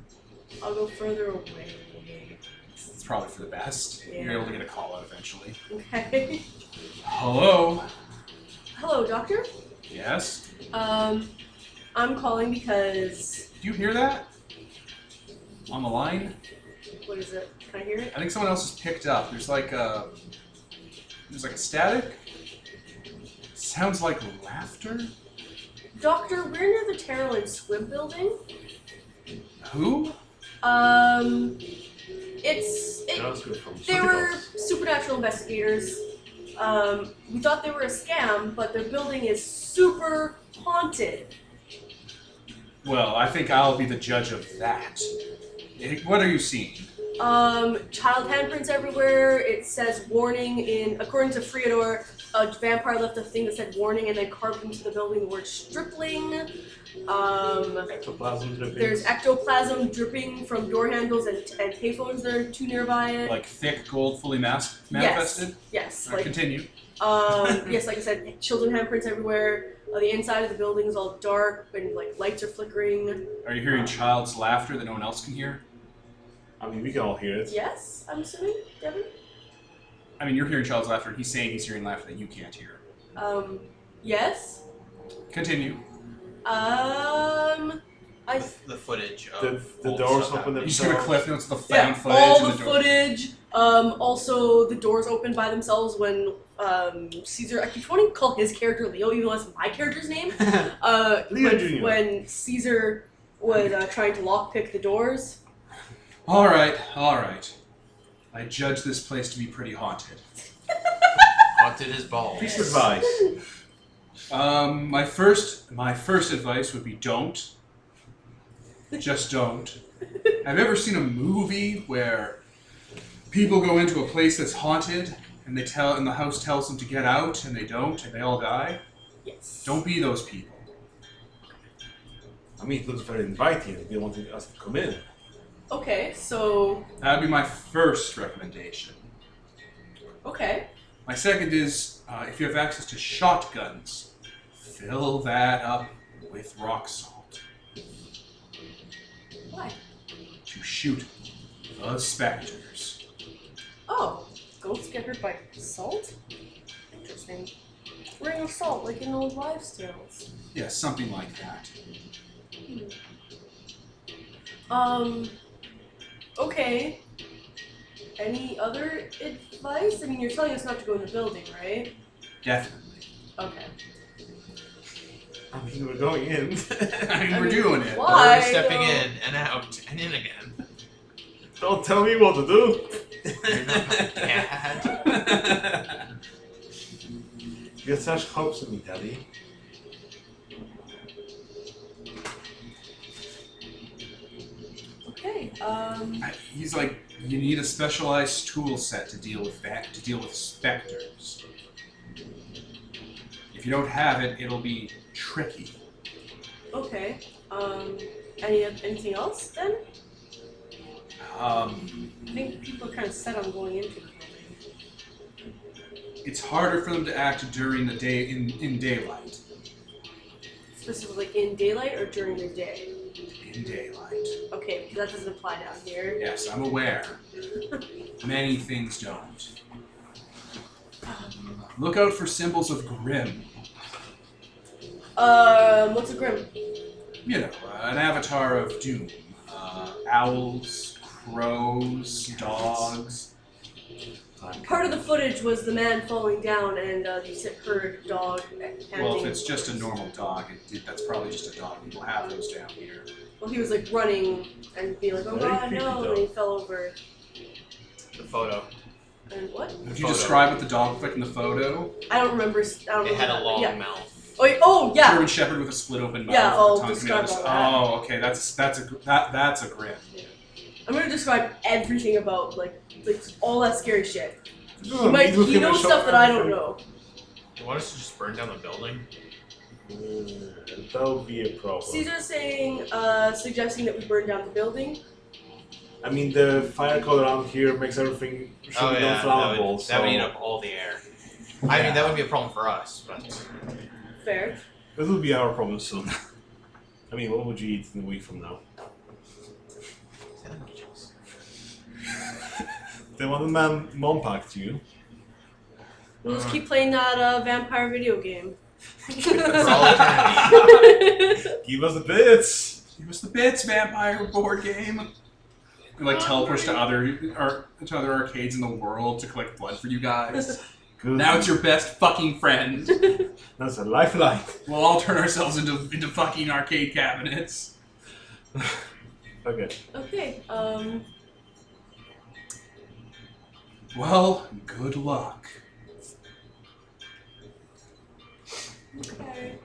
B: I'll go further away.
A: It's probably for the best. You're able to get a call out eventually.
B: Okay.
A: Hello.
B: Hello, doctor.
A: Yes.
B: Um, I'm calling because
A: Do you hear that? On the line?
B: what is it? Can I hear it?
A: I think someone else has picked up. There's like a there's like a static. Sounds like laughter.
B: Doctor, we're near the Terralin Squib building.
A: Who?
B: Um, it's it,
D: That was good from
B: They
D: something
B: were
D: else.
B: supernatural investigators. Um, we thought they were a scam, but their building is super haunted.
A: Well, I think I'll be the judge of that. Eh, What are you seeing?
B: Um, child handprints everywhere. It says warning in, according to Freador, a vampire left a thing that said warning and then carved into the building the word stripling. Um,
D: Ectoplasm dripping.
B: there's ectoplasm dripping from door handles and, and payphones that are too nearby it.
A: Like thick gold fully masked
B: Yes.
A: manifested?
B: yes,
A: Or
B: like
A: continue.
B: Um, yes, like I said, children handprints everywhere. Uh, the inside of the building is all dark and like lights are flickering.
A: Are you hearing child's laughter that no one else can hear?
D: I mean, we can all hear it.
B: Yes, I'm assuming, Devin.
A: I mean, you're hearing child's laughter, and he's saying he's hearing laughter that you can't hear.
B: Um, yes.
A: Continue.
B: Um, I
C: The, the footage of
D: The, the
C: old
D: doors
C: stuff
D: open
A: You
C: happening.
A: just give a
D: themselves.
A: cliff notes of the found
B: uh, yeah,
A: footage
B: all the
A: and the door.
B: footage. Um, also the doors open by themselves when um Caesar. I keep wanting to call his character Leo, even though that's my character's name. Uh,
D: Leo
B: when,
D: Jr..
B: when Caesar was uh, trying to lockpick the doors.
A: All right, all right. I judge this place to be pretty haunted.
C: haunted his balls.
D: Piece of advice.
A: Um, my first, my first advice would be don't. Just don't. Have you ever seen a movie where people go into a place that's haunted and they tell, and the house tells them to get out, and they don't, and they all die?
B: Yes.
A: Don't be those people.
D: I mean, it looks very inviting. They wanted us to come in.
B: Okay, so
A: That would be my first recommendation.
B: okay.
A: My second is uh, if you have access to shotguns, fill that up with rock salt
B: Why?
A: to shoot the specters.
B: Oh, goats get hurt by salt? Interesting. Ring of salt, like in old wives' tales.
A: Yes, something like that.
B: Um, okay. Any other advice? I mean, you're telling us not to go in the building, right?
A: Definitely.
B: Okay.
D: I mean, we're going in.
A: I mean,
B: I
A: we're
B: mean,
A: doing it.
B: what?
C: We're
B: Why,
C: stepping
B: though?
C: in and out and in again.
D: Don't tell me what to do.
C: Dad.
D: You're such hopes in me, Daddy.
B: Okay, um,
A: I- uh, He's like, you need a specialized tool set to deal with that, to deal with specters. If you don't have it, it'll be tricky.
B: okay. Um, any anything else then?
A: Um,
B: I think people are kind of set on going into the building.
A: it's harder for them to act during the day in, in daylight.
B: Specifically in daylight or during the day?
A: In daylight.
B: Okay, because that doesn't apply down here.
A: Yes, I'm aware. Many things don't. Look out for symbols of Grimm.
B: Um, what's a grim?
A: You know, an avatar of doom. Uh, owls, crows, dogs.
B: Part of the footage was the man falling down and uh, the sick herd dog panting.
A: Well, if it's just a normal dog, it, it- that's probably just a dog. People have those down here.
B: Well, he was like running and be like, oh
D: Very
B: god,
D: creepy
B: no,
D: dog.
B: and he fell over.
C: the photo.
B: And what?
A: Would you
C: Photo.
A: describe what the dog looked like in the photo?
B: I don't remember. s- I don't
C: It had a
B: remember,
C: long
B: Yeah.
C: mouth.
B: Oh, y- oh, yeah.
A: German Shepherd with a split open mouth.
B: Yeah,
A: with
B: I'll
A: the tongue coming out of his-
B: describe all
A: Oh, okay, that's that's a gr- that, that's a Grimm.
B: I'm gonna describe everything about like like all that scary shit.
D: Oh, You
B: He might he knows stuff that I don't know.
C: You want us to just burn down the building?
D: Uh, that would be a problem.
B: Caesar's saying, uh, suggesting that we burn down the building.
D: I mean, the fire code around here makes everything should
C: oh
D: be
C: yeah, that
D: non-flammable.
C: would,
D: so
C: that would eat up all the air. I mean, that would be a problem for us, but
B: Fair.
D: This will be our problem soon. I mean, what would you eat in a week from now? They want to man mom packed you.
B: We'll just keep playing that uh, vampire video game.
C: For all eternity.
D: Give us the bits.
A: Give us the bits, vampire board game. And like teleports to other ar- to other arcades in the world to collect blood for you guys.
D: Good.
A: now it's your best fucking friend.
D: That's a lifeline.
A: We'll all turn ourselves into into fucking arcade cabinets.
D: Okay.
B: okay. Um.
A: Well, good luck.
B: Okay.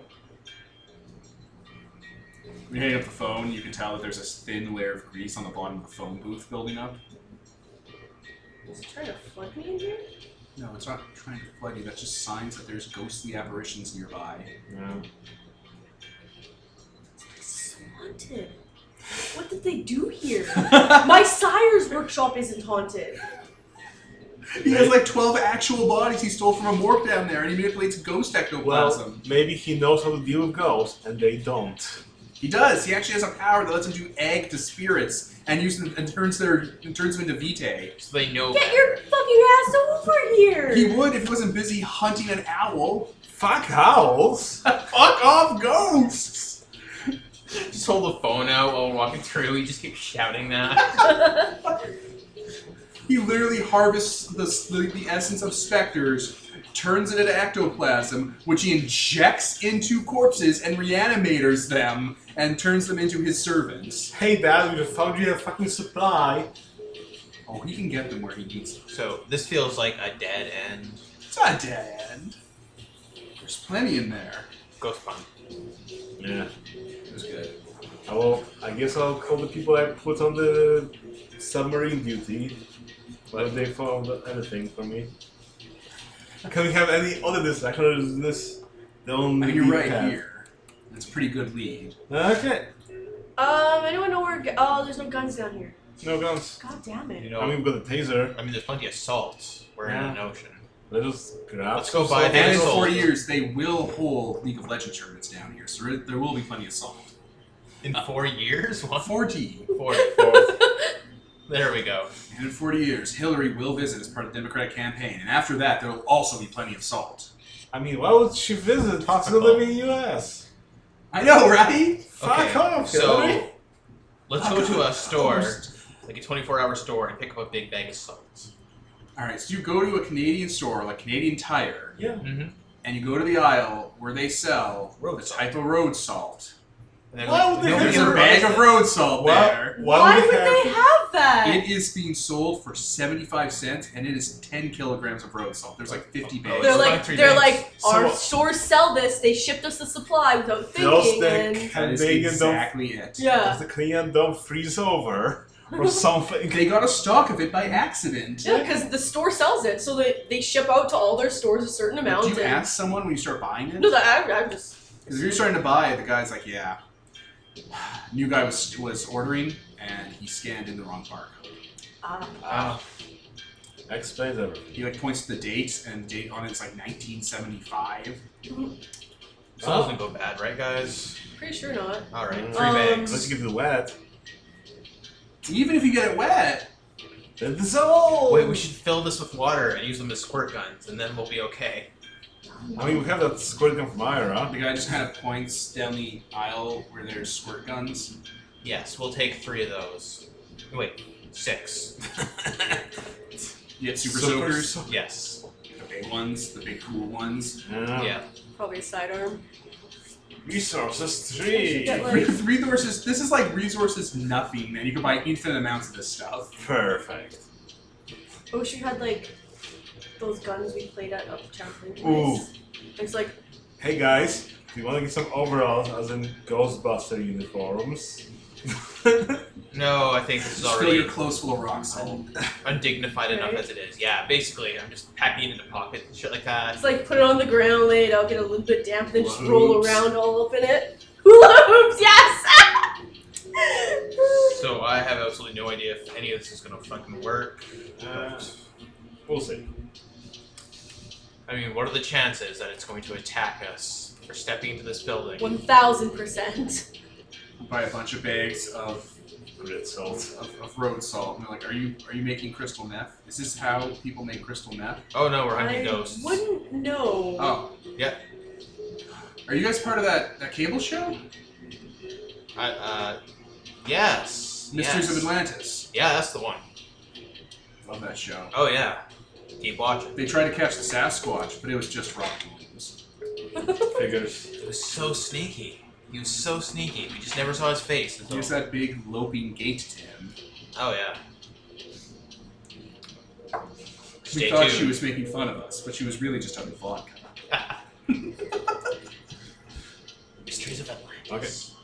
A: We hang up the phone. You can tell that there's a thin layer of grease on the bottom of the phone booth building up.
B: Is it trying to flood me in here?
A: No, it's not trying to flood you. That's just signs that there's ghostly apparitions nearby.
D: Yeah.
B: This is so haunted. What did they do here? My sire's workshop isn't haunted.
A: He has like 12 actual bodies he stole from a morgue down there, and he manipulates ghost ectoplasm.
D: Well, maybe he knows how to deal with ghosts, and they don't.
A: he does. He actually has a power that lets him do egg to spirits and use them, and turns their and turns them into vitae.
C: So they know.
B: Get your fucking ass over here! Um,
A: He would if he wasn't busy hunting an owl.
D: Fuck owls.
A: Fuck off, ghosts!
C: Just hold the phone out while we're walking through. You just keep shouting that.
A: He literally harvests the, the, the essence of specters, turns it into ectoplasm, which he injects into corpses and reanimators them, and turns them into his servants.
D: hey, Dad, we just found you a fucking supply.
A: Oh, he can get them where he needs them.
C: so this feels like a dead end.
A: It's not dead end. There's plenty in there.
C: Ghost pun.
D: Yeah.
A: It was good.
D: I will. I guess I'll call the people I put on the submarine duty. But if they found anything for me, can we have any other distraction? Or is this the
A: I
D: only?
A: mean, you're
D: we
A: right
D: have?
A: here. That's a pretty good lead.
D: Okay.
B: Um, anyone know where? gu- Oh, there's no guns down here.
D: No guns.
B: God damn
C: You
B: it.
C: know.
D: I mean, we've got a taser.
C: I mean, there's plenty of salt. We're in an ocean.
D: Let's just grab.
C: Let's go
D: some
C: buy
D: salt.
A: And in
C: sold.
A: four years, they will hold League of Legends tournaments down here, so there- there will be plenty of salt.
C: In four years? What?
A: 40.
C: Uh, Four. There we go.
A: And in 40 years, Hillary will visit as part of the Democratic campaign, and after that, there will also be plenty of salt.
D: I mean, why would she visit? She's not
C: Topical.
D: living in the U.S.
A: I know, right?
D: Fuck off, Hillary.
C: So let's go to a store,
A: Ghost.
C: like a 24-hour store, and pick up a big bag of salt.
A: All right, so you go to a Canadian store, like Canadian Tire,
D: Yeah.
C: Mm-hmm. And
A: and you go to the aisle where they sell
C: Road
A: the
C: salt.
A: type of road salt.
C: then
D: Why would they
C: nobody
A: There's
D: have
A: a
C: ever
A: bag
C: buys
A: of
C: it.
A: road salt
D: Why,
A: there.
B: Why
D: we
B: would
D: have-
B: they have that?
A: It is being sold for 75 cents and it is 10 kilograms of road salt. There's like 50 bags.
B: They're
C: It's
B: like,
C: like three
B: they're
C: days.
B: like, our
D: So-
B: stores sell this. They shipped us the supply without
D: Those
B: thinking,
D: that
B: and
A: that
D: can
A: is
D: bake and don't
A: exactly it.
B: yeah.
D: Does the client don't freeze over or something?
A: They got a stock of it by accident.
B: Yeah, because the store sells it, so they, they ship out to all their stores a certain
A: Like,
B: amount.
A: do you
B: and-
A: ask someone when you start buying it?
B: No, that I, I'm just.
A: 'Cause if you're starting to buy it, the guy's like, yeah. New guy was was ordering and he scanned in the wrong barcode.
B: Ah,
C: Ah,
D: Explains everything.
A: He like points to the date and date on it's like 1975.
C: so it doesn't go bad, right, guys?
B: pretty sure not.
C: All right,
D: Mm.
C: three
B: Um,
C: bags.
D: Let's give it wet.
A: Even if you get it wet,
D: Then the soul.
C: Wait, we should fill this with water and use them as squirt guns, and then we'll be okay.
D: I mean, we have that squirt gun from Ira.
A: the guy just kind of points down the aisle where there's squirt guns.
C: Yes, we'll take three of those. Wait, six.
A: You get super,
D: Super
A: soakers,
D: soak-
C: Yes.
A: the big ones, the big cool ones.
D: Yeah.
C: Yeah.
B: Probably a sidearm.
D: Resources
B: I should
D: three.
B: get, like-
A: Re- resources. This is like resources nothing, and you can buy infinite amounts of this stuff.
D: Perfect.
B: I wish we had like those guns we played at up Champlain Place.
D: Ooh.
B: It's like
D: Hey guys, do you want to get some overalls as in Ghostbuster uniforms?
C: No, I think this is
A: Just fill your
C: already
A: clothes full of rock salt.
C: undignified enough
B: Right.
C: as it is. Yeah, basically, I'm just packing it in the pocket and shit like that.
B: it's like put it on the ground, lay it out, get a little bit damp, then just
D: Hula
B: roll
D: hoops.
B: around all up in it. Hula hoops, yes!
C: So I have absolutely no idea if any of this is gonna fucking work.
D: Uh, we'll see.
C: I mean, what are the chances that it's going to attack us for stepping into this building?
B: One thousand percent.
A: Buy a bunch of bags of
D: grit salt.
A: of, of road salt. And they're like, "Are you are you making crystal meth? Is this how people make crystal meth?
C: Oh no, we're
B: I
C: hunting ghosts.
B: wouldn't know.
A: Oh,
C: Yeah.
A: Are you guys part of that that cable show,
C: I, uh, yes.
A: Mysteries
C: yes.
A: of Atlantis?
C: Yeah, that's the one.
A: Love that show.
C: Oh yeah. Keep watching.
A: They tried to catch the Sasquatch, but it was just Rock Williams.
D: Figures.
C: It was so sneaky. He was so sneaky. We just never saw his face.
A: He
C: until-
A: has that big loping gait to him.
C: Oh yeah.
A: We
C: Stay
A: thought
C: tuned.
A: she was making fun of us, but she was really just having vodka.
C: Mysteries of Atlantis.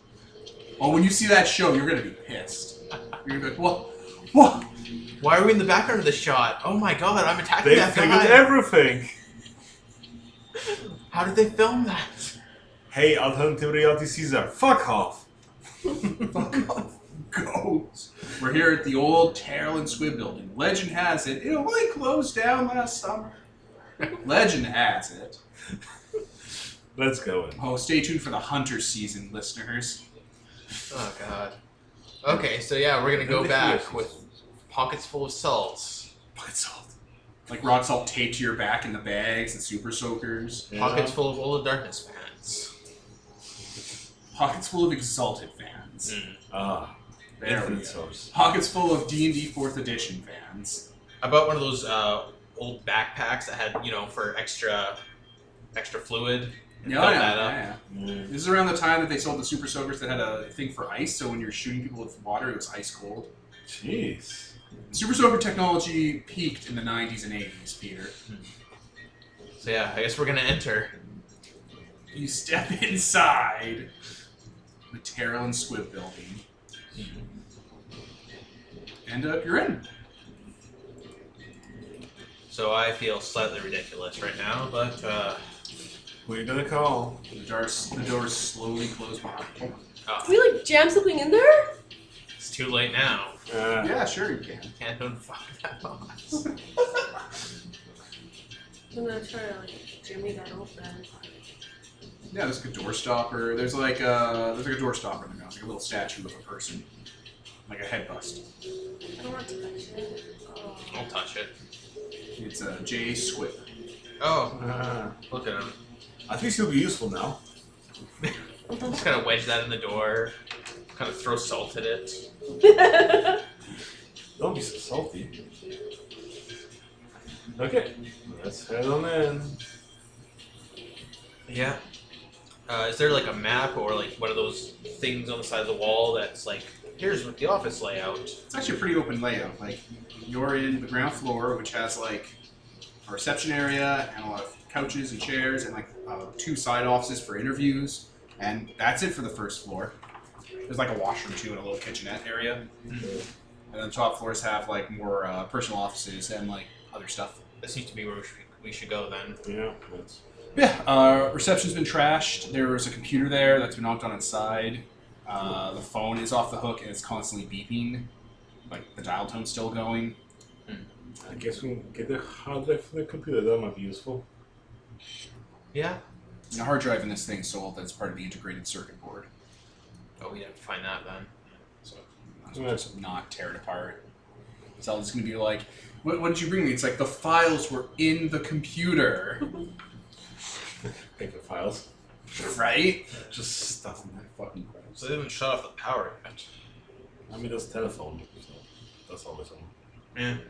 A: Oh, when you see that show, you're gonna be pissed. You're gonna be like, what? What?
C: Why are we in the background of this shot? Oh my god, I'm attacking
D: They
C: that
D: figured
C: guy.
D: everything.
C: How did they film that?
D: Hey, alternative reality Caesar, fuck off.
A: Fuck off, goats. We're here at the old Terrell and Squibb building. Legend has it, it only closed down last summer. Legend has it.
D: Let's go in.
A: Oh, stay tuned for the hunter season, listeners.
C: Oh god. Okay, so yeah, we're gonna go
D: Nobody
C: back
D: hears
C: with pockets full of salts.
A: Pocket salt. Like rock salt taped to your back in the bags and super soakers.
C: Pockets full of all the darkness fans.
A: Pockets full of exalted fans.
D: Ah,
A: There we
D: infinite
A: go.
D: source.
A: Pockets full of D&D 4th edition fans.
C: I bought one of those uh, old backpacks that had, you know, for extra extra fluid. and
A: Yeah,
C: filled
A: yeah,
C: that up.
A: yeah.
D: Mm.
A: This is around the time that they sold the super soakers that had a thing for ice, so when you're shooting people with water, it was ice cold.
D: Jeez.
A: Super soaker technology peaked in the 90s and 80s, Peter.
C: So yeah, I guess we're gonna enter.
A: You step inside the Terrell and Squibb building, and uh, you're in.
C: So I feel slightly ridiculous right now, but uh,
D: Who you gonna call?
A: The doors, the doors slowly close behind you.
C: oh,
B: we like jam something in there?
C: it's too late now.
D: Uh,
A: Yeah, sure you can.
C: Can't unfuck that box.
B: I'm gonna try to like jimmy that open.
A: Yeah, there's like a door stopper. There's like a there's like a door stopper in the house, like a little statue of a person, like a head bust.
B: I don't want to touch it.
C: Don't touch it.
A: It's uh, a J Squibb.
C: Oh,
D: uh,
C: look at him.
D: at least he'll be useful now.
B: Oh.
C: Just kind of wedge that in the door. Kind of throw salt at it.
B: Oh.
D: Don't be so salty. Okay, let's head on in.
C: Yeah. Uh, is there like a map or like one of those things on the side of the wall that's like, here's what the office layout?
A: It's actually a pretty open layout. Like you're in the ground floor, which has like a reception area and a lot of couches and chairs, and like uh, two side offices for interviews, and that's it for the first floor. There's like a washroom too and a little kitchenette area, and then top floors have like more uh, personal offices and like other stuff.
C: That seems to be where we should, we should go then.
D: Yeah, let's.
A: Yeah, uh, reception's been trashed. There was a computer there that's been knocked on its side. Uh, the phone is off the hook and it's constantly beeping. Like the dial tone's still going.
D: I guess we can get the hard drive from the computer. That might be useful.
C: Yeah.
A: And the hard drive in this thing's sold that's part of the integrated circuit board.
C: Oh, we'd have to find that then.
A: So might as well just not tear it apart. So it's gonna be like, what, what did you bring me? It's like the files were in the computer,
D: Pick the files.
A: right?
D: Just stuff in there.
A: Fucking Christ.
C: So they haven't shut off the power yet.
D: I mean, that's telephone. So that's always on.
C: Yeah.
D: In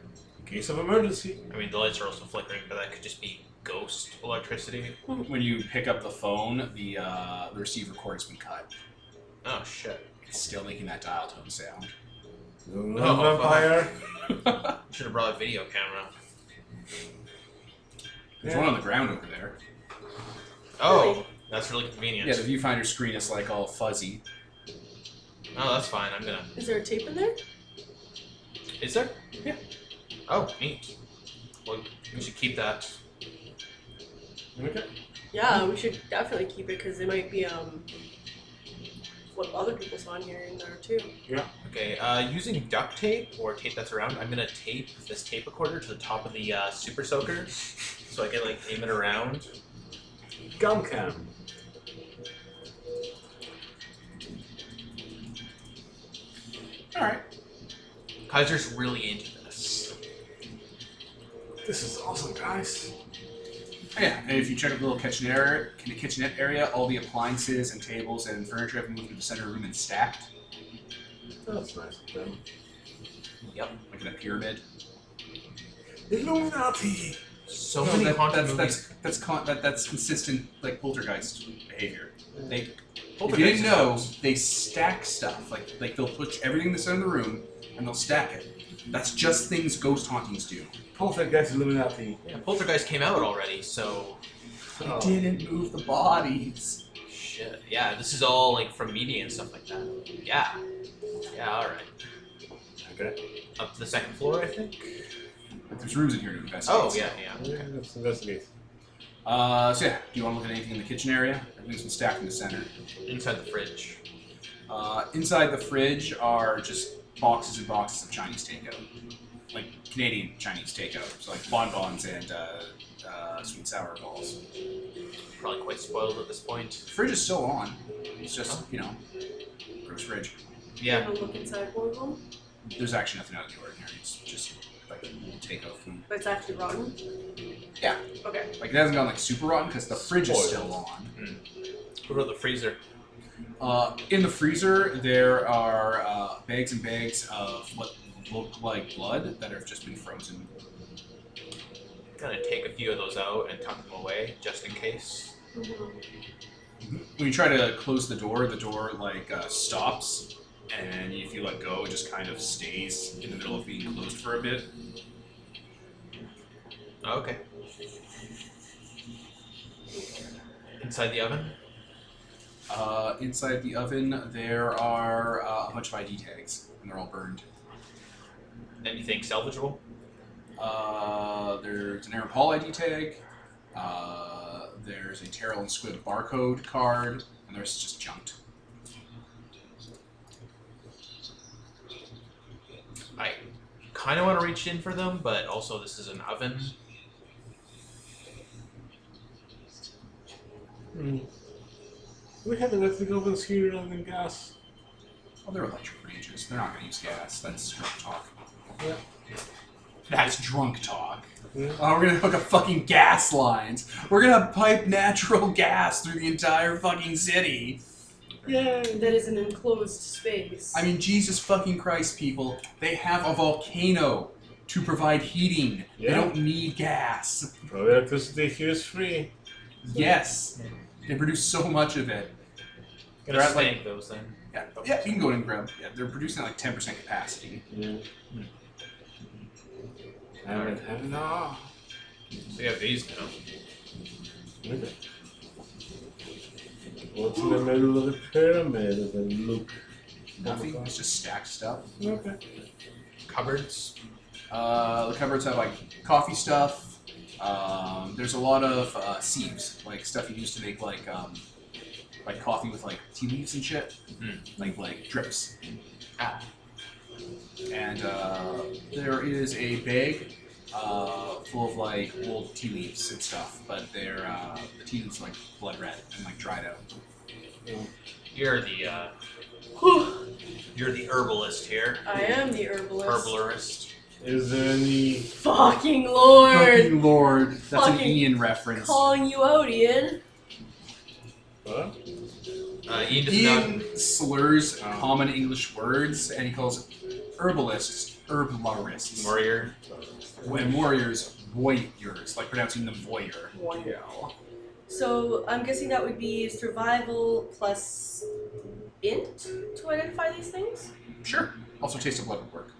D: case of emergency.
C: I mean, the lights are also flickering, but that could just be ghost electricity.
A: When you pick up the phone, the uh, the receiver cord has been cut.
C: Oh, shit.
A: It's still making that dial tone sound.
D: No,
C: fuck.
D: vampire.
C: Should have brought a video camera.
A: There's
D: Yeah.
A: one on the ground over there.
C: Oh, that's really
A: Yeah,
C: convenient.
A: the viewfinder screen is like all fuzzy.
C: Oh, that's fine. I'm gonna.
B: Is there a tape in there?
C: Is there?
A: Yeah.
C: Oh, neat. Well, we should keep that.
D: Okay.
B: Yeah, we should definitely keep it because it might be um what other people saw in here in there too.
C: Okay, uh, using duct tape or tape that's around, I'm gonna tape this tape recorder to the top of the uh, super soaker so I can like aim it around.
D: Gum cam.
F: All right.
C: Kaiser's really into this.
D: This is awesome, guys.
F: Oh, yeah.
A: And if you check out the little kitchenette area, in the kitchenette area, all the appliances and tables and furniture have moved to the center of the room and stacked,
D: That's nice of them.
C: Yep.
A: like in a pyramid.
D: Illuminati!
C: So
F: No,
C: many
F: that-
C: haunted
F: that's,
C: movies.
F: that's that's con- that, that's consistent like poltergeist behavior. They if you
C: Poltergeist
F: didn't
C: is
F: know,
C: nuts.
F: they stack stuff. Like like they'll put everything in the center of the room and they'll stack it. That's just things ghost hauntings do.
D: Poltergeist Illuminati.
C: Yeah, Poltergeist came out already, so
D: Oh.
F: didn't move the bodies.
C: shit. Yeah, this is all like from media and stuff like that. Yeah. Yeah, alright.
D: Okay.
C: Up to the second floor, I think.
A: But there's rooms in here to investigate.
C: Oh yeah, yeah.
D: Yeah, let's investigate.
A: Uh, so yeah, do you want to look at anything in the kitchen area? Everything's been stacked in the center.
C: Inside the fridge.
A: Uh, inside the fridge are just boxes and boxes of Chinese takeout, like Canadian Chinese takeout, so like bonbons and uh, uh, sweet sour balls.
C: Probably quite spoiled at this point.
A: The fridge is still on. It's just you know, gross fridge.
C: Yeah.
B: Have a look inside one of them.
A: There's actually nothing out of the ordinary. It's just like little takeout food.
B: But it's actually rotten.
A: Yeah.
B: Okay.
A: Like it hasn't gone like super rotten because the fridge is
D: Spoiled.
A: still on.
C: What about the freezer?
A: Uh, in the freezer, there are uh, bags and bags of what look like blood that have just been frozen.
C: Gonna take a few of those out and tuck them away just in case.
A: When you try to close the door, the door like uh, stops, and if you let go, it just kind of stays in the middle of being closed for a bit.
C: Okay. Inside the oven?
A: Uh, inside the oven, there are uh, a bunch of ID tags, and they're all burned.
C: Anything salvageable?
A: Uh, there's an Aaron Paul ID tag. Uh, there's a Terrell and Squid barcode card, and the rest is just junked.
C: I kind of want to reach in for them, but also this is an oven.
D: Hmm. We have electric ovens here and in gas.
A: Well, they're electric ranges. They're not going to use gas. That's drunk talk.
D: Yeah. Mm-hmm.
A: That's drunk talk.
D: Yeah.
A: Oh, we're gonna hook up fucking gas lines. We're gonna pipe natural gas through the entire fucking city.
D: Yay!
B: That is an enclosed space.
A: I mean, Jesus fucking Christ, people. They have a volcano to provide heating. They
D: Yeah.
A: don't need gas.
D: Probably electricity here is free.
A: Yes. They produce so much of it.
C: Gonna
A: They're at, like-
C: snag those then.
A: Yeah, yeah you can go in and grab. Yeah, they're producing at like 10% capacity.
D: Yeah. I don't have enough.
C: So you have these now.
D: Okay. What's in the middle of the pyramid? Is it Luke?
A: Nothing. It's just stacked stuff.
D: Okay.
C: Cupboards.
A: Uh, the cupboards have like coffee stuff. Um, there's a lot of uh, seams, like stuff you use to make like um, like coffee with like tea leaves and shit,
C: Hmm.
A: like like drips.
C: Ah.
A: And uh, there is a bag uh, full of like old tea leaves and stuff, but they're uh, the tea leaves are like blood red and like dried out.
C: You're the uh,
B: Whew.
C: you're the herbalist here.
B: I am the herbalist.
C: Herbalist.
D: Is there any?
B: Fucking lord.
A: Fucking lord, that's an
B: Fucking
A: Ian reference.
B: Calling you out, Ian.
D: Huh?
C: Uh, Ian does
A: Ian
C: not.
A: slurs
D: Oh.
A: common English words and he calls herbalists herblarists.
C: Warrior.
A: and warriors warriors, like pronouncing them voyeur.
B: So I'm guessing that would be survival plus int to identify these things.
A: Sure. Also, taste of blood would work.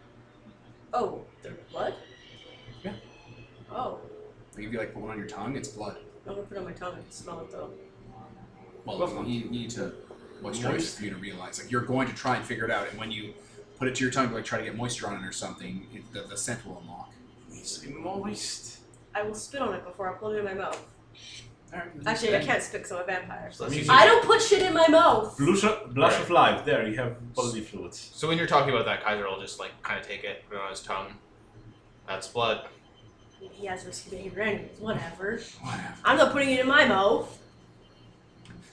B: Oh, they're blood.
A: Yeah.
B: Oh,
A: Like if you like put one on your tongue, it's blood.
B: I'm gonna put it on my tongue and smell it though.
A: Well,
D: Lovely.
A: you, you need to. What's choice for you to realize? Like you're going to try and figure it out, and when you put it to your tongue, to, like try to get moisture on it or something, it, the, the scent will unlock.
D: It's moist.
B: I will spit on it before I put it in my mouth.
A: All right.
B: Actually, I can't spit because I'm a vampire.
C: So, that's
D: Me-
C: easy.
B: I don't put shit in my mouth.
D: Blush, blush
C: Right.
D: of life. There, you have bodily fluids.
C: so when you're talking about that, Kaiser will just like kind of take it, put it on his tongue. That's blood.
B: He has risky behavior anyways. Whatever.
A: Whatever.
B: I'm not putting it in my mouth.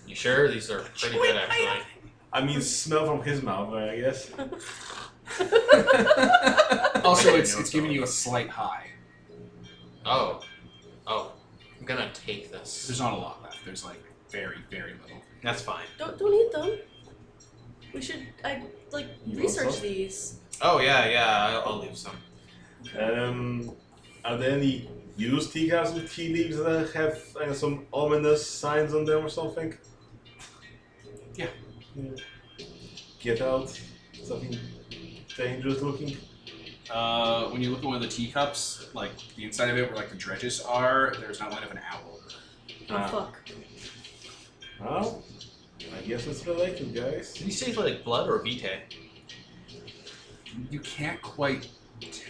C: You sure? These are pretty good actually.
D: I mean, smell from his mouth, I guess.
A: Also, it's,
C: No,
A: it's giving
C: sorry.
A: you a slight high.
C: Oh. Oh. I'm gonna take this.
A: There's not a lot left. There's like very, very little.
C: That's fine.
B: Don't don't eat them. We should I like
D: You want
B: research
D: some?
B: these.
C: Oh, yeah, yeah. I'll, I'll leave some.
D: Um, are there any used teacups with tea leaves that have uh, some ominous signs on them or something?
A: Yeah.
D: Yeah. Get out. Something dangerous looking.
A: Uh, when you look at one of the teacups, like the inside of it where like the dredges are, there's an outline of an owl.
B: Oh
D: Ah.
B: fuck.
D: Well, I guess it's related, guys.
C: Did you say like blood or vitae?
A: You can't quite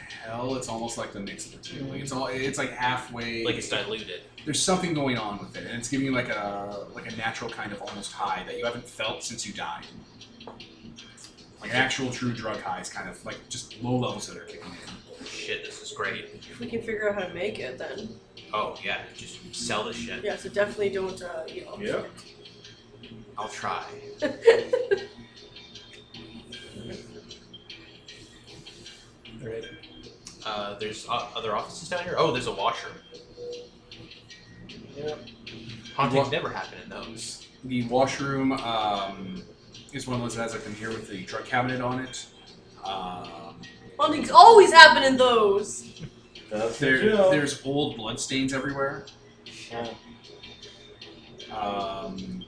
A: tell. It's almost like the mix of the two. Like it's all it's like halfway.
C: Like it's diluted.
A: there's something going on with it, and it's giving you like a like a natural kind of almost high that you haven't felt since you died. Like an actual true drug high is kind of like just low levels that are kicking in.
C: Shit, this is great.
B: If we can figure out how to make it then.
C: Oh, yeah. Just sell this shit.
B: Yeah, so definitely don't uh eat all of
D: Yeah.
C: I'll try.
D: Right.
C: Uh, there's o- other offices down here. Oh, there's a washer.
D: Yeah.
C: Hauntings
A: Wa-
C: never happen in those.
A: The washroom um, is one of those that has like the mirror with the drug cabinet on it. Um,
B: Hauntings always happen in those.
D: That's
A: there,
D: what you know.
A: there's old bloodstains everywhere.
D: Yeah.
A: Um,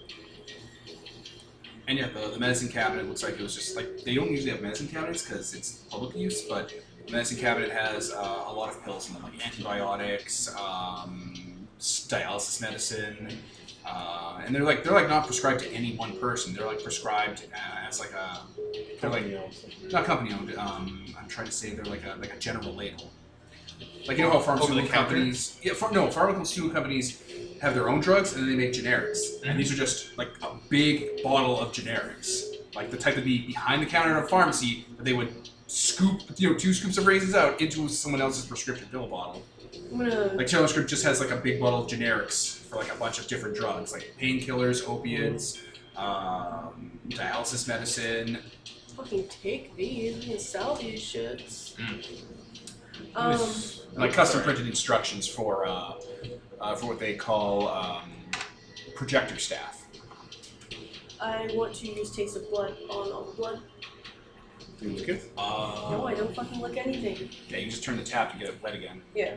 A: and yeah, the, the medicine cabinet looks like it was just like they don't usually have medicine cabinets because it's public use, but the medicine cabinet has uh, a lot of pills in them, like antibiotics, um, s- dialysis medicine, uh, and they're like they're like not prescribed to any one person. They're like prescribed uh, as like a they're like
D: Company also.
A: not company owned. Um, I'm trying to say they're like a like a general label. Like you know how pharmaceutical
C: Over-the-counter?
A: companies, yeah, ph- no, pharmaceutical companies have their own drugs and then they make generics,
C: Mhm.
A: and these are just like a big bottle of generics, like the type that'd be behind the counter of a pharmacy that they would scoop, you know, two scoops of raisins out into someone else's prescription pill bottle.
B: I'm gonna
A: Like Taylor Script just has like a big bottle of generics for like a bunch of different drugs, like painkillers, opiates, um, dialysis medicine,
B: fucking take these and sell these shits.
D: Mm.
B: Um
C: Miss-
A: like
C: Oh,
A: custom
C: sorry.
A: printed instructions for uh, uh, for what they call um, projector staff.
B: I want to use taste of blood on all the blood.
D: Do you look it?
A: Uh,
B: No, I don't fucking lick anything.
A: Yeah, you just turn the tap to get it wet again.
B: Yeah.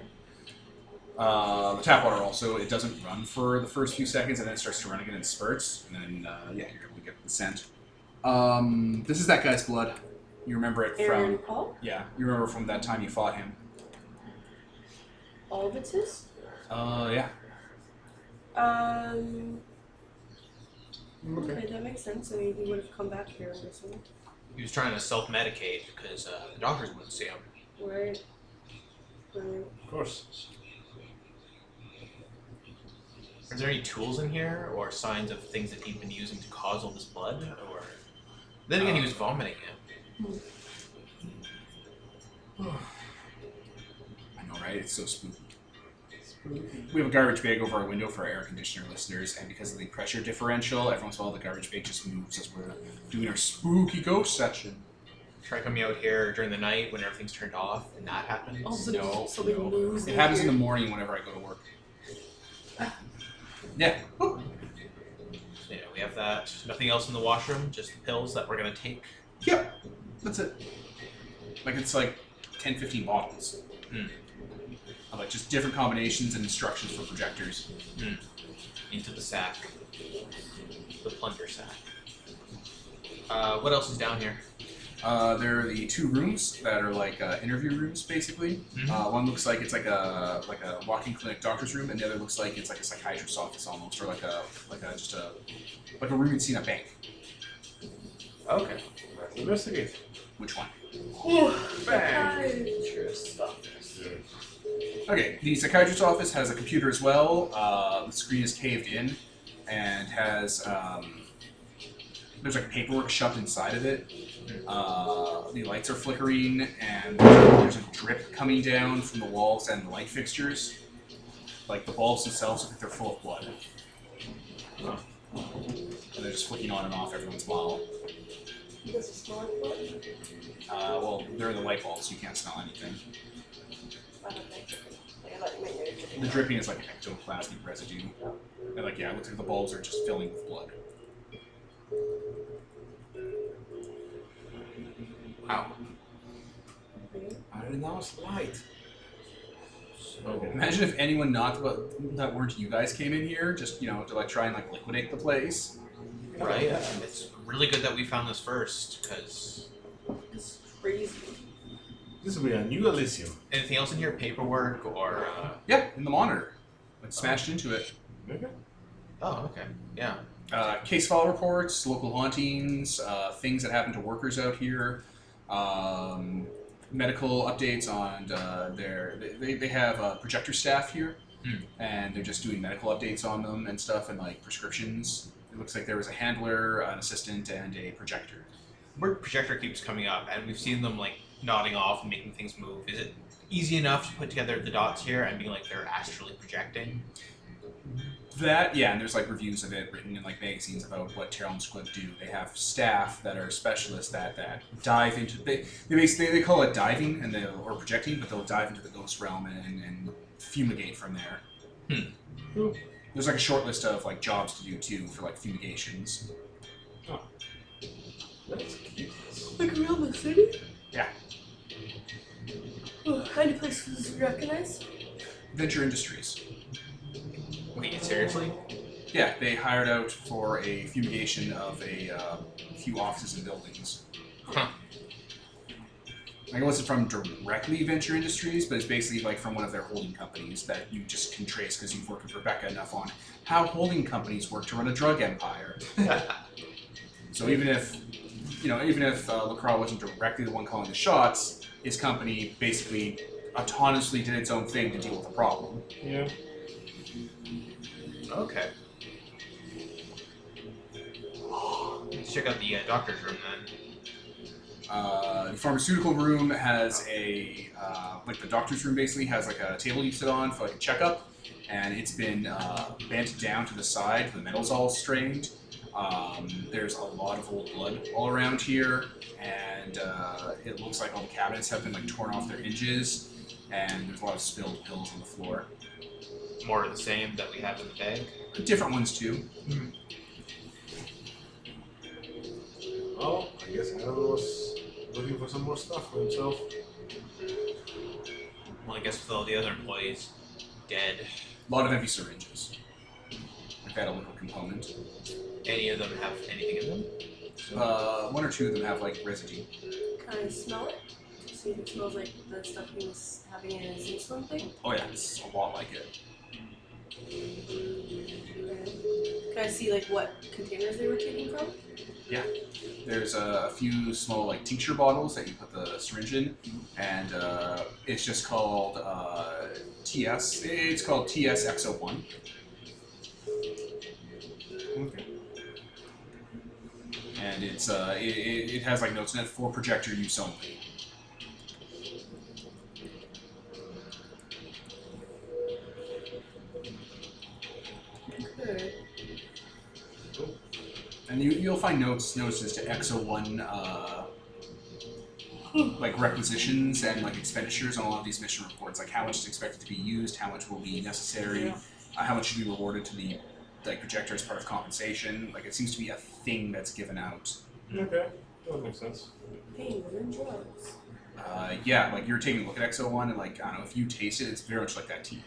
A: Uh, the tap water also it doesn't run for the first few seconds and then it starts to run again in spurts and then uh, yeah you're able to get the scent. Um, this is that guy's blood. You remember it
B: Aaron
A: from
B: Paul?
A: yeah you remember from that time you fought him.
B: All of it's his?
A: Uh, yeah.
B: Um
D: Okay.
B: okay, that makes sense. I mean we would have come back here on this one.
C: He was trying to self medicate because uh, the doctors wouldn't see him.
B: Right. Right.
D: Of course.
C: Is there any tools in here or signs of things that he'd been using to cause all this blood? Or then again, he was vomiting it.
A: I know, right? It's so spooky. We have a garbage bag over our window for our air conditioner listeners, and because of the pressure differential, every once in a while the garbage bag just moves as we're doing our spooky ghost session.
C: Try coming out here during the night when everything's turned off, and that happens.
B: All of a sudden
A: No,
B: something
A: no.
B: moves
A: It
B: in
A: happens in the
B: here.
A: morning whenever I go to work. Yeah.
C: Yeah, we have that. Nothing else in the washroom, just the pills that we're gonna take.
A: Yep. That's it. Like it's like 10, 15 bottles.
C: Hmm.
A: Of like just different combinations and instructions for projectors.
C: into the sack. The plunger sack. Uh, what else is down here?
A: Uh, there are the two rooms that are like uh, interview rooms, basically.
C: Mhm.
A: Uh, one looks like it's like a like a walk-in clinic doctor's room, and the other looks like it's like a psychiatrist's office almost, or like a like a just a like a room you'd see in a bank.
C: Okay.
D: Let's investigate.
A: Which one? Okay, the psychiatrist's office has a computer as well. Uh, the screen is caved in, and has um, there's like paperwork shoved inside of it. Uh, the lights are flickering, and there's a drip coming down from the walls and the light fixtures. Like the bulbs themselves look like they're full of blood.
C: Huh.
A: And they're just flicking on and off every once in a while.
B: Does it smell like blood?
A: Uh, well, they're in the light bulbs. You can't smell anything.
B: I don't think. I thought you meant your-
A: The dripping is like ectoplasmic residue. And like, yeah, it looks like the bulbs are just filling with blood. Wow. I didn't know it's light.
C: So,
A: Imagine if anyone not but that weren't you guys came in here, just you know, to like try and like liquidate the place.
C: right? It's really good that we found this first, because
B: It's crazy.
D: This will be a new Elysium.
C: anything else in here, paperwork or? Uh...
A: Yeah, in the monitor, like smashed into it.
D: Okay.
C: Oh, okay. Yeah.
A: uh, case file reports, local hauntings, uh, things that happen to workers out here, um, medical updates on uh, their. they- They, they have uh, projector staff here,
C: Hmm.
A: and they're just doing medical updates on them and stuff, and like prescriptions. It looks like there was a handler, an assistant, and a projector.
C: Word projector keeps coming up, and we've seen them like nodding off and making things move. Is it easy enough to put together the dots here and being like they're astrally projecting?
A: That yeah, and there's like reviews of it written in like magazines about what Terrell and Squib do. They have staff that are specialists that that dive into they they basically they call it diving and they or projecting, but they'll dive into the ghost realm and, and fumigate from there.
C: Hmm.
D: Hmm.
A: There's like a short list of like jobs to do too for like fumigations.
D: That's cute.
B: Like around the city?
A: Yeah.
B: Oh, any places you recognize?
A: Venture Industries.
C: Wait, seriously?
A: Yeah, they hired out for a fumigation of a uh, few offices and buildings.
C: Huh.
A: Like it wasn't from directly Venture Industries, but it's basically like from one of their holding companies that you just can trace because you've worked with Rebecca enough on how holding companies work to run a drug empire. so even if you know, even if uh, Lacroix wasn't directly the one calling the shots, his company basically autonomously did its own thing to deal with the problem.
D: Yeah.
C: Okay. Let's check out the uh, doctor's room then.
A: Uh, the pharmaceutical room has a uh, like the doctor's room basically has like a table you sit on for like a checkup, and it's been uh, bent down to the side. The metal's all strained. Um, there's a lot of old blood all around here, and uh, it looks like all the cabinets have been like torn off their hinges, and there's a lot of spilled pills on the floor.
C: More of the same that we have in the bag.
A: Different ones too.
D: Well, I guess Aaron was looking for some more stuff for himself.
C: Well, I guess with all the other employees dead,
A: A lot of empty syringes. Like that a little component.
C: any of them have anything in them?
A: Uh, one or two of them have like residue.
B: Can I smell it? See if it smells like the stuff he was having in his insulin thing?
A: Oh yeah, it's a lot like it.
B: Can I see like what containers they were taking from?
A: There's a, a few small like tincture bottles that you put the syringe in, and uh, it's just called uh, TS. It's called TSX01.
D: Okay.
A: and it's uh, it, it, it has like notes in it for projector use only.
B: Okay.
A: And you, you'll find notes notes as to X01 uh, like requisitions and like expenditures on a lot of these mission reports, like how much is expected to be used, how much will be necessary,
B: Yeah.
A: uh, how much should be rewarded to the like projector as part of compensation. Like it seems to be a thing that's given out.
D: Okay. That makes sense.
B: Pain and drugs.
A: Uh, yeah, like you're taking a look at XO1, and like I don't know if you taste it, it's very much like that tea.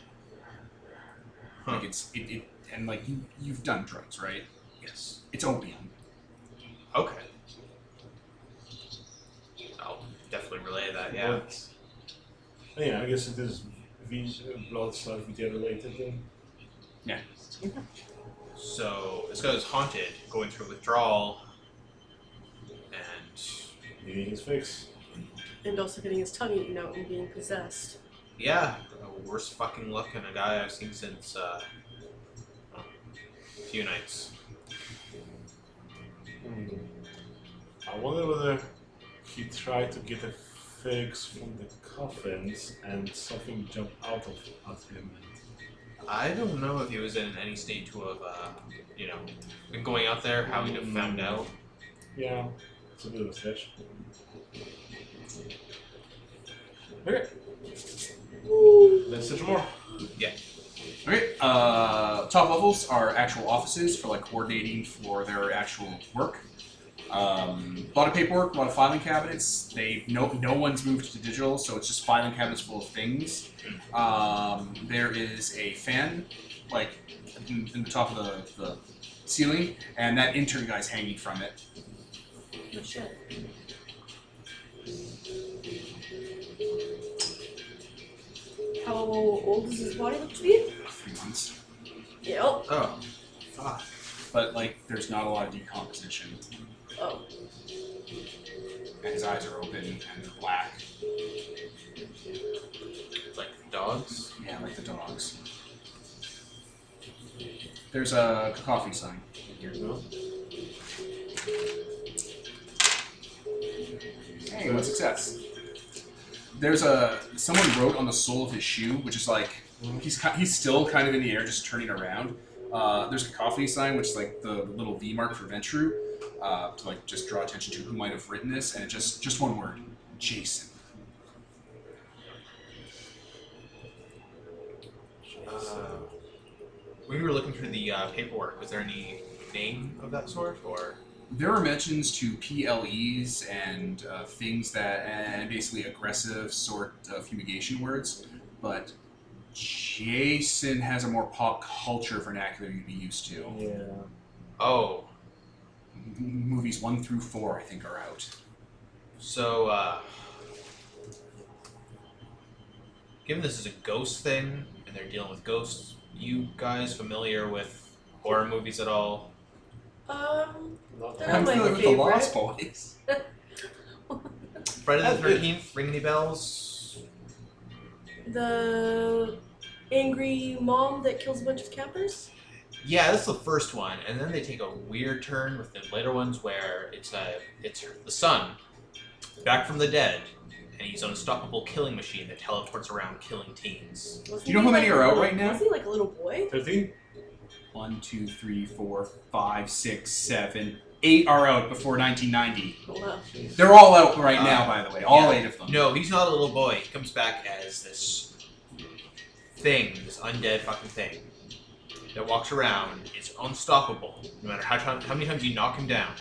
C: Huh.
A: Like it's it, it and like you you've done drugs, right?
C: Yes.
A: It's opium.
C: Okay. I'll definitely relay that. Yeah.
D: But, yeah, I guess it is vis- blood stuff VTR related then.
C: So this guy's haunted, going through withdrawal, and
D: Needing his fix.
B: And also getting his tongue eaten out and being possessed.
C: yeah, the worst fucking luck in a guy I've seen since uh, a few nights.
D: Hmm. I wonder whether he tried to get a fix from the coffins and something jumped out of at him.
C: I don't know if he was in any state to have, uh, you know, been going out there, how he'd have found out.
D: Yeah. It's a bit of a stretch.
C: Let's search more.
A: Okay. Uh, top levels are actual offices for like coordinating for their actual work. Um, a lot of paperwork, a lot of filing cabinets. They no no one's moved to digital, so it's just filing cabinets full of things. Um, there is a fan, like in, in the top of the, the ceiling, and that intern guy's hanging from it.
B: Oh, shit. How old does his body look to be?
A: Three months,
B: Yep.
C: Oh, fuck.
A: but like there's not a lot of decomposition,
B: Oh.
A: and his eyes are open and they're black.
C: Like dogs.
A: Yeah, like the dogs. There's a coffee sign.
D: You know?
A: Hey, one success. There's a someone wrote on the sole of his shoe, which is like he's ki- he's still kind of in the air, just turning around. Uh, there's a coffee sign, which is like the little V mark for Ventru, uh, to like just draw attention to who might have written this, and it just just one word, Jason.
C: Uh, when we were looking through the uh, paperwork, was there any name of that sort, or
A: There were mentions to PLEs and uh, things that, and basically aggressive sort of fumigation words, but Jason has a more pop culture vernacular you'd be used to.
D: Yeah.
C: oh,
A: M- Movies one through four, I think, are out.
C: So, uh, given this is a ghost thing and they're dealing with ghosts, you guys familiar with horror movies at all?
B: Um,
D: Not
B: They're
A: I'm
B: my
A: familiar with the Lost Boys.
C: Friday the Thirteenth, Ring Any Bells?
B: the angry mom that kills a bunch of campers?
C: Yeah, that's the first one, and then they take a weird turn with the later ones where it's a it's her, the son back from the dead, and he's an unstoppable killing machine that teleports around killing teens.
B: Wasn't
A: Do you know
B: he
A: how many
B: like
A: are
B: a
A: out
B: little-
A: right now?
B: Wasn't he like a little boy?
D: 13?
A: One, two, three, four, five, six, seven, eight are out before 1990.
B: Oh, wow.
A: They're all out right
C: Uh,
A: now, by the way. All
C: yeah.
A: eight of them.
C: No, he's not a little boy. He comes back as this thing, this undead fucking thing that walks around. It's unstoppable, no matter how, ti- how many times you knock him down.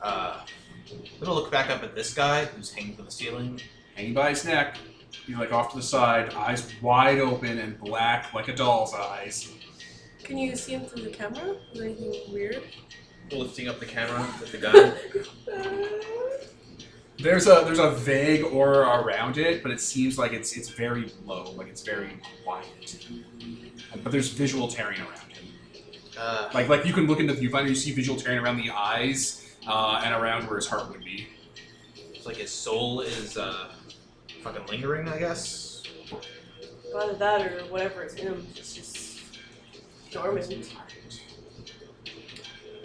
C: Uh, I'm gonna look back up at this guy who's hanging from the ceiling.
A: hanging by his neck. He's like off to the side, eyes wide open and black like a doll's eyes.
B: Can you see him through the camera? Is there anything weird?
C: Lifting up the camera with the gun.
A: There's a there's a vague aura around it, but it seems like it's it's very low, like it's very quiet. But there's visual tearing around him.
C: uh,
A: Like like you can look into the viewfinder, you see visual tearing around the eyes uh, and around where his heart would be.
C: it's like his soul is uh, fucking lingering, I guess.
B: Either that or whatever it's in him. It's just dormant.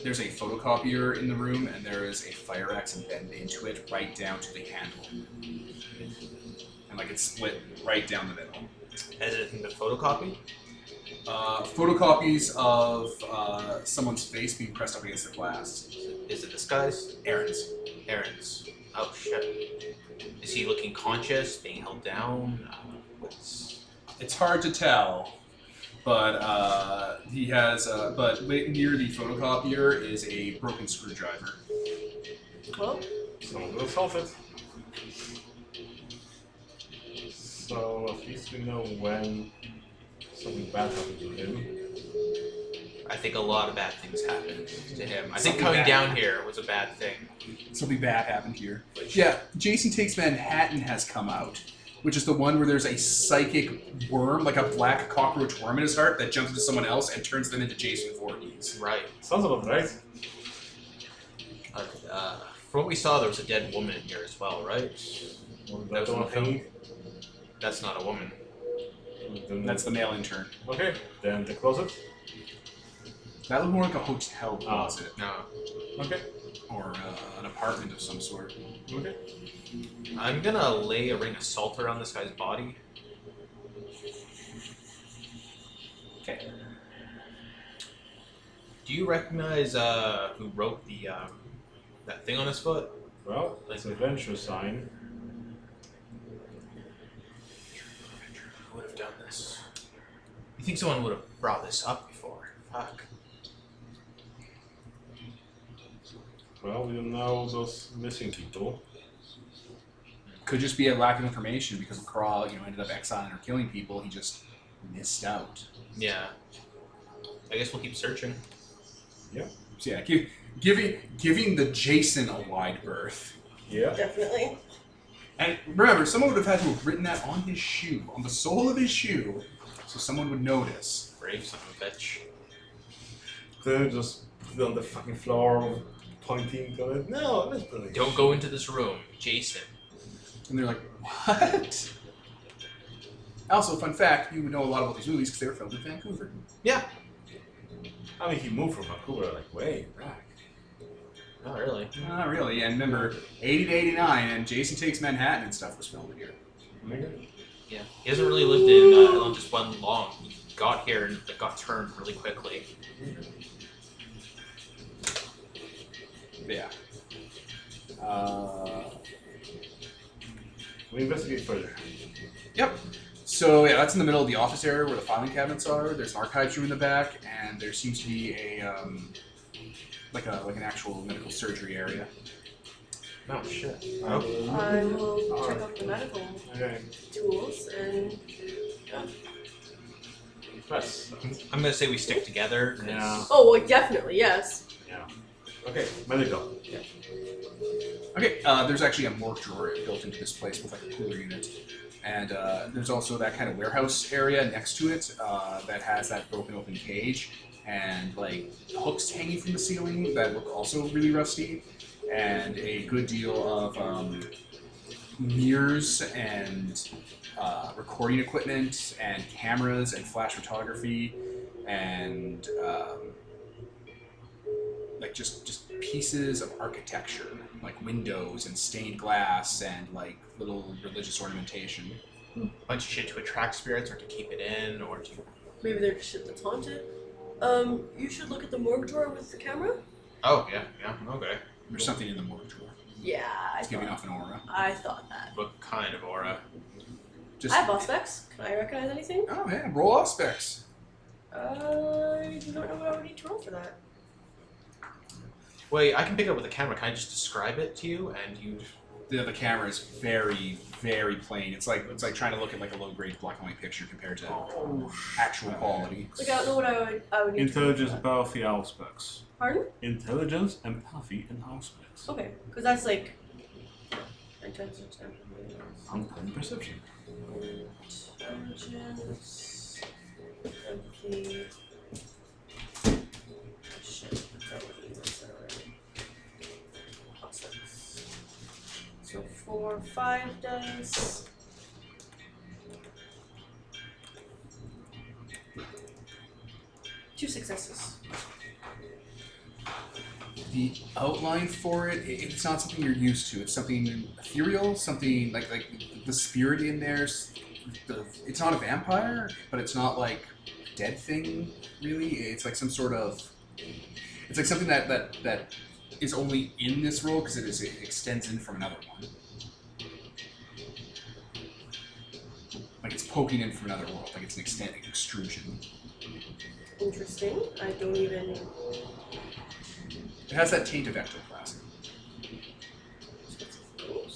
A: There's a photocopier in the room, and there is a fire axe embedded into it, right down to the handle, and like it's split right down the middle.
C: As if in the photocopy.
A: uh, photocopies of uh, someone's face being pressed up against the glass.
C: Is it this guy's?
A: Aaron's.
C: Aaron's. Oh shit. Is he looking conscious, being held down? Uh, what's
A: It's hard to tell, but uh, he has. Uh, but la- near the photocopier is a broken screwdriver.
B: Well,
D: Someone will solve it. So at least we know when something bad happened to him.
C: I think a lot of bad things happened to him. I think
A: Something
C: coming
A: bad.
C: down here was a bad thing.
A: Something bad happened here.
C: Which
A: Yeah, Jason Takes Manhattan has come out, which is the one where there's a psychic worm, like a black cockroach worm in his heart, that jumps into someone else and turns them into Jason Voorhees.
C: right.
D: Sounds about right.
C: Uh, uh, from what we saw, there was a dead woman in here as well, right?
D: Well,
C: That was
D: the
C: one
D: one
C: thing. That's not a woman.
D: Then-
A: That's the male intern.
D: okay. Then the closet.
A: That looked more like a hotel closet
C: No.
D: Okay.
A: or uh, an apartment of some sort.
D: Okay.
C: I'm gonna lay a ring of salt around this guy's body.
A: Okay.
C: Do you recognize uh, who wrote the um, that thing on his foot.
D: Well, it's a venture sign.
C: I would have done this. You think someone would have brought this up before? Fuck.
D: Well, we don't know those missing people.
A: Could just be a lack of information because Crawl, you know, ended up exiling or killing people. He just missed out.
C: Yeah. I guess we'll keep searching.
A: So yeah, give, giving giving the Jason a wide berth.
D: Yeah.
B: Definitely.
A: And remember, someone would have had to have written that on his shoe, on the sole of his shoe, so someone would notice.
C: Brave son of a bitch.
D: Then just put it on the fucking floor, pointing to it. No, let's put it.
C: Don't go into this room, Jason.
A: And they're like, what? Also, fun fact, you would know a lot about these movies because they were filmed in Vancouver.
D: I mean, he moved from Vancouver like way back.
C: Not Oh, really.
A: Not Ah, really. And remember, 80 to 89, and Jason Takes Manhattan and stuff was filmed here.
D: Nigga.
C: Yeah. He hasn't really lived in uh, Ireland just one long. He got here and like, got turned really quickly.
A: Yeah. Uh,
D: We investigate further.
A: so yeah, that's in the middle of the office area where the filing cabinets are. There's an archives room in the back, and there seems to be a um, like a like an actual medical surgery area.
C: Oh shit.
B: I
D: Oh.
B: will check out the medical
D: Okay.
B: tools and
D: Press.
C: I'm gonna say we stick together. 'cause-
D: Yeah.
B: oh, well, definitely yes.
D: Yeah. Okay. Medical.
A: Okay, uh, there's actually a morgue drawer built into this place with like a cooler unit, and uh, there's also that kind of warehouse area next to it uh, that has that broken open cage and like hooks hanging from the ceiling that look also really rusty, and a good deal of um, mirrors and uh, recording equipment and cameras and flash photography and um, like just just pieces of architecture, like windows and stained glass and like little religious ornamentation.
C: bunch of shit to attract spirits or to keep it in or to.
B: Maybe they're just shit that's haunted. Um, you should look at the morgue drawer with the camera.
C: Oh yeah, yeah. Okay.
A: There's something in the morgue drawer.
B: Yeah, I
A: It's giving
B: thought,
A: off an aura.
B: I thought that.
C: What kind of aura?
A: Just
B: I have aspects. Can I recognize anything?
A: oh yeah, roll off specs.
B: I don't know what I would need to roll for that.
C: Wait, I can pick up with the camera. Can I just describe it to you and you?
A: The other camera is very very plain. It's like it's like trying to look at like a low grade black and white picture compared to
D: Oh.
A: actual quality.
B: Like I don't know what I would I would need.
D: Intelligence,
B: To roll
D: empathy,
B: for
D: aspects.
B: that. Pardon?
D: Intelligence, empathy, and aspects.
B: Okay, because that's like. Intelligence.
D: Uncommon perception.
B: Intelligence. Okay. Shit. I probably messed that already. Aspects. So four, five dice. Two successes.
A: The outline for it, it, it's not something you're used to. It's something ethereal, something like like the spirit in there. s- The, it's not a vampire, but it's not like a dead thing really. It's like some sort of, it's like something that that that is only in this role because it is it extends in from another one. Like it's poking in from another world, like it's an extent extrusion.
B: Interesting. I don't even.
A: It has that taint of ectoplasm.
B: Of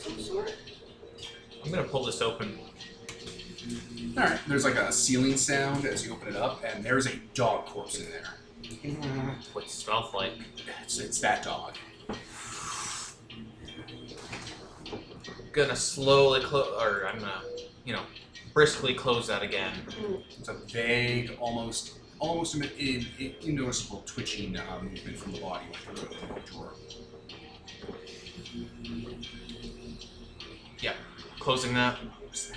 B: some sort.
C: I'm gonna pull this open.
A: All right. There's like a ceiling sound as you open it up, and there's a dog corpse in there.
C: What it smells like?
A: It's, it's that dog.
C: Gonna slowly close, or I'm gonna, you know, briskly close that again.
A: It's a vague, almost almost in, in, in, noticeable twitching uh, movement from the body when you open the drawer.
C: Closing that.
A: What's that?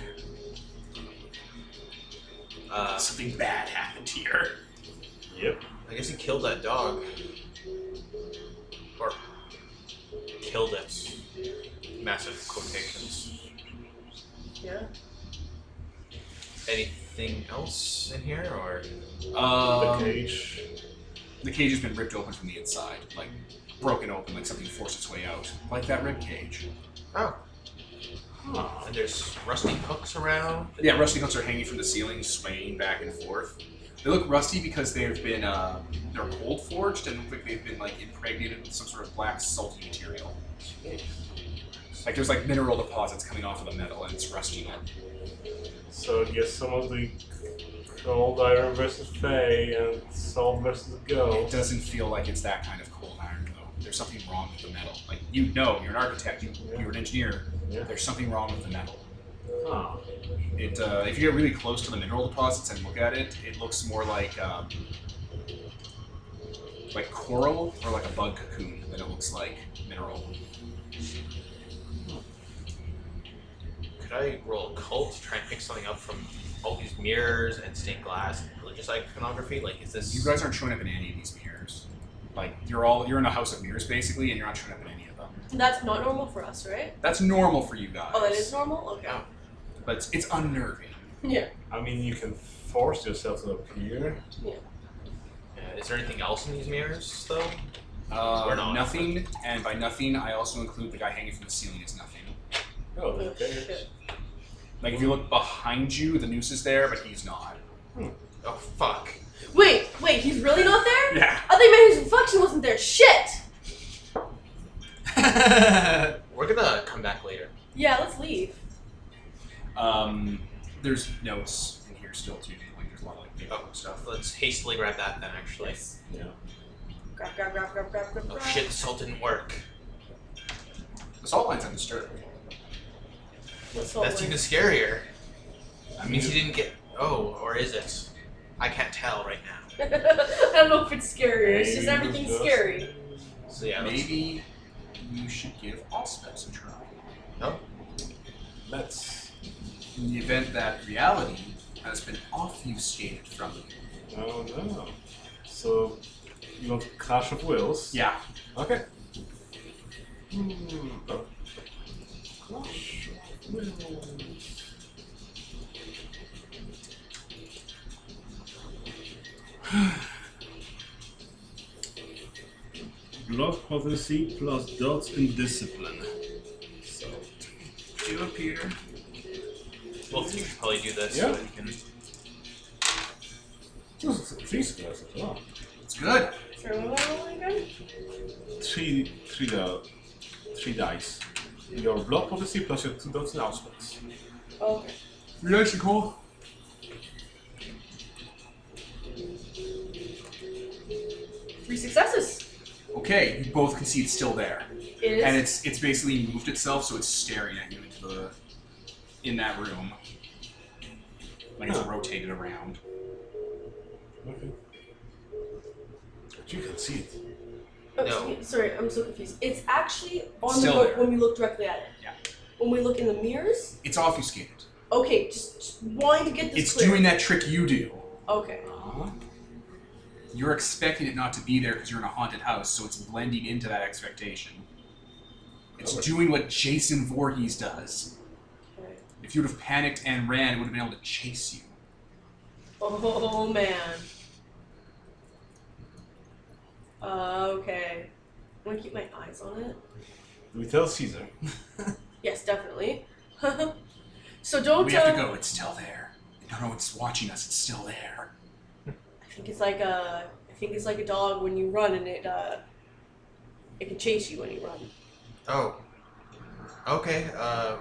C: Uh,
A: Something bad happened here.
D: Yep.
C: I guess he killed that dog. Or killed it. Massive quotations.
B: Yeah.
C: Anything else in here, or
D: The
A: Um,
D: cage.
A: The cage has been ripped open from the inside, like broken open, like something forced its way out, like that rib cage.
C: Oh.
D: Ah.
C: And there's rusty hooks around.
A: Yeah, rusty hooks are hanging from the ceiling, swaying back and forth. They look rusty because they've been uh, they're cold forged and look like they've been like impregnated with some sort of black salty material. Like there's like mineral deposits coming off of the metal and it's rusting it.
D: So I guess some of the cold iron versus Fey and salt versus
A: It
D: gold.
A: doesn't feel like it's that kind of cold iron though. There's something wrong with the metal. Like you know, you're an architect, you, you're an engineer.
D: Yeah.
A: There's something wrong with the metal.
D: Huh.
A: It uh, if you get really close to the mineral deposits and look at it, it looks more like um, like coral or like a bug cocoon than it looks like mineral.
C: Could I roll cult to try and pick something up from all these mirrors and stained glass and religious iconography? Like, is this
A: You guys aren't showing up in any of these mirrors. Like you're all you're in a house of mirrors basically, and you're not showing up in any of them.
B: That's not normal for us, right?
A: That's normal for you guys.
B: Oh, that is normal? Okay.
C: Yeah.
A: But it's, it's unnerving.
B: Yeah.
D: I mean, you can force yourself to appear.
C: Uh, is there anything else in these mirrors though?
A: Uh,
C: We're not.
A: nothing, and by nothing, I also include the guy hanging from the ceiling is nothing.
D: Oh,
B: Oh,
D: okay.
B: shit.
A: Like if you look behind you, the noose is there, but he's not.
C: Oh fuck!
B: Wait, wait, he's really not there?
A: Yeah.
B: I think maybe his reflection wasn't there. Shit!
C: We're gonna come back later.
B: Yeah, let's leave.
A: Um, there's notes in here still too. Like there's a lot of like paper and stuff.
C: Let's hastily grab that then. Actually.
D: Yeah.
B: Grab, grab, grab, grab, grab, grab,
C: Oh
B: grab.
C: shit! The salt didn't work.
A: The salt line's undisturbed.
B: Let's all
C: That's
B: leave.
C: even scarier. That means he didn't get. Oh, or is it? I can't tell right now.
B: I don't know if it's scary. It's just
D: Maybe
B: everything's
D: just-
B: scary.
C: So yeah, let's,
A: Maybe you should give Allspells a try.
D: Let's.
A: In the event that reality has been obfuscated from you.
D: Oh no. So, you want Clash of Wills?
A: Yeah.
D: Okay. Hmm. Oh. Clash of Wills. Glove potency plus dots in discipline. So
A: Do it, Peter.
C: well, you should probably do this.
D: Yeah.
C: So we can,
D: just three squares as well.
A: It's good.
B: Sorry, what am I rolling again?
D: Three three di- three dice. Your blood potency plus your two dots in outspells.
B: Oh, okay.
A: Reaction cool.
B: Three successes.
A: Okay, you both can see it's still there,
B: It is.
A: and it's it's basically moved itself, so it's staring at you into the in that room. Like it's
D: Huh.
A: rotated around.
D: Okay. But you can see it.
B: Oh,
C: No.
B: excuse- Sorry, I'm so confused. It's actually on
A: Still
B: the book
A: there.
B: when we look directly at it.
A: Yeah.
B: When we look in the mirrors.
A: It's obfuscated.
B: Okay, just, just wanting to get this
A: It's
B: clear.
A: doing that trick you do.
B: Okay.
D: Ah.
A: You're expecting it not to be there because you're in a haunted house, so it's blending into that expectation. It's
D: Okay.
A: doing what Jason Voorhees does.
B: Alright.
A: If you would have panicked and ran, it would have been able to chase you.
B: Oh man. Uh, okay. I'm gonna keep my eyes on it.
D: Do we tell Caesar?
B: Yes, definitely. so don't um,
A: we
B: tell.
A: have to go. It's still there. No, no, it's watching us. It's still there.
B: I think it's like a. I think it's like a dog when you run and it uh. It can chase you when you run.
C: oh. Okay. Uh,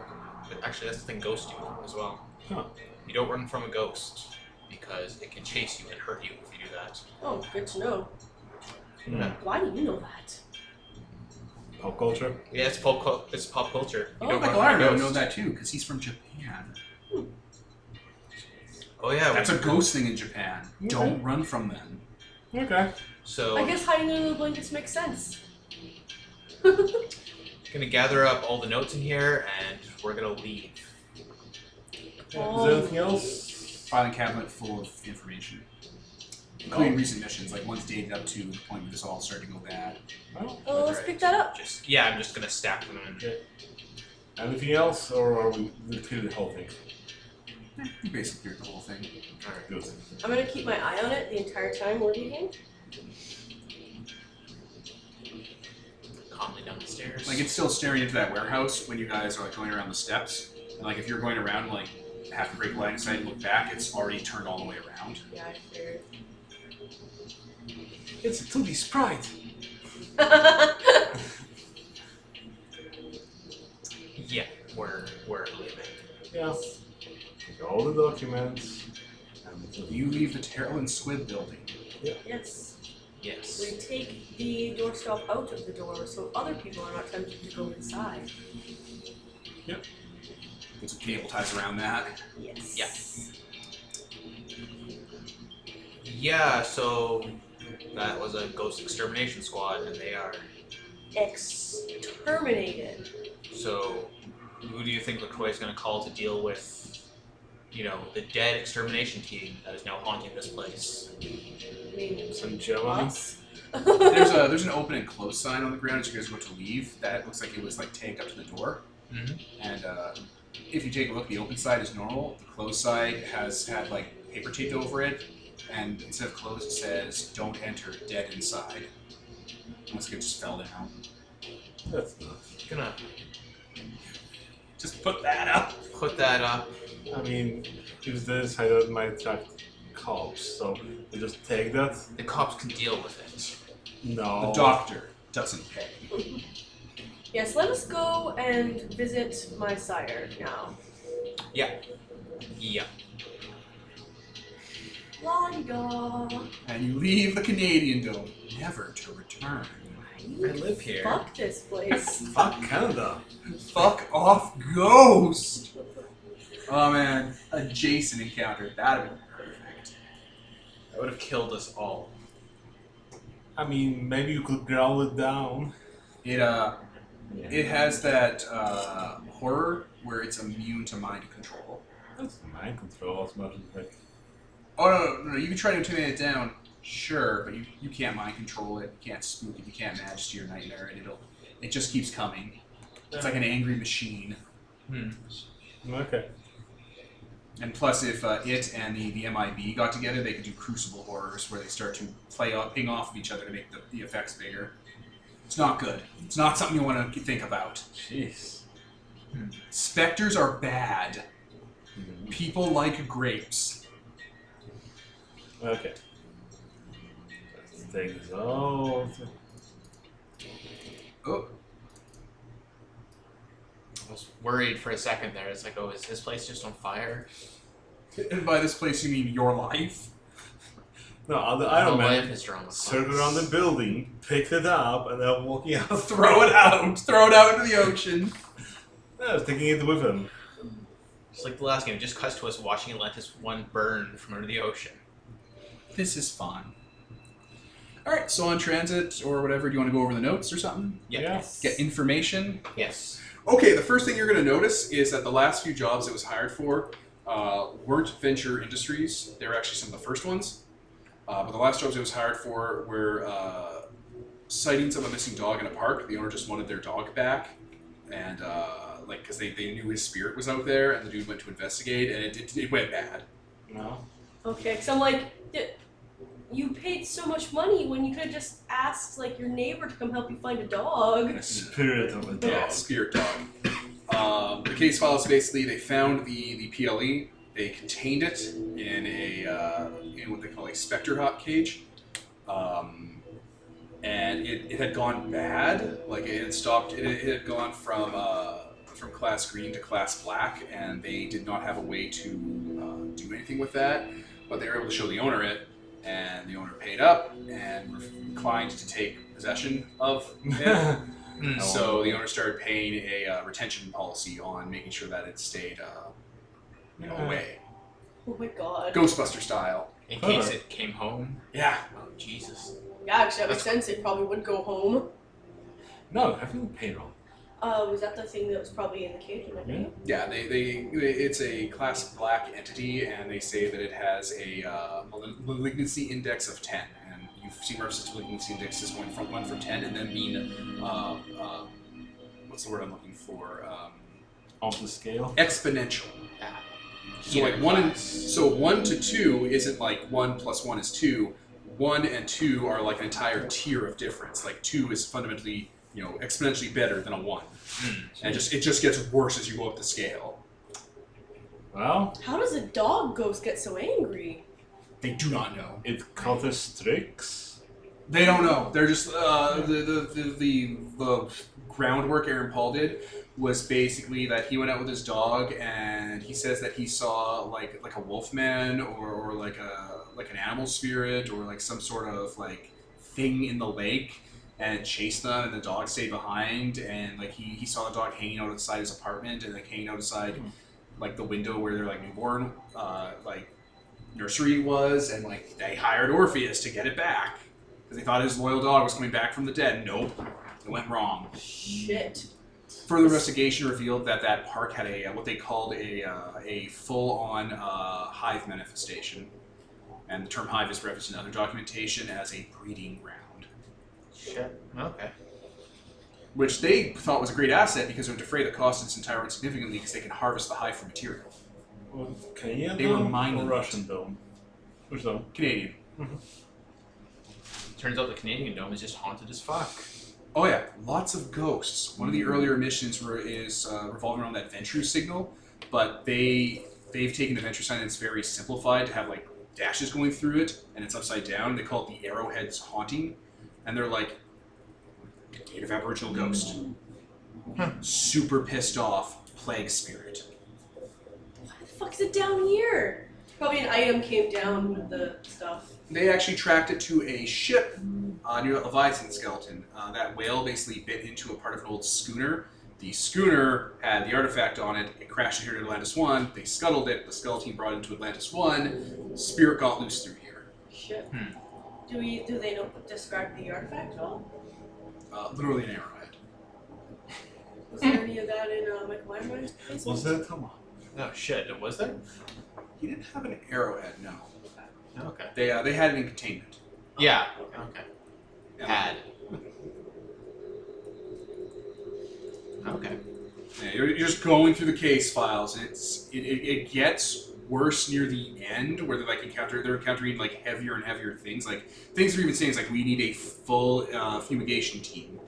C: but actually, that's the thing ghosts do as well.
D: Huh.
C: You don't run from a ghost because it can chase you and hurt you if you do that.
B: Oh, good to know.
D: Yeah.
B: Why do you know that?
D: Pop culture.
C: Yeah, it's pop. cul- It's pop culture. You
B: Oh,
C: don't run
A: Michael
C: from a
A: Iron would
C: ghost.
A: know that too because he's from Japan.
C: Oh yeah.
A: That's
C: we-
A: a ghost thing in Japan.
D: Okay.
A: Don't run from them.
D: Okay.
C: So
A: Oh.
B: I guess hiding under the blankets makes sense.
C: gonna gather up all the notes in here and we're gonna leave.
D: Is there anything else?
A: Filing cabinet full of information, including recent missions, like ones dated up to the point where this all started to go bad.
D: No?
B: Oh, let's pick that up.
C: Just yeah, I'm just gonna stack them in.
D: Anything else, or are we we clear the whole thing?
A: Eh, You basically cleared the whole thing.
C: Alright.
D: Good.
B: I'm gonna keep my eye on it the entire time we're leaving.
C: rolling down the stairs.
A: Like it's still staring into that warehouse when you guys are like going around the steps. And like if you're going around like half a break line of sight and look back, it's already turned all the way around.
B: Yeah, I figured.
F: It's a 2D sprite.
C: yeah, we're we're leaving.
D: Yeah. Take all the documents. And
A: You leave the Terrell and Squid building.
B: yes.
C: Yes.
B: We take the doorstop out of the door so other people are not tempted to go inside.
A: There's cable ties around that.
B: Yes.
C: Yeah. So that was a ghost extermination squad, and they are.
B: Exterminated.
C: So who do you think LaCroix's gonna call to deal with? You know, the dead extermination team that is now haunting this place.
B: I mean,
D: some Germany.
B: us.
A: There's a there's an open and close sign on the ground as you guys go to leave. That looks like it was like tagged up to the door.
C: Mhm.
A: And uh, if you take a look, the open side is normal. The closed side has had like paper taped over it, and instead of closed, it says "Don't enter, dead inside." Unless it just fell down.
D: That's nice.
C: Gonna
A: Just put that up.
C: put that up.
D: I mean, if this I don't might attract cops, so we just take that.
C: The cops can deal with it.
D: No.
A: The doctor doesn't pay.
B: yes, let us go and visit my sire now.
C: Yeah.
B: La di da.
A: And you leave the Canadian dome, never to return.
C: I live here.
B: Fuck this place.
D: Fuck Canada.
A: Fuck off, ghost! Oh man, a Jason encounter. That'd have been perfect.
C: That would have killed us all.
D: I mean, maybe you could growl it down.
A: It uh, it has that uh, horror where it's immune to mind control.
D: That's mind control as much as like.
A: Oh no, no, no! You can try to intimidate it down, sure, but you, you can't mind control it. You can't spook it. You can't match to your nightmare, and it'll it just keeps coming. It's like an angry machine.
C: Hmm.
D: Okay.
A: And plus, if uh, it and the, the MIB got together, they could do crucible horrors where they start to play off, ping off of each other to make the, the effects bigger. It's not good. It's not something you want to think about.
D: Jeez.
A: Specters are bad.
D: Mm-hmm.
A: People like grapes.
D: Okay. Let's take this all.
A: Oh,
C: I was worried for a second there. It's like, oh, is this place just on fire?
A: and by this place you mean your life.
D: No, other Iron
C: The
D: Man.
C: lamp is drawn with
D: Circled
C: lights.
D: around the building, picked it up, and then walking out.
A: Throw it out. Throw it out into the ocean.
D: I was taking it with him.
C: It's like the last game. It just cuts to us watching Atlantis one burn from under the ocean.
A: This is fun. All right, so on transit or whatever, do you want to go over the notes or something?
C: Yep.
D: Yeah.
A: Get information.
C: Yes.
A: Okay, the first thing you're going to notice is that the last few jobs it was hired for uh, weren't venture industries. They were actually some of the first ones. Uh, but the last jobs it was hired for were uh, sightings of a missing dog in a park. The owner just wanted their dog back. And, uh, like, because they, they knew his spirit was out there, and the dude went to investigate, and it, it, it went bad.
D: No.
B: Okay, because I'm like, "Y- you paid so much money when you could have just asked like your neighbor to come help you find a dog.
D: Spirit of a dog.
A: Yeah, spirit dog. Um, the case file is basically they found the, the PLE, they contained it in a uh, in what they call a specter hot cage, um, and it, it had gone bad. Like it had stopped. It, it had gone from uh, from class green to class black, and they did not have a way to uh, do anything with that. But they were able to show the owner it, and the owner paid up and declined to take possession of it.
C: Hmm.
D: No.
A: So the owner started paying a uh, retention policy on making sure that it stayed, uh, you know,
D: Yeah.
A: away,
B: Oh my god.
A: Ghostbuster style.
C: In
D: Clever.
C: case it came home.
A: Yeah.
C: Oh Jesus.
B: Yeah, actually, that makes sense. It probably would go home.
D: no, I feel payroll.
B: Uh, was that the thing that was probably in the cage? in my
D: Yeah.
B: name?
A: Yeah. They, they, it's a class black entity, and they say that it has a uh, mal- malignancy index of ten. And you've seen references to malignancy indexes going from one from ten, and then being, uh, uh, what's the word I'm looking for? Um,
D: Off the scale.
A: exponential.
C: Ah.
A: So like one and so one to two isn't like one plus one is two. One and two are like an entire tier of difference. Like two is fundamentally you know, exponentially better than a one,
C: Hmm.
A: and just it just gets worse as you go up the scale.
D: Well,
B: How does a dog ghost get so angry?
A: They do not know.
D: it caught us tricks.
A: They don't know. They're just uh, the, the, the the the groundwork Aaron Paul did was basically that he went out with his dog and he says that he saw like like a wolfman or, or like a like an animal spirit or like some sort of like thing in the lake and it chased them and the dog stayed behind and like he, he saw the dog hanging out outside his apartment and like hanging out outside
C: Hmm.
A: like the window where their like newborn uh, like nursery was and like they hired Orpheus to get it back because they thought his loyal dog was coming back from the dead. Nope, it went wrong.
B: Shit.
A: Further investigation revealed that that park had a what they called a uh, a full-on uh, hive manifestation, and the term hive is referenced in other documentation as a breeding ground,
C: Shit. Okay.
A: which they thought was a great asset because it would defray the cost of this entire run significantly because they can harvest the hive for material.
D: Well, Canadian
A: They were
D: dome
A: minded.
D: or Russian dome? Which dome?
A: Canadian.
C: Turns out the Canadian Dome is just haunted as fuck.
A: Oh yeah, lots of ghosts. One of the earlier missions were, is uh, revolving around that venture signal, but they they've taken the venture sign and it's very simplified to have like dashes going through it, and it's upside down. They call it the Arrowhead's haunting, and they're like native Aboriginal ghost,
C: Huh.
A: super pissed off plague spirit.
B: Why the fuck is it down here? Probably an item came down with the stuff.
A: They actually tracked it to a ship uh, near that Leviathan skeleton. Uh, that whale basically bit into a part of an old schooner. The schooner had the artifact on it. It crashed here to Atlantis 1. They scuttled it. The skeleton brought it into Atlantis 1. Spirit got loose through here.
B: Shit.
C: Hmm.
B: Do we do they know describe the artifact at all?
A: Uh, literally an arrowhead.
B: Was there any of that in uh, Michael Weinstein's
D: Was
B: basement?
D: it? Come on.
C: Oh shit. Was there?
A: He didn't have an arrowhead, no.
C: Okay.
A: They, uh, they had it in containment. uh,
C: Yeah. Okay.
A: Yeah.
C: Had. Okay.
A: Yeah, you're, you're just going through the case files. It's it, it, it gets worse near the end where they like encounter they're encountering like heavier and heavier things. Like things are even saying is like we need a full uh, fumigation team.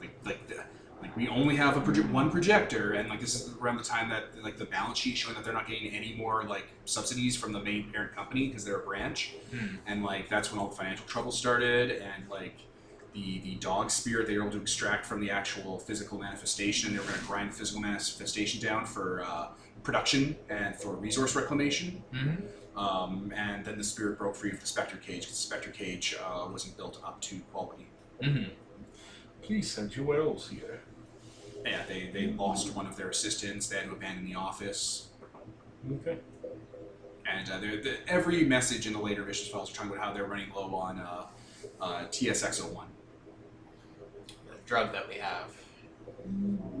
A: Like like the, like we only have a proje- one projector and like this is around the time that like the balance sheet showing that they're not getting any more like subsidies from the main parent company because they're a branch
C: Hmm.
A: and like that's when all the financial trouble started and like the the dog spirit they were able to extract from the actual physical manifestation they were going to grind the physical manifestation down for uh, production and for resource reclamation
C: Mm-hmm.
A: um, and then the spirit broke free of the specter cage because the specter cage uh, wasn't built up to quality
C: Mm-hmm.
D: Please send your werewolves here.
A: yeah they, they lost one of their assistants they had to abandon the office
D: Okay.
A: and uh, they're, the, every message in the later missions files are talking about how they're running low on uh, uh, tsx01
C: The drug that we have.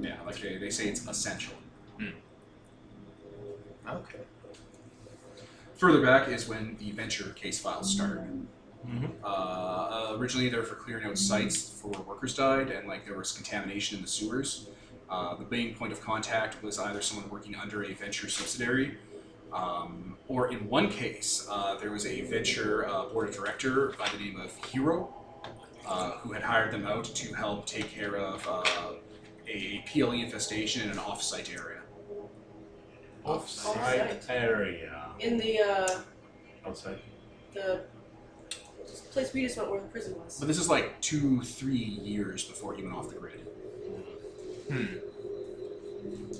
A: yeah like they, they say it's essential
C: Okay.
A: Further back is when the venture case files start.
D: Mhm.
A: Uh, uh, originally, they were for clearing out sites for where workers died, and like there was contamination in the sewers. Uh, the main point of contact was either someone working under a venture subsidiary, um, or in one case, uh, there was a venture uh, board of director by the name of Hero, uh, who had hired them out to help take care of uh, a PLE infestation in an off-site area.
D: Offside area.
B: In the uh
D: Outside.
B: the place we just went where the prison was.
A: But this is like two, three years before he went off the grid.
C: Hmm.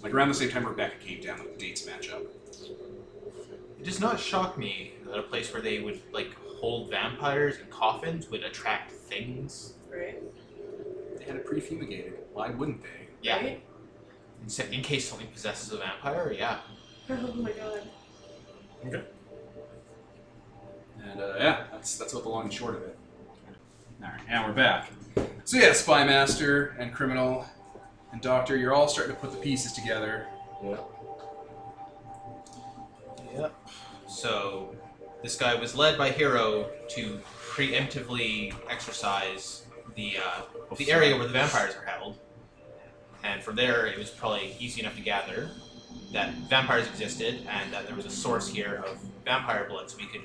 A: Like around the same time Rebecca came down, like the dates match up.
C: It does not shock me that a place where they would like hold vampires and coffins would attract things.
B: Right?
A: They had it pre-fumigated. Why wouldn't they?
C: Yeah.
B: Right?
C: In, in case something possesses a vampire, yeah.
B: Oh my god.
A: And uh, yeah, that's that's what the long and short of it. All right, now we're back. So yeah, spy master and criminal and doctor, you're all starting to put the pieces together.
D: Yeah.
C: Yep. So this guy was led by Hero to preemptively exercise the uh, the area where the vampires are held, and from there it was probably easy enough to gather that vampires existed and that there was a source here of vampire blood, so we could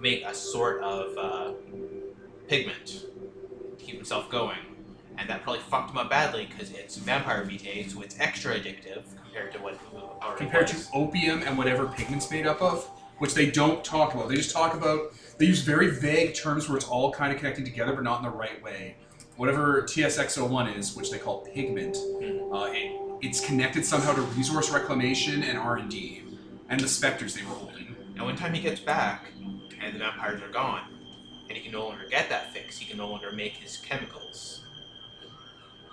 C: make a sort of uh, pigment to keep himself going. and that probably fucked him up badly because it's vampire BTA, so it's extra addictive compared to what it already
A: compared to
C: was.
A: opium and whatever pigment's made up of, which they don't talk about. They just talk about they use very vague terms where it's all kind of connecting together, but not in the right way. Whatever TSX01 is, which they call pigment, uh, it, it's connected somehow to resource reclamation and R and D, and the specters they were holding.
C: And when time he gets back, and the vampires are gone, and he can no longer get that fix, he can no longer make his chemicals.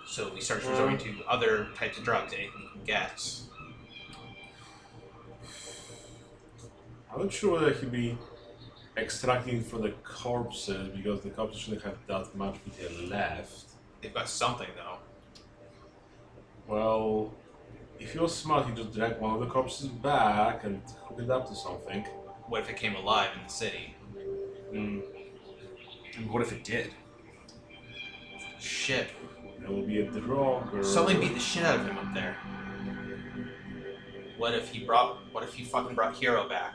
C: So he starts resorting to other types of drugs, anything he can get.
D: I'm not sure whether he'd be extracting from the corpses because the corpses shouldn't have that much detail left.
C: They've got something though.
D: Well, if he was smart, he just dragged one of the corpses back and hooked it up to something.
C: What if it came alive in the city?
D: Mm,
A: And what if it did?
C: Shit.
D: there will be a drug or
C: Something beat the shit out of him up there. What if he brought what if he fucking brought Hero back?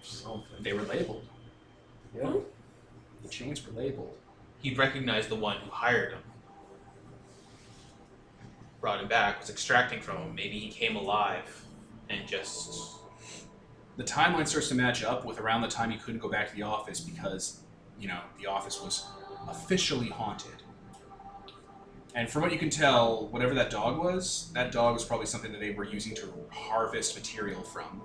D: something.
A: They were labeled.
D: Yeah.
A: The chains were labeled.
C: He recognized the one who hired him. Brought him back, was extracting from him. Maybe he came alive and just
A: the timeline starts to match up with around the time he couldn't go back to the office because, you know, the office was officially haunted. And from what you can tell, whatever that dog was, that dog was probably something that they were using to harvest material from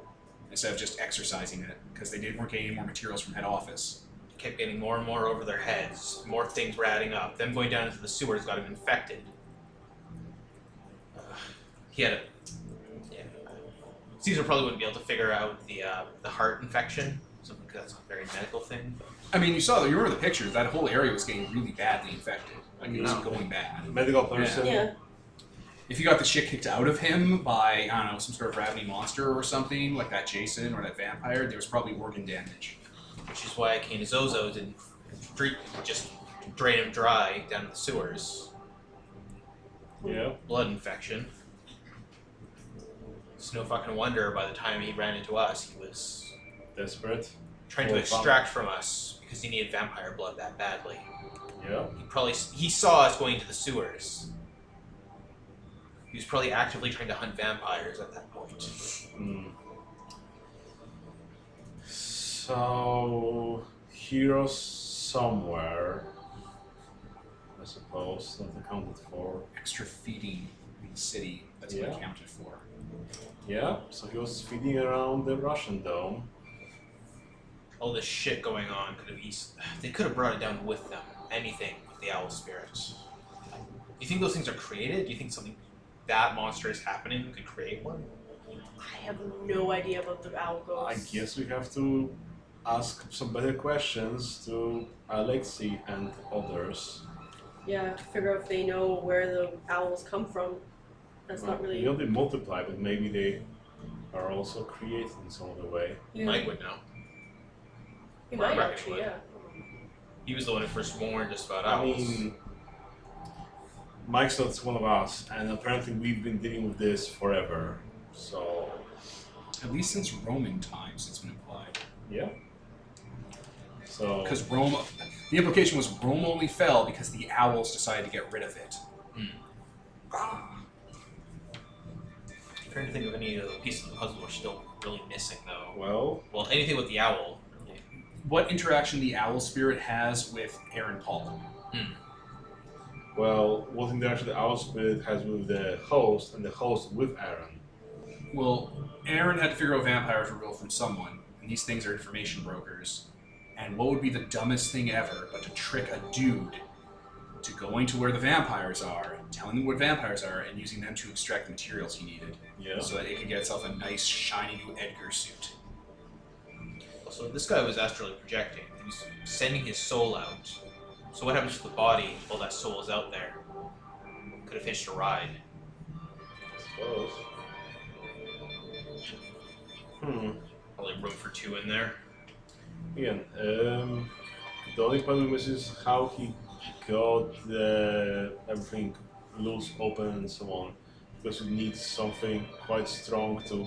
A: instead of just exercising it because they didn't weren't getting any more materials from head office.
C: kept getting more and more over their heads. More things were adding up. Them going down into the sewers got him infected. Ugh. he had a. Yeah. Caesar probably wouldn't be able to figure out the uh, the heart infection. Something 'cause that's a very medical thing.
A: I mean, you saw that. You remember the pictures. That whole area was getting really badly infected. Like it was
D: No.
A: going bad.
D: Medical person.
B: Yeah.
A: If he got the shit kicked out of him by I don't know some sort of ravening monster or something like that Jason or that vampire, there was probably organ damage.
C: which is why Kane Zozo didn't treat, just drain him dry down in the sewers.
D: yeah.
C: Blood infection. It's no fucking wonder by the time he ran into us, he was
D: Desperate.
C: trying
D: Oh,
C: to
D: fuck.
C: extract from us because he needed vampire blood that badly.
D: Yeah.
C: He probably he saw us going to the sewers. He was probably actively trying to hunt vampires at that point.
D: Mm. So hero somewhere. I suppose not accounted for.
A: extra feeding in the city that's
D: Yeah.
A: not accounted for.
D: Yeah, so he was feeding around the Russian dome.
C: All this shit going on could have eas They could have brought it down with them. Anything with the owl spirits. Do you think those things are created? Do you think something that monster is happening could create one?
B: I have no idea about the owl
D: I
B: ghosts.
D: guess we have to ask some better questions to Alexei and others.
B: Yeah, to figure out if they know where the owls come from. That's not
D: Well,
B: really.
D: You know they multiply, but maybe they are also created in some other way.
B: Yeah.
C: Mike would know.
B: You might
C: Right,
B: actually,
C: would.
B: yeah.
C: He was the one who first warned us about
D: I
C: owls.
D: mean, Mike's not one of us, and apparently we've been dealing with this forever. So,
A: At least since Roman times, it's been implied.
D: yeah. So,
A: Because Rome, the implication was Rome only fell because the owls decided to get rid of it.
C: I'm trying to think of any of the pieces of the puzzle we're still really missing, though.
D: well,
C: Well, anything with the owl. really.
A: What interaction the owl spirit has with Aaron Paul?
D: well, what interaction the owl spirit has with the host, and the host with Aaron.
A: Well, Aaron had to figure out vampires were real from someone, and these things are information brokers. And what would be the dumbest thing ever but to trick a dude to going to where the vampires are, telling them what vampires are, and using them to extract the materials he needed?
D: Yeah.
A: so that it could get itself a nice shiny new Edgar suit.
C: So this guy was astrally projecting. He was sending his soul out. So what happens to the body while that soul is out there? Could have hitched a ride.
D: suppose. Hmm.
C: Probably room for two in there.
D: Again, um, the only problem is is how he got the everything loose, open, and so on. Because we need something quite strong to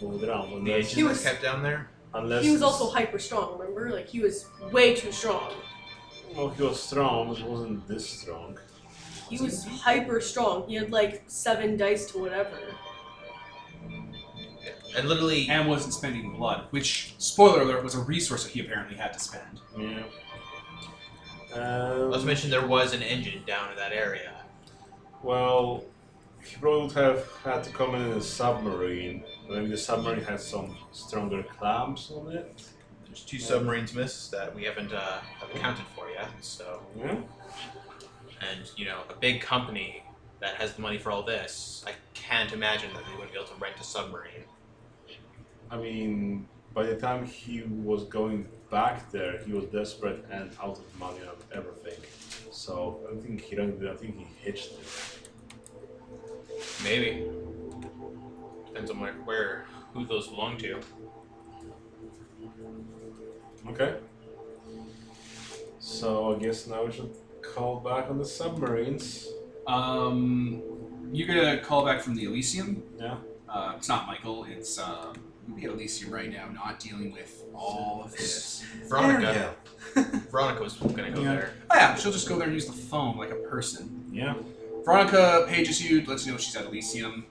D: move it around.
C: The
D: Unless,
C: edges
B: He was-
C: kept down there.
D: unless
B: He was
D: it's-
B: also hyper strong, remember? Like, he was way too strong.
D: Well, he was strong, but he wasn't this strong.
B: He was hyper strong. He had like seven dice to whatever.
C: And literally,
A: and wasn't spending blood, which spoiler alert was a resource that he apparently had to spend.
D: Yeah. Um,
C: let's mention there was an engine down in that area.
D: Well, he probably would have had to come in in a submarine. Maybe the submarine has some stronger clamps on it.
C: There's two submarines missed that we haven't uh, haven't accounted for yet. So,
D: Yeah.
C: and you know, a big company that has the money for all this, I can't imagine that they wouldn't be able to rent a submarine.
D: I mean, by the time he was going back there, he was desperate and out of money and everything. So I don't think he ran. I think he hitched it.
C: Maybe depends on where, where who those belong to.
D: Okay. So I guess now we should call back on the submarines.
A: Um, you get a call back from the Elysium.
D: Yeah.
A: Uh, it's not Michael. It's um, maybe Elysium right now, not dealing with all of this.
C: Veronica, Veronica was gonna go
D: Yeah.
C: there.
A: Oh, yeah, she'll just go there and use the phone like a person.
D: Yeah.
A: Veronica pages you, lets you know she's at Elysium.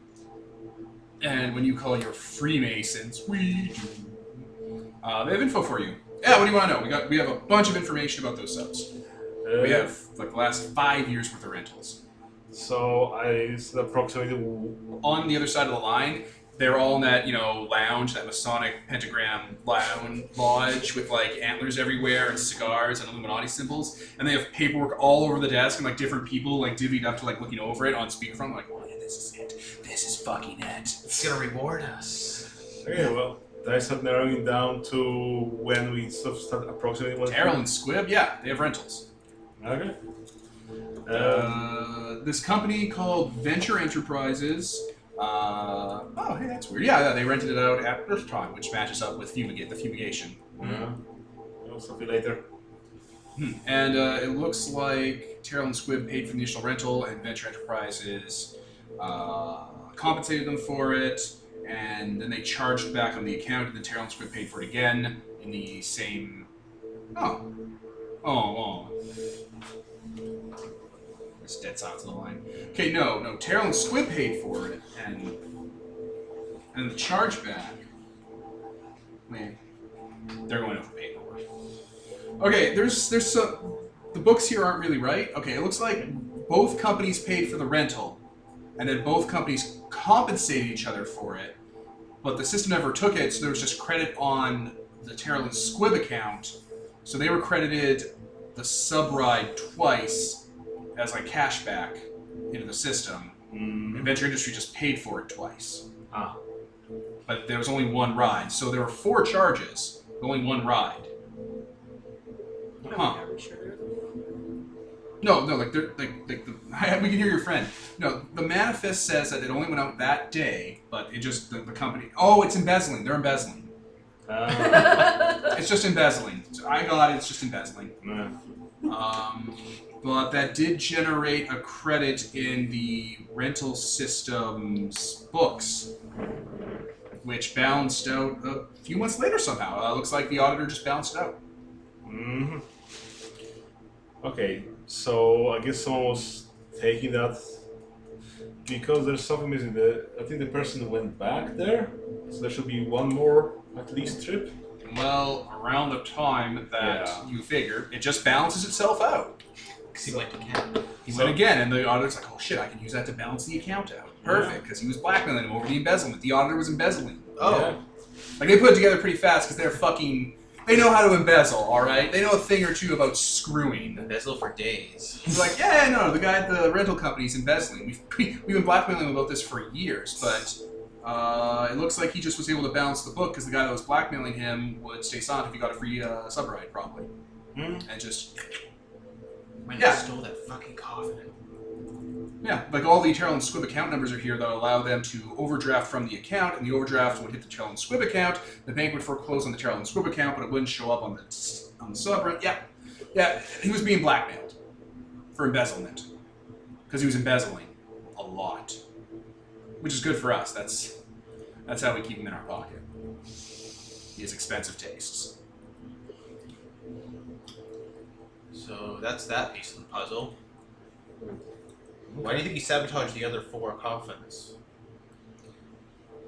A: And when you call your Freemasons, we do. Uh, they have info for you. Yeah, what do you want to know? We got we have a bunch of information about those subs.
D: Uh,
A: We have like the last five years worth of rentals.
D: So I s- approximately
A: On the other side of the line, they're all in that you know lounge, that Masonic pentagram lounge lodge with like antlers everywhere and cigars and Illuminati symbols, and they have paperwork all over the desk and like different people like divvied up to like looking over it on speakerphone. Like, oh yeah, this is it. This is fucking it.
C: It's gonna reward us.
D: Okay, well, I start narrowing it down to when we sort of start approximately when.
A: Terrell and Squib, yeah, they have rentals.
D: Okay. Um,
A: Uh, this company called Venture Enterprises. Uh, oh, hey, that's weird. Yeah, yeah, they rented it out at Earth Time, which matches up with fumigate, the fumigation.
D: yeah. We'll stop you later.
A: Hmm. And uh, it looks like Terrell and Squib paid for the initial rental, and Venture Enterprises uh, compensated them for it, and then they charged back on the account, and then Terrell and Squib paid for it again in the same. Oh. Oh, oh. There's dead silence on the line. Okay, no, no. Terrell and Squib paid for it, and. And the chargeback. Wait. They're going over paperwork. Okay, there's there's some the books here aren't really right. Okay, it looks like both companies paid for the rental, and then both companies compensated each other for it, but the system never took it, so there was just credit on the Terrell and Squib account. So they were credited the sub ride twice as like cash back into the system.
D: Mm.
A: Adventure Industry just paid for it twice.
D: Ah.
A: But there was only one ride, so there were four charges, but only one ride. Huh.
B: Are we sure they're the one?
A: No, no, like they're like like the we can hear your friend. No, the manifest says that it only went out that day, but it just the, the company. Oh, it's embezzling. They're embezzling.
D: Uh,
A: It's just embezzling. So I got it. It's just embezzling.
D: no.
A: Um, but that did generate a credit in the rental system's books, which balanced out a few months later somehow. Uh, looks like the auditor just balanced it out.
D: Mhm. Okay, so I guess someone was taking that because there's something missing. The, I think the person went back there, so there should be one more at least trip.
A: Well, around the time that
D: Yeah.
A: you figure, it just balances itself out.
C: 'Cause he went to camp.
A: He
D: So-
A: went again, and the auditor's like, "Oh shit, I can use that to balance the account out." Perfect, because he was blackmailing him over the embezzlement. The auditor was embezzling.
C: Oh,
D: Yeah.
A: Like they put it together pretty fast because they're fucking. They know how to embezzle, all right. They know a thing or two about screwing.
C: embezzle for days.
A: He's like, "Yeah, no, no, the guy at the rental company's embezzling. We've we've been blackmailing him about this for years, but." Uh, it looks like he just was able to balance the book because the guy that was blackmailing him would stay silent if he got a free uh, sub ride, probably.
D: Hmm.
A: And just,
C: When
A: Yeah.
C: they stole that fucking coffin.
A: Yeah, like all the Terrell and Squib account numbers are here that allow them to overdraft from the account, and the overdraft would hit the Terrell and Squib account. The bank would foreclose on the Terrell and Squib account, but it wouldn't show up on the on the subreddit. Yeah, yeah, he was being blackmailed for embezzlement because he was embezzling a lot, which is good for us. That's that's how we keep him in our pocket. He has expensive tastes.
C: So that's that piece of the puzzle. Why do you think he sabotaged the other four coffins?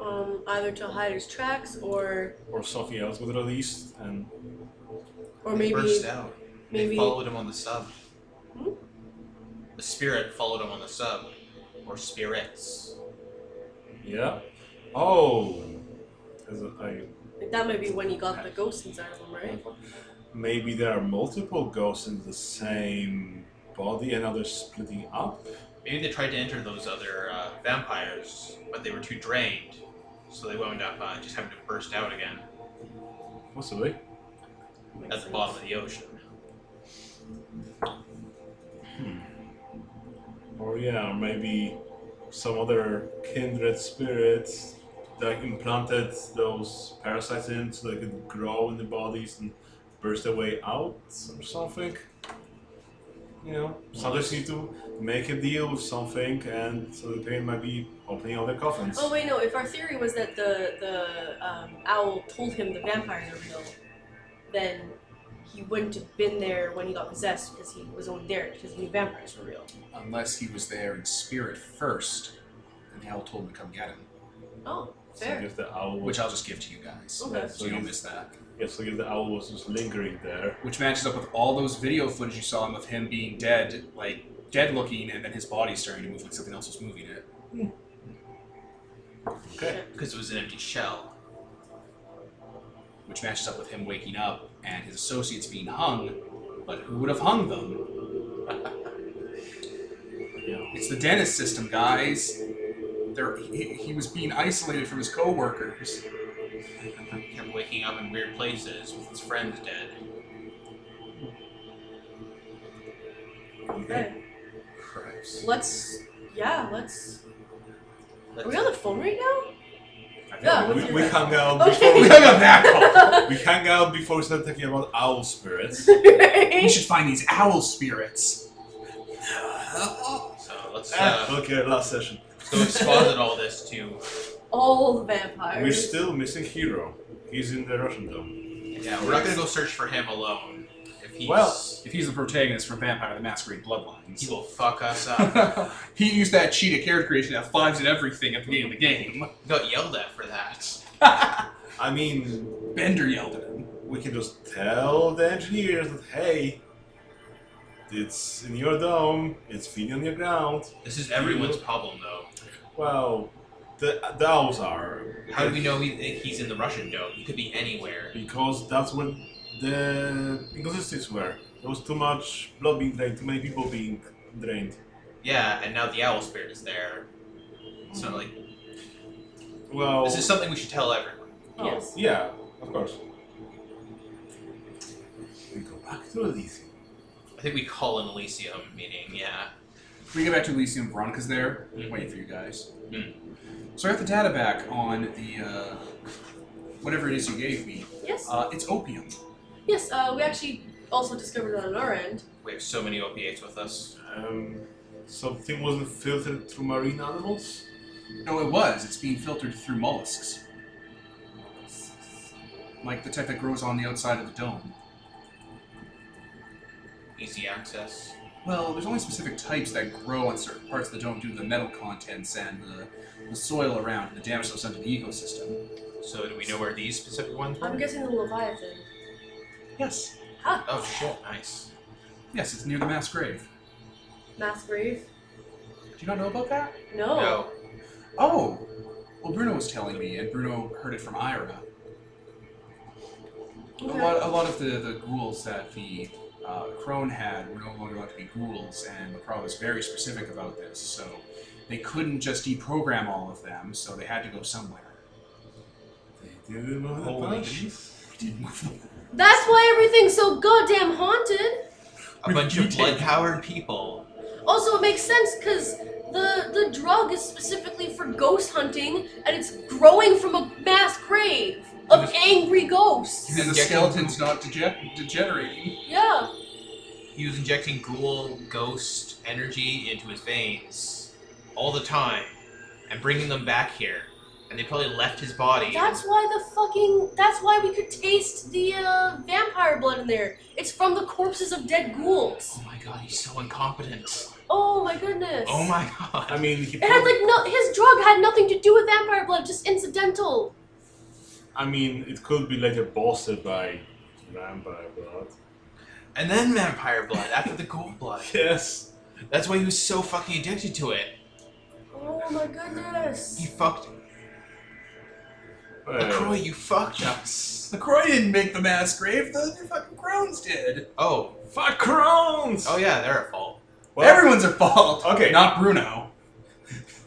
B: Um, either to hide his tracks or
D: Or something else was released, and
B: or
C: they
B: maybe
C: burst out.
B: maybe-
C: they followed him on the sub.
B: Hmm?
C: The spirit followed him on the sub, or spirits.
D: yeah. Oh, as a- I
B: like, that might be when he got the ghost inside of him, right?
D: Maybe there are multiple ghosts in the same body and others splitting up.
C: Maybe they tried to enter those other uh, vampires, but they were too drained, so they wound up uh, just having to burst out again
D: Possibly.
B: Makes
C: at the
B: sense.
C: bottom of the ocean.
D: Or yeah, or maybe some other kindred spirits that implanted those parasites in so they could grow in the bodies and burst their way out or something. You know, sometimes you need to make a deal with something and so the pain might be opening other coffins.
B: Oh wait, no. If our theory was that the the um, owl told him the vampires are real, then he wouldn't have been there when he got possessed because he was only there because he knew vampires were real.
A: Unless he was there in spirit first, and the owl told him to come get him,
B: Oh,
D: so I
B: fair.
D: guess the owl was,
A: which I'll just give to you guys,
B: Okay.
A: so you don't miss that.
D: yeah, so I guess the owl was just lingering there.
A: Which matches up with all those video footage you saw him of him being dead, like dead looking, and then his body starting to move like something else was moving it.
D: Okay.
C: Because it was an empty shell.
A: Which matches up with him waking up and his associates being hung. But who would have hung them?
D: Yeah.
A: It's the Dennis system, guys. There, he, he was being isolated from his coworkers.
C: He kept waking up in weird places with his friends dead.
B: Okay.
A: Christ.
B: Let's. Yeah. Let's. Are we on
C: That's
B: the phone right now?
A: I think
B: Yeah,
A: we-
B: what's
D: We,
B: your
D: we
B: best?
D: hung out
B: Okay.
D: before
A: we
D: we,
A: hung up that call.
D: we hung out before we started talking about owl spirits.
A: We
B: Right?
A: should find these owl spirits.
C: so let's
D: Ah,
C: uh,
D: okay, last session.
C: so exposit all this to
B: All the vampires.
D: We're still missing Hero. He's in the Russian Dome.
C: yeah. We're not gonna go search for him alone. If he's
D: Well-
A: If he's the protagonist from Vampire the Masquerade
C: he
A: Bloodlines,
C: will fuck us up.
A: he used that cheat at character creation that fives at everything at the beginning of the game.
C: Got yelled at for that.
D: I mean,
A: Bender yelled at him.
D: we can just tell the engineers that hey, it's in your dome. It's feeding on your ground.
C: This is everyone's problem, though.
D: Well, the the owls are
C: How do we know he, he's in the Russian dome? He could be anywhere.
D: because that's where the inconsistencies were. There was too much blood being drained, too many people being drained.
C: Yeah, and now the owl spirit is there. So like,
D: Well,
C: this is something we should tell everyone.
B: Yes.
D: Yeah, of course. We go back to Elysium.
C: I think we call an Elysium meeting. Yeah.
A: We go back to Elysium. Veronica's there, waiting for you guys. So I got the data back on the uh, whatever it is you gave me.
B: Yes.
A: Uh, it's opium.
B: Yes. Uh, we actually also discovered that on our end.
C: We have so many opiates with us.
D: Um, something wasn't filtered through marine animals?
A: No, it was. It's being filtered through mollusks, like the type that grows on the outside of the dome.
C: Easy access.
A: Well, there's only specific types that grow on certain parts of the dome due to the metal contents and the, the soil around and the damage those done to the ecosystem.
C: So do we know where these specific ones
B: I'm
C: were?
B: guessing the Leviathan.
A: Yes.
C: Oh shit! Nice.
A: Yes, it's near the mass grave.
B: Mass grave.
A: Do you not know about that?
B: No.
C: No.
A: Oh! Well, Bruno was telling me, and Bruno heard it from Ira. A
B: Okay.
A: lot, a lot of the, the ghouls that the uh, crone had were no longer allowed to be ghouls, and Macra was very specific about this, so they couldn't just deprogram all of them, so they had to go somewhere.
D: They didn't know the
C: Holy
D: punch.
C: shit.
A: We did move them.
B: That's why everything's so goddamn haunted.
C: A bunch
A: You
C: of
A: take-
C: blood-powered people.
B: Also, it makes sense because the the drug is specifically for ghost hunting, and it's growing from a mass grave of angry ghosts.
A: And the skeleton's not dege- degenerating.
B: Yeah.
C: He was injecting ghoul ghost energy into his veins all the time and bringing them back here. and they probably left his body.
B: That's why the fucking. That's why we could taste the uh, vampire blood in there. It's from the corpses of dead ghouls.
C: oh my god, he's so incompetent.
B: Oh my goodness.
C: Oh my god.
D: I mean, he
B: It had
D: prob-
B: like no. His drug had nothing to do with vampire blood. Just incidental.
D: I mean, it could be later bolstered by vampire blood.
C: and then vampire blood after the ghoul blood.
D: Yes.
C: That's why he was so fucking addicted to it.
B: Oh my
C: He
B: goodness.
C: fucked.
D: Well,
C: LaCroix, you fucked us.
A: LaCroix didn't make the mass grave, the, the fucking crones did.
C: Oh.
D: fuck crowns.
C: Oh yeah, they're at fault.
D: Well,
A: Everyone's at fault.
D: Okay.
A: Not Bruno.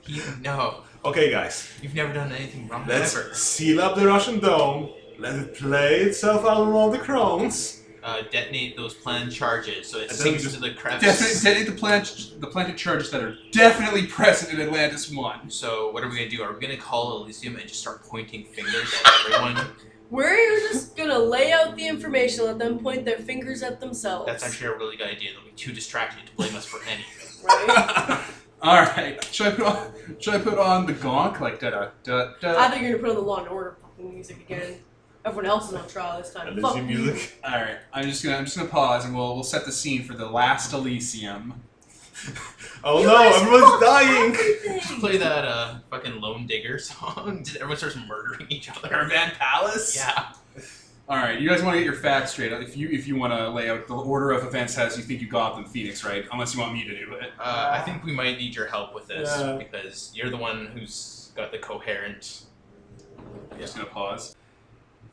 C: He, no.
D: Okay, guys.
C: You've never done anything wrong
D: Let's
C: ever.
D: seal up the Russian dome. Let it play itself out on all the crowns.
C: Uh, detonate those planned charges so it
D: And then
C: sinks
D: just
C: to the crevice.
A: Definitely, the, plant, the planted charges that are definitely present in Atlantis 1.
C: So what are we gonna do? Are we gonna call Elysium and just start pointing fingers at everyone?
B: We're just gonna lay out the information. Let them point their fingers at themselves.
C: That's actually a really good idea. They'll be too distracted to blame us for anything.
B: right.
A: Alright. Should I put on should I put on the gonk? Like da da da
B: I
A: da.
B: think you're gonna put on the Law and Order fucking music again. Everyone else is on trial this time. Fuck
D: Elysium
B: you.
D: music.
A: Alright. I'm just gonna I'm just gonna pause and we'll we'll set the scene for the last Elysium.
D: Oh
B: You
D: no,
B: guys
D: everyone's
B: fucked
D: dying.
B: everything.
C: Play that uh fucking Lone Digger song. Just Everyone starts murdering each other.
A: Caravan Palace?
C: Yeah.
A: Alright, you guys wanna get your facts straight. If you if you wanna lay out the order of events as you think you got them, Phoenix, right? Unless you want me to do it.
C: Uh, I think we might need your help with this
D: Yeah.
C: because you're the one who's got the coherent.
A: I'm just gonna pause.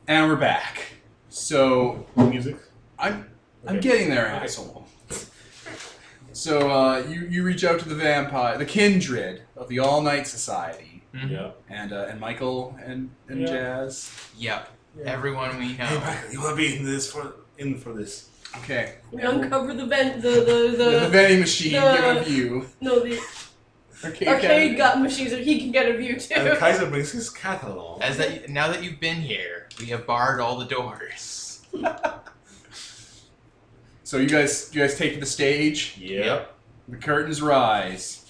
A: And we're back. So
D: Music.
A: I'm I'm
D: Okay.
A: getting there,
D: Okay.
A: asshole. So uh, you you reach out to the vampire, the kindred of the All Night Society,
D: Yeah.
A: and uh, and Michael and and
D: Mm-hmm. Yeah.
A: Jazz.
C: Yep.
D: Yeah.
C: Everyone we know.
D: Hey, Michael, you wanna be in this for in for this?
A: Okay,
B: We uncover the vent, the the
A: the, the
B: the,
A: vending machine,
B: the-
A: give it a view.
B: no the
A: Arcade,
B: arcade
A: cabinet.
B: got machines that he can get a view
D: And
B: too.
D: Kaiser brings his cat along.
C: As that now that you've been here, we have barred all the doors.
A: So you guys you guys take to the stage.
D: Yep.
A: The curtains rise.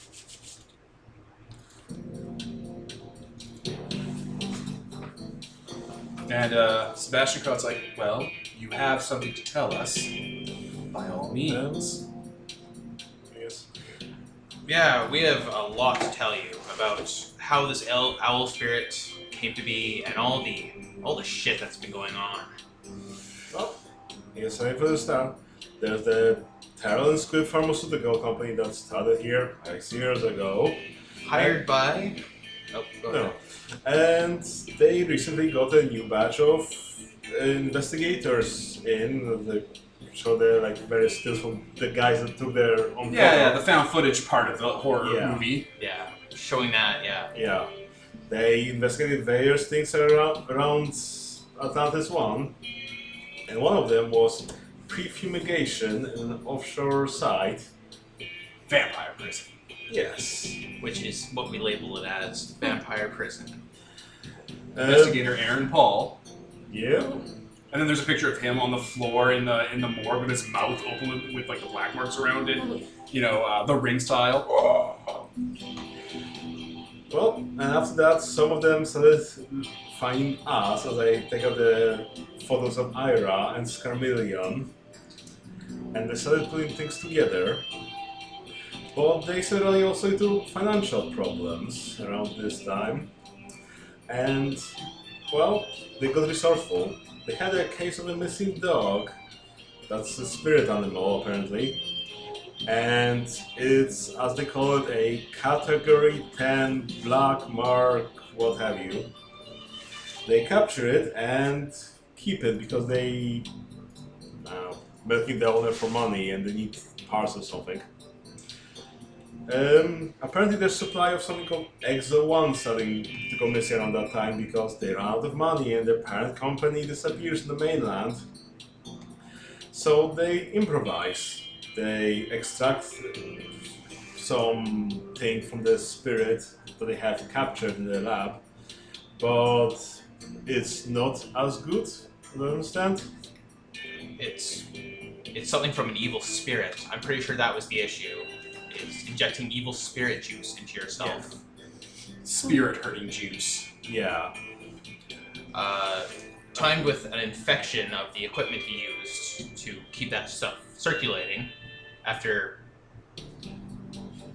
A: And uh, Sebastian Kraut's like, well, you have something to tell us. By all means.
D: Yes.
C: Yeah, we have a lot to tell you about how this owl, owl spirit came to be and all the all the shit that's been going on.
D: Well, here's something for the start. There's the Terran Squid Pharmaceutical Company that started here six years ago.
C: Hired by. Oh, go
D: No.
C: ahead.
D: And they recently got a new batch of investigators in. The, so they're like very skillful, the guys that took their own.
A: Yeah, yeah, the found footage part of the horror
D: Yeah.
A: movie.
C: Yeah, showing that. Yeah.
D: Yeah. They investigated various things around, around Atlantis 1, and one of them was pre-fumigation in an offshore site.
A: Vampire prison.
D: Yes.
C: Which is what we label it as vampire prison.
D: Uh,
A: Investigator Aaron Paul.
D: yeah.
A: And then there's a picture of him on the floor in the in the morgue with his mouth open with, with like the black marks around it. You know, uh, the ring style.
D: Well, and after that, some of them started finding us as I take out the photos of Ira and Scarmillion, and they started putting things together. But they suddenly also into financial problems around this time, and well, they got resourceful. They had a case of a missing dog. That's a spirit animal, apparently and it's as they call it a category 10 black mark what have you they capture it and keep it because they uh, milking the owner for money and they need parts or something um, apparently their supply of something called exo 1 starting to go missing around that time because they run out of money and their parent company disappears in the mainland so they improvise they extract something from the spirit that they have captured in the lab, but it's not as good. You understand?
C: It's it's something from an evil spirit. I'm pretty sure that was the issue. Is injecting evil spirit juice into yourself.
A: Spirit hurting juice.
D: Yeah.
C: uh, timed with an infection of the equipment he used to keep that stuff circulating. After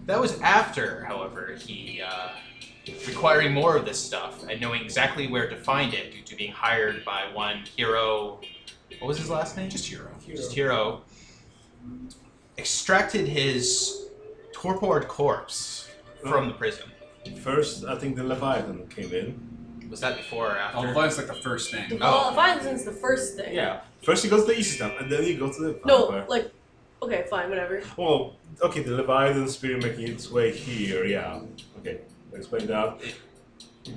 C: that was after, however, he uh, requiring more of this stuff and knowing exactly where to find it due to being hired by one hero. What was his last name?
A: Just Euro.
C: Just hero. Extracted his torpored corpse from the prison.
D: First, I think the Leviathan came in.
C: Was that before or after?
A: Oh, Leviathan's like the first thing.
B: Well, Leviathan's the first thing.
D: Yeah. First, he goes to the easy stuff, and then he goes to the
B: No,
D: vampire.
B: like, okay, fine, whatever.
D: Well, okay, the Leviathan spear making its way here. Yeah. Okay, explain that.
C: It-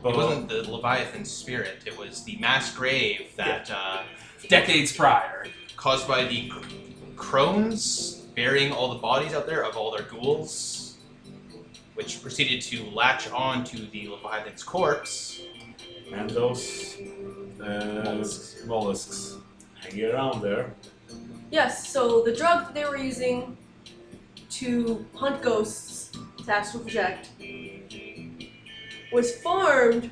D: But
C: It wasn't the Leviathan spirit. It was the mass grave that uh,
F: Decades prior.
C: caused by the crones burying all the bodies out there of all their ghouls, which proceeded to latch on to the Leviathan's corpse.
D: and those uh, mollusks hanging around there.
B: Yes, so the drug that they were using to hunt ghosts, to astral project, was farmed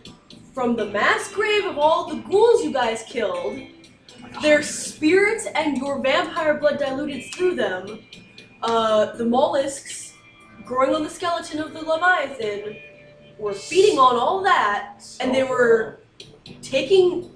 B: from the mass grave of all the ghouls you guys killed, their spirits and your vampire blood diluted through them, uh, the mollusks growing on the skeleton of the Leviathan were feeding on all that, and they were taking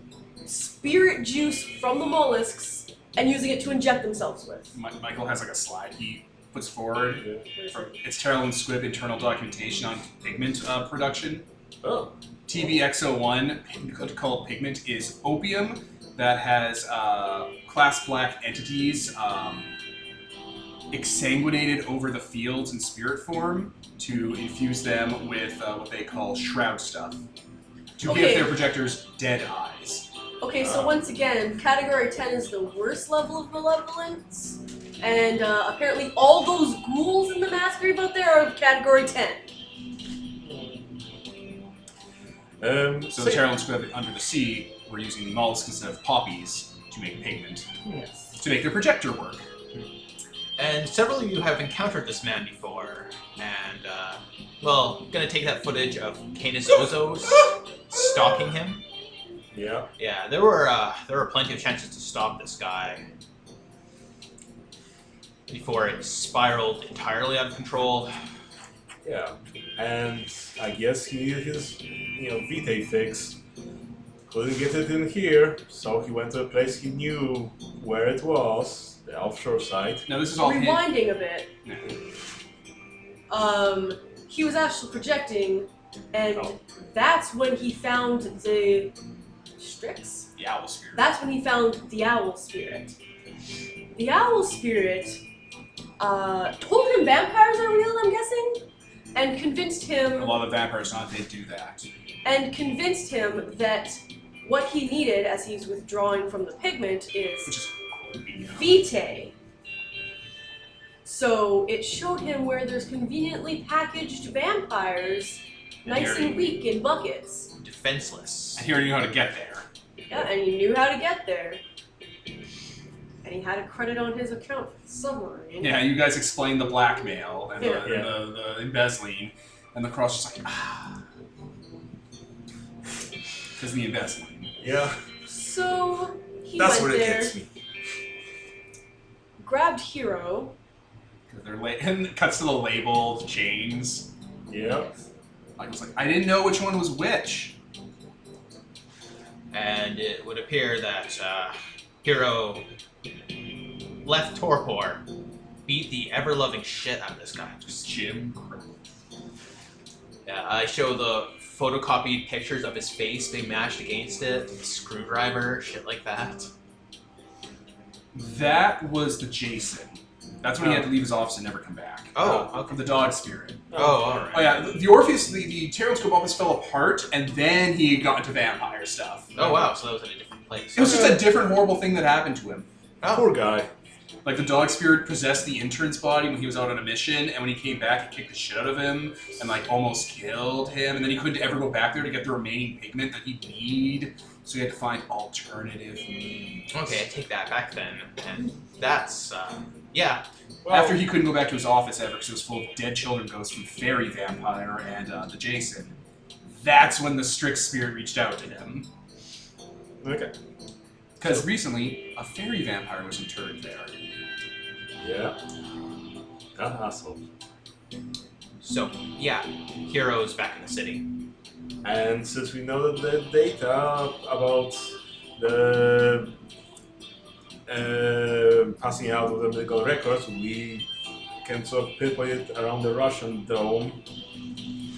B: spirit juice from the mollusks and using it to inject themselves with.
A: Mi- Michael has like a slide he puts forward. From, it's Terrell and Squibb internal documentation on pigment uh, production.
D: Oh,
A: TVX01, pig- oh called pigment, is opium that has uh, class black entities um, exsanguinated over the fields in spirit form to infuse them with uh, what they call shroud stuff to
B: Okay.
A: give their projectors dead eyes.
B: Okay, so once again, category 10 is the worst level of malevolence, and uh, apparently all those ghouls in the mass grave out there are of category 10.
D: um,
A: So
D: so-
A: Terrell and Squibb under the sea were using mollusks instead of poppies to make pigment to make their projector work.
C: And several of you have encountered this man before, and uh, well, gonna take that footage of Canis Ozos stalking him.
D: yeah.
C: Yeah, there were uh, there were plenty of chances to stop this guy before it spiraled entirely out of control.
D: Yeah, and I guess he needed his, you know, Vitae fix. Couldn't get it in here, so he went to a place he knew where it was, the offshore site.
A: Now this is all hidden.
B: Rewinding a bit, um, he was actually projecting, and
D: Oh.
B: that's when he found the Strix?
A: the owl spirit.
B: That's when he found the owl spirit. The owl spirit uh, told him vampires are real, I'm guessing, and convinced him.
A: a lot of vampires not they do that.
B: and convinced him that what he needed as he's withdrawing from the pigment
A: Which
B: is
A: is you know,
B: vitae. So it showed him where there's conveniently packaged vampires, nice
A: Harry.
B: and weak in buckets.
C: Defenseless.
A: And he already knew how to get there.
B: Yeah, and he knew how to get there. And he had a credit on his account for the submarine.
A: Yeah, you guys explained the blackmail and the,
B: Yeah.
D: Yeah.
A: The, the embezzling, and the cross just like ah, because the embezzling.
D: Yeah,
B: So he
D: that's
B: went
D: what it
B: there,
D: gets me.
B: grabbed Hero.
A: 'Cause They're la- and it cuts to the label James.
D: Yeah,
A: Michael's like, I didn't know which one was which.
C: And it would appear that uh, Hero left Torpor, beat the ever loving shit out of this guy. Just
A: Jim. Crow.
C: Yeah, Uh, I show the photocopied pictures of his face being mashed against it, screwdriver, shit like that.
A: That was the Jason. That's when he had to leave his office and never come back.
C: Oh,
A: Uh, from the dog spirit.
C: Oh, alright.
A: Oh yeah, the- the Orpheus, the, the Terrascope almost fell apart, and then he got into vampire stuff.
C: Oh wow, so that was in a different place.
A: It was just a different horrible thing that happened to him.
C: Oh.
D: poor guy.
A: Like the dog spirit possessed the intern's body when he was out on a mission, and when he came back, it kicked the shit out of him and like almost killed him. And then he couldn't ever go back there to get the remaining pigment that he'd need, so he had to find alternative means.
C: Okay, I take that back then. And that's uh, yeah,
D: Well,
A: After he couldn't go back to his office ever because it was full of dead children ghosts from fairy vampire and uh, the Jason.
F: That's when the Strix spirit reached out to him.
D: Okay.
F: Because recently, a fairy vampire was interred there.
D: Yeah. That asshole.
C: So, yeah, Hero's back in the city.
D: And since we know that the data about the uh, passing out of the medical records, we can sort of pinpoint it around the Russian dome.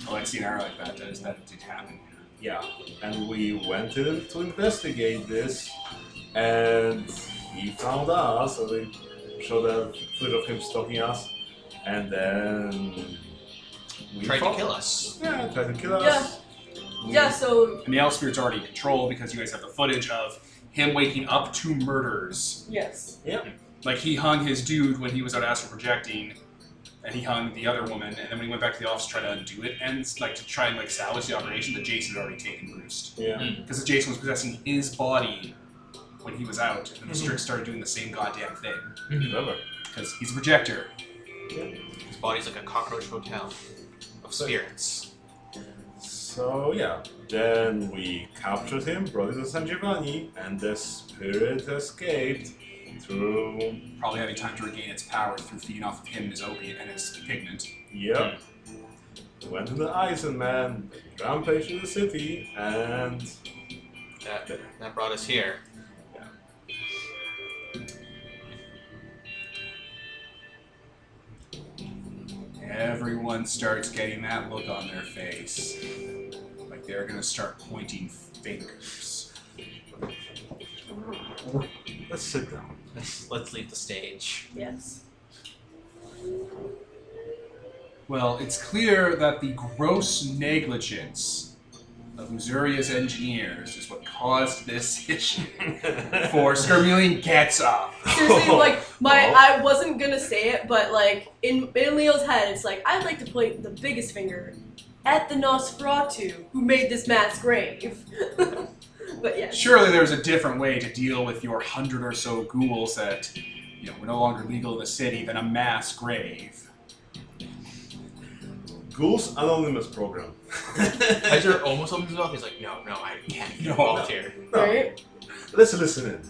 A: Alexi and Oh, I are like that. That, is, that did happen.
D: Yeah. And we went in to investigate this, and he found us, and we showed a footage of him stalking us, and then we
C: Tried to
D: fought.
C: kill us.
D: Yeah, tried to kill us.
B: Yeah. Yeah, so
A: And the Elf Spirit's already in control because you guys have the footage of him waking up to murders.
B: yes.
A: Like he hung his dude when he was out astral projecting, and he hung the other woman, and then when he went back to the office to try to undo it and like to try and like salvage the operation that Jason had already taken Bruce.
D: Yeah.
C: Mm.
A: Because Jason was possessing his body when he was out, and the
C: Mhm.
A: Strix started doing the same goddamn thing.
D: Clever.
A: Because he's a projector.
C: His body's like a cockroach hotel of spirits.
D: So yeah, then we captured him, brought him to San Giovanni, and the spirit escaped through.
A: probably having time to regain its power through feeding off of him and his opiate and his pigment.
D: Yep. Went to the Eisenman, rampaged through the city, and
C: That, that brought us here.
A: Everyone starts getting that look on their face. Like they're gonna start pointing fingers.
D: let's sit down.
C: Let's, let's leave the stage.
B: Yes.
A: Well, it's clear that the gross negligence of Missouri's engineers is what caused this issue. For Skirmelian gets up.
B: Seriously, like my
D: Oh.
B: I wasn't gonna say it, but like in in Leo's head, it's like I'd like to point the biggest finger at the Nosferatu who made this mass grave. but yeah.
A: Surely there's a different way to deal with your hundred or so ghouls that, you know, were no longer legal in the city than a mass grave.
D: Ghouls Anonymous program.
C: Kaiser almost opens his mouth. He's like, no, no, I can't
A: No.
C: volunteer.
D: Oh.
B: Right?
D: Let's listen in.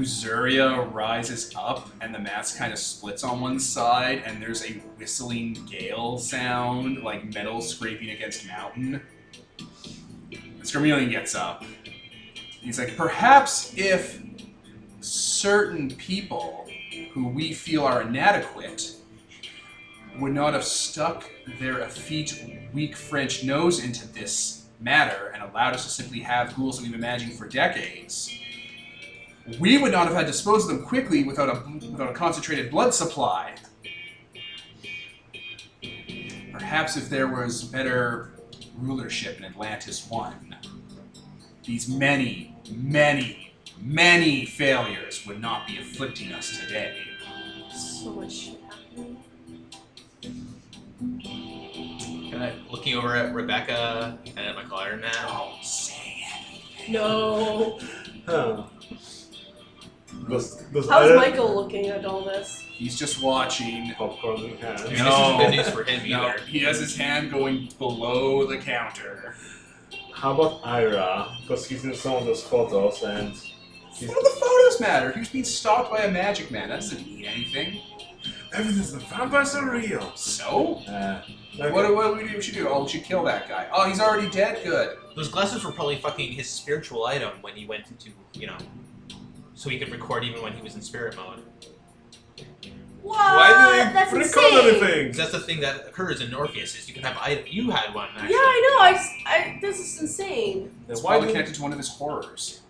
A: Uzuria rises up and the mass kind of splits on one side and there's a whistling gale sound, like metal scraping against mountain. And Skirmelian gets up. He's like, perhaps if certain people who we feel are inadequate would not have stuck their effete, weak French nose into this matter and allowed us to simply have ghouls that we've been managing for decades, we would not have had to dispose of them quickly without a without a concentrated blood supply. Perhaps if there was better rulership in Atlantis One, these many, many, many failures would not be afflicting us today.
B: So much shit happening.
C: Kind of looking over at Rebecca and at my collar now.
A: Don't say it.
B: No.
D: Huh. Does, does
B: How's
D: Aaron-
B: Michael looking at all this?
A: He's just watching.
D: Popcorn in hand.
C: Dude,
A: No.
C: This isn't good news for him
A: No,
C: either.
A: he has his hand going below the counter.
D: How about Ira? Because he's in some of those photos and. he's-
A: None of the photos matter. He was being stalked by a magic man. That doesn't mean anything.
D: Everything's the vampires are real.
A: So?
D: Uh,
A: What, what do we do- should do? Oh, we should kill that guy. Oh, he's already dead. Good.
C: Those glasses were probably fucking his spiritual item when he went into, you know, so he could record even when he was in spirit mode.
B: What?
D: Why did
B: Ah, That's
D: they record
B: insane.
D: anything?
C: That's the thing that occurs in Orpheus is you can have item. You had one
B: Yeah,
C: actually.
B: I know. I, s- I- this is insane.
D: Then
A: It's
D: why
A: probably
D: did
A: connected to one of his horrors.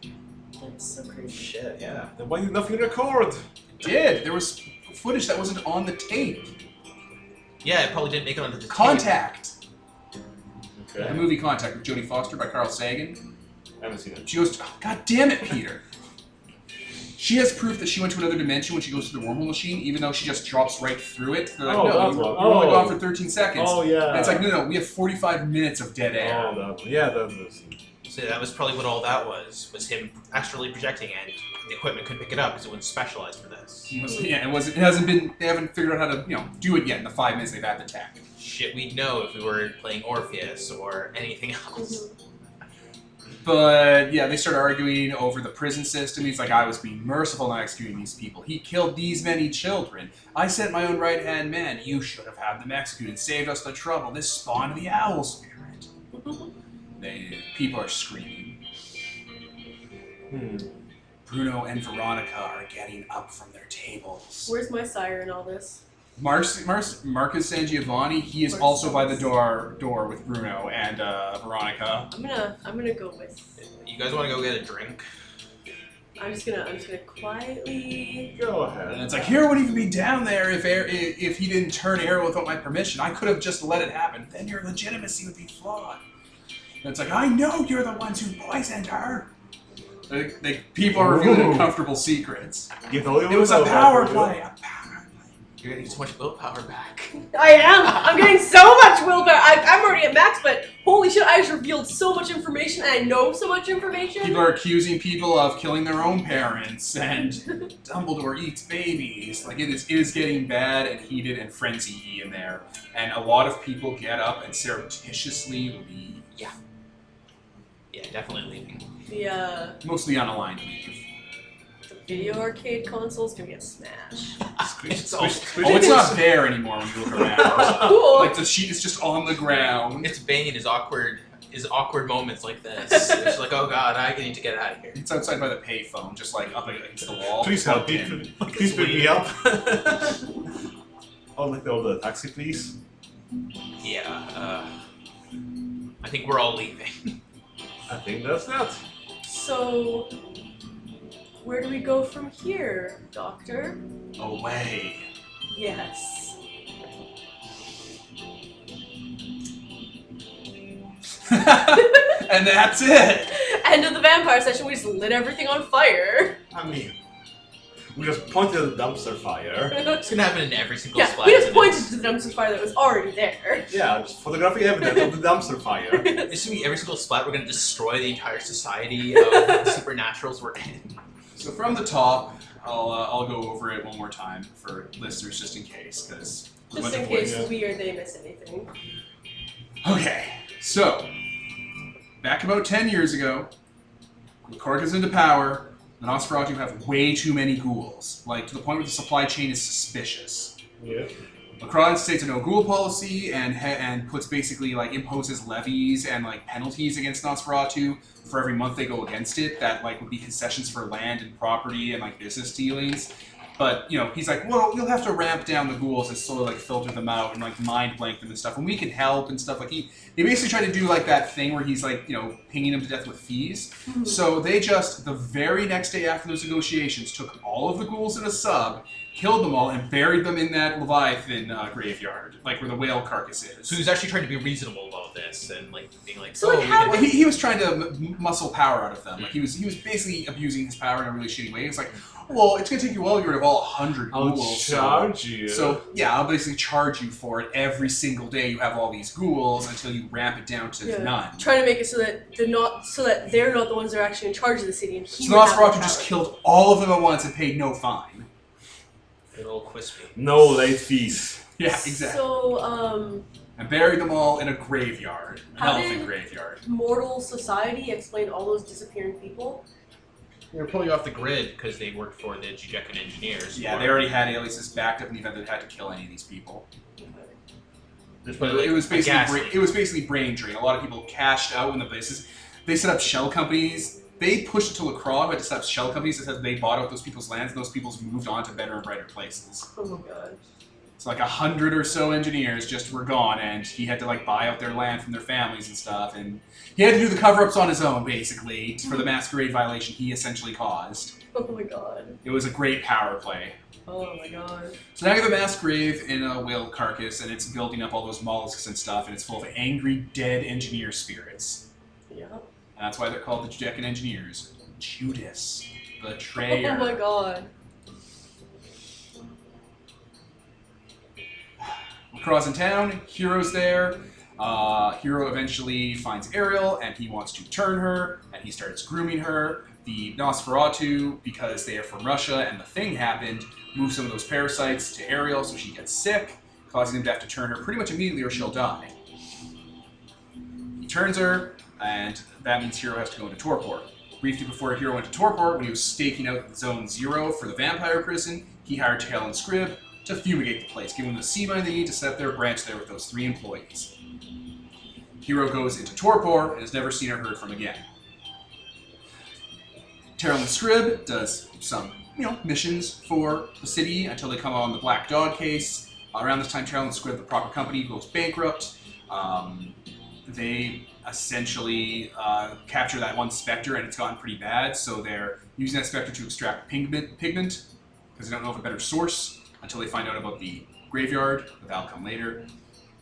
B: That's so crazy.
C: Shit, yeah.
D: then why did nothing record?
A: It did. There was footage that wasn't on the tape.
C: Yeah, it probably didn't make it onto the tape.
A: Contact. The
D: Okay,
A: movie Contact with Jodie Foster by Carl Sagan.
D: I haven't seen it.
A: She goes, oh, God damn it, Peter. She has proof that she went to another dimension when she goes to the wormhole machine, even though she just drops right through it. They're like,
D: Oh,
A: no,
D: that's
A: you were,
D: what-
A: you were only
D: oh.
A: gone for 13 seconds.
D: Oh yeah.
A: And it's like, no, no, we have 45 minutes of dead air.
D: Oh, that one. Yeah, that was.
C: So that was probably what all that was, was him astrally projecting and the equipment couldn't pick it up because it wasn't specialized for this.
A: It was- yeah, it wasn't. It hasn't been. They haven't figured out how to, you know, do it yet in the five minutes they've had the tech.
C: shit we'd know if we were playing Orpheus or anything else.
A: But yeah, they start arguing over the prison system. He's like, I was being merciful not executing these people. He killed these many children. I sent my own right hand man. You should have had them executed. Saved us the trouble. This spawned the owl spirit. They people are screaming.
D: Hmm.
A: Bruno and Veronica are getting up from their tables.
B: Where's my sire in all this?
A: Marc- Marc- Marcus San Giovanni, he is
B: Where's
A: also by the
B: Marcus?
A: door door with Bruno and uh, Veronica.
B: I'm gonna I'm gonna go with.
C: You guys want to go get a drink?
B: I'm just gonna I'm just gonna quietly.
D: Go ahead.
A: And it's like, Hero wouldn't even be down there if Air, if he didn't turn Arrow without my permission. I could have just let it happen. Then your legitimacy would be flawed. And it's like, I know you're the ones who poisoned her. Like, like, people are revealing
D: Ooh.
A: uncomfortable secrets.
D: You thought
A: It was a
D: all
A: power
D: bad,
A: play. A power play.
C: You're gonna need so much willpower back.
B: I am. I'm getting so much willpower. I, I'm already at max, but holy shit! I just revealed so much information. And I know so much information.
A: People are accusing people of killing their own parents, and Dumbledore eats babies. Like it is, it is getting bad and heated and frenzy in there. And a lot of people get up and surreptitiously leave.
C: Yeah, definitely leaving.
B: The uh,
A: mostly unaligned leave.
B: the video arcade console's gonna be a smash.
D: Squish,
C: It's all.
D: squish,
A: Oh, it's not
D: squish.
A: there anymore when you look around.
B: Cool.
A: like the sheet is just on the ground.
C: It's Bane is awkward. Is awkward moments like this. it's like, oh god, I need to get out of here.
A: It's outside by the payphone, just like up against the wall.
D: Please help me.
A: Plugged in.
D: Please pick me up. I'd like to order a taxi, please.
C: Yeah. Uh, I think we're all leaving.
D: I think that's that.
B: So, where do we go from here, Doctor?
A: Away.
B: Yes.
A: and that's it.
B: End of the vampire session. We just lit everything on fire.
D: I mean, we just pointed at the dumpster fire.
B: yeah,
C: It's gonna happen in every single splash.
B: we just
C: of
B: pointed
C: this.
B: to the dumpster fire that was already there.
D: Yeah, just photographic evidence of the dumpster fire.
C: It's gonna be every single splat. We're gonna destroy the entire society of the supernaturals we're in.
A: So from the top, I'll uh, I'll go over it one more time for listeners just in case, because
B: Just in case we or they miss anything.
A: Okay, so back about ten years ago, when Korg is into power, the Nosferatu have way too many ghouls, like to the point where the supply chain is suspicious.
D: Yeah.
A: Macron states a no ghoul policy and ha- and puts basically like imposes levies and like penalties against Nosferatu for every month they go against it that like would be concessions for land and property and like business dealings. But you know he's like, well, you'll have to ramp down the ghouls and slowly like filter them out and like mind blank them and stuff, and we can help and stuff. Like he he basically tried to do like that thing where he's like you know pinging them to death with fees. So they just, the very next day after those negotiations, took all of the ghouls in a sub, killed them all, and buried them in that Leviathan uh, graveyard, like where the whale carcass is.
C: So he's actually trying to be reasonable about this and like being like,
B: So, like,
C: oh, we
B: how
A: well,
C: can-
A: he, he was trying to m- muscle power out of them. Like he was, he was basically abusing his power in a really shitty way. It's like, well, it's gonna take you well to get rid of all hundred
D: I'll
A: ghouls. so-
D: charge you.
A: So yeah, I'll basically charge you for it every single day. You have all these ghouls until you ramp it down to
B: Yeah.
A: none.
B: Trying to make it so that they're not, so that they're not the ones that are actually in charge of the city, and he
A: So
B: would have the
A: Nosferatu just
B: power.
A: killed all of them at once and paid no fine.
C: Good old Quispy.
D: no late fees.
A: Yeah, exactly.
B: So, um,
A: and buried them all in a graveyard, an
B: How
A: elephant
B: did-
A: graveyard.
B: mortal society explained all those disappearing people.
C: They were probably off the grid because they worked for the Jujekan engineers.
A: Yeah, they already had aliases backed up in the event that they had to kill any of these people.
C: There's
A: But
C: probably,
A: it was
C: like, a gas
A: basically bra-
C: leak.
A: it was basically brain drain. A lot of people cashed out when the places they set up shell companies. They pushed it to Lacroix, who had to set up shell companies that said they bought out those people's lands, and those people's moved on to better and brighter places.
B: Oh my god.
A: So like a hundred or so engineers just were gone, and he had to like buy out their land from their families and stuff, and he had to do the cover-ups on his own basically for the masquerade violation he essentially caused.
B: Oh my god.
A: It was a great power play.
B: Oh my god.
A: So now you have a mass grave in a whale carcass, and it's building up all those mollusks and stuff, and it's full of angry, dead engineer spirits.
B: Yeah.
A: And that's why they're called the Judecan engineers. Judas,
B: Oh
A: betrayer.
B: my god.
A: Lacrosse in town, Hero's there. Uh, Hero eventually finds Ariel, and he wants to turn her, and he starts grooming her. The Nosferatu, because they are from Russia and the thing happened, move some of those parasites to Ariel, so she gets sick. causing him to have to turn her pretty much immediately or she'll die. He turns her, and that means Hero has to go into torpor. Briefly before Hero went to torpor, when he was staking out Zone Zero for the vampire prison, he hired Tail and Scrib to fumigate the place, giving them the C money they need to set up their branch there with those three employees. Hero goes into torpor and is never seen or heard from again. Terrell Scrib does some, you know, missions for the city until they come on the Black Dog case. Around this time, Terrell Scrib, the proper company, goes bankrupt. Um, they essentially uh, capture that one specter, and it's gotten pretty bad. So they're using that specter to extract pigment, pigment, because they don't know of a better source until they find out about the graveyard. But that'll come later.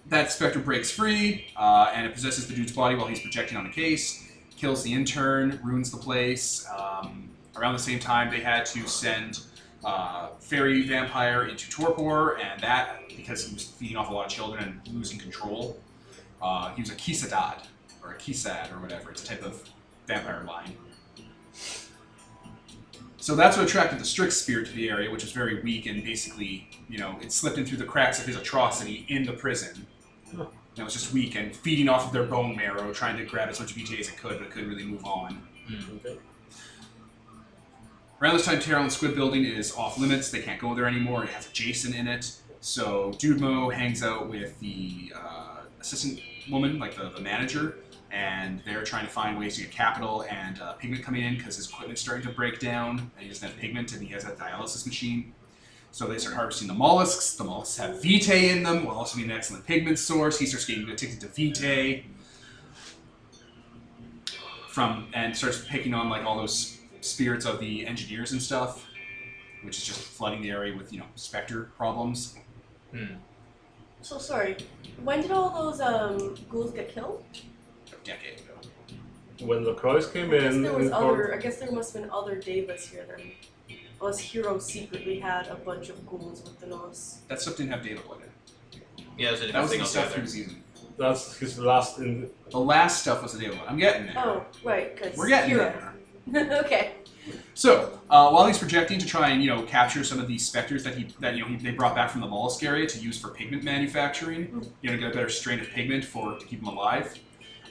A: That specter breaks free, uh, and it possesses the dude's body while he's projecting on a case kills the intern, ruins the place. Um, around the same time, they had to send uh, fairy vampire into torpor, and that because he was feeding off a lot of children and losing control. Uh, he was a kisadad or a kisad or whatever. It's a type of vampire line. So that's what attracted the strict spirit to the area, which is very weak and basically, you know, it slipped in through the cracks of his atrocity in the prison. And it was just weak and feeding off of their bone marrow, trying to grab as much BTA as it could, but it couldn't really move on.
D: Okay.
A: Around this time, Terrell and Squid Building is off limits. They can't go there anymore. It has Jason in it. So Dudemo hangs out with the uh, assistant woman, like the, the manager, and they're trying to find ways to get capital and uh, pigment coming in because his equipment's starting to break down and he doesn't have pigment and he has that dialysis machine. So they start harvesting the mollusks. The mollusks have vitae in them, will also be an excellent pigment source. He starts getting addicted to vitae from and starts picking on like all those spirits of the engineers and stuff, which is just flooding the area with you know specter problems.
B: So sorry. When did all those um, ghouls get killed?
A: A decade ago.
D: When the crows came
B: I guess
D: in,
B: there was
D: in court-
B: other. I guess there must have been other Davis here then, unless Hero secretly had a bunch of ghouls within us.
A: That stuff didn't have data blood in.
C: Yeah, it was a
A: it. That
C: different
A: was
C: thing
A: the stuff
C: altogether.
A: through season.
D: that's his last. In,
A: The last stuff was the data blood. I'm getting there.
B: Oh right, because
A: We're getting
B: Hero.
A: there.
B: okay.
A: So uh, while he's projecting to try and you know capture some of these specters that he that you know he, they brought back from the mollusk area to use for pigment manufacturing, you know to get a better strain of pigment for to keep them alive.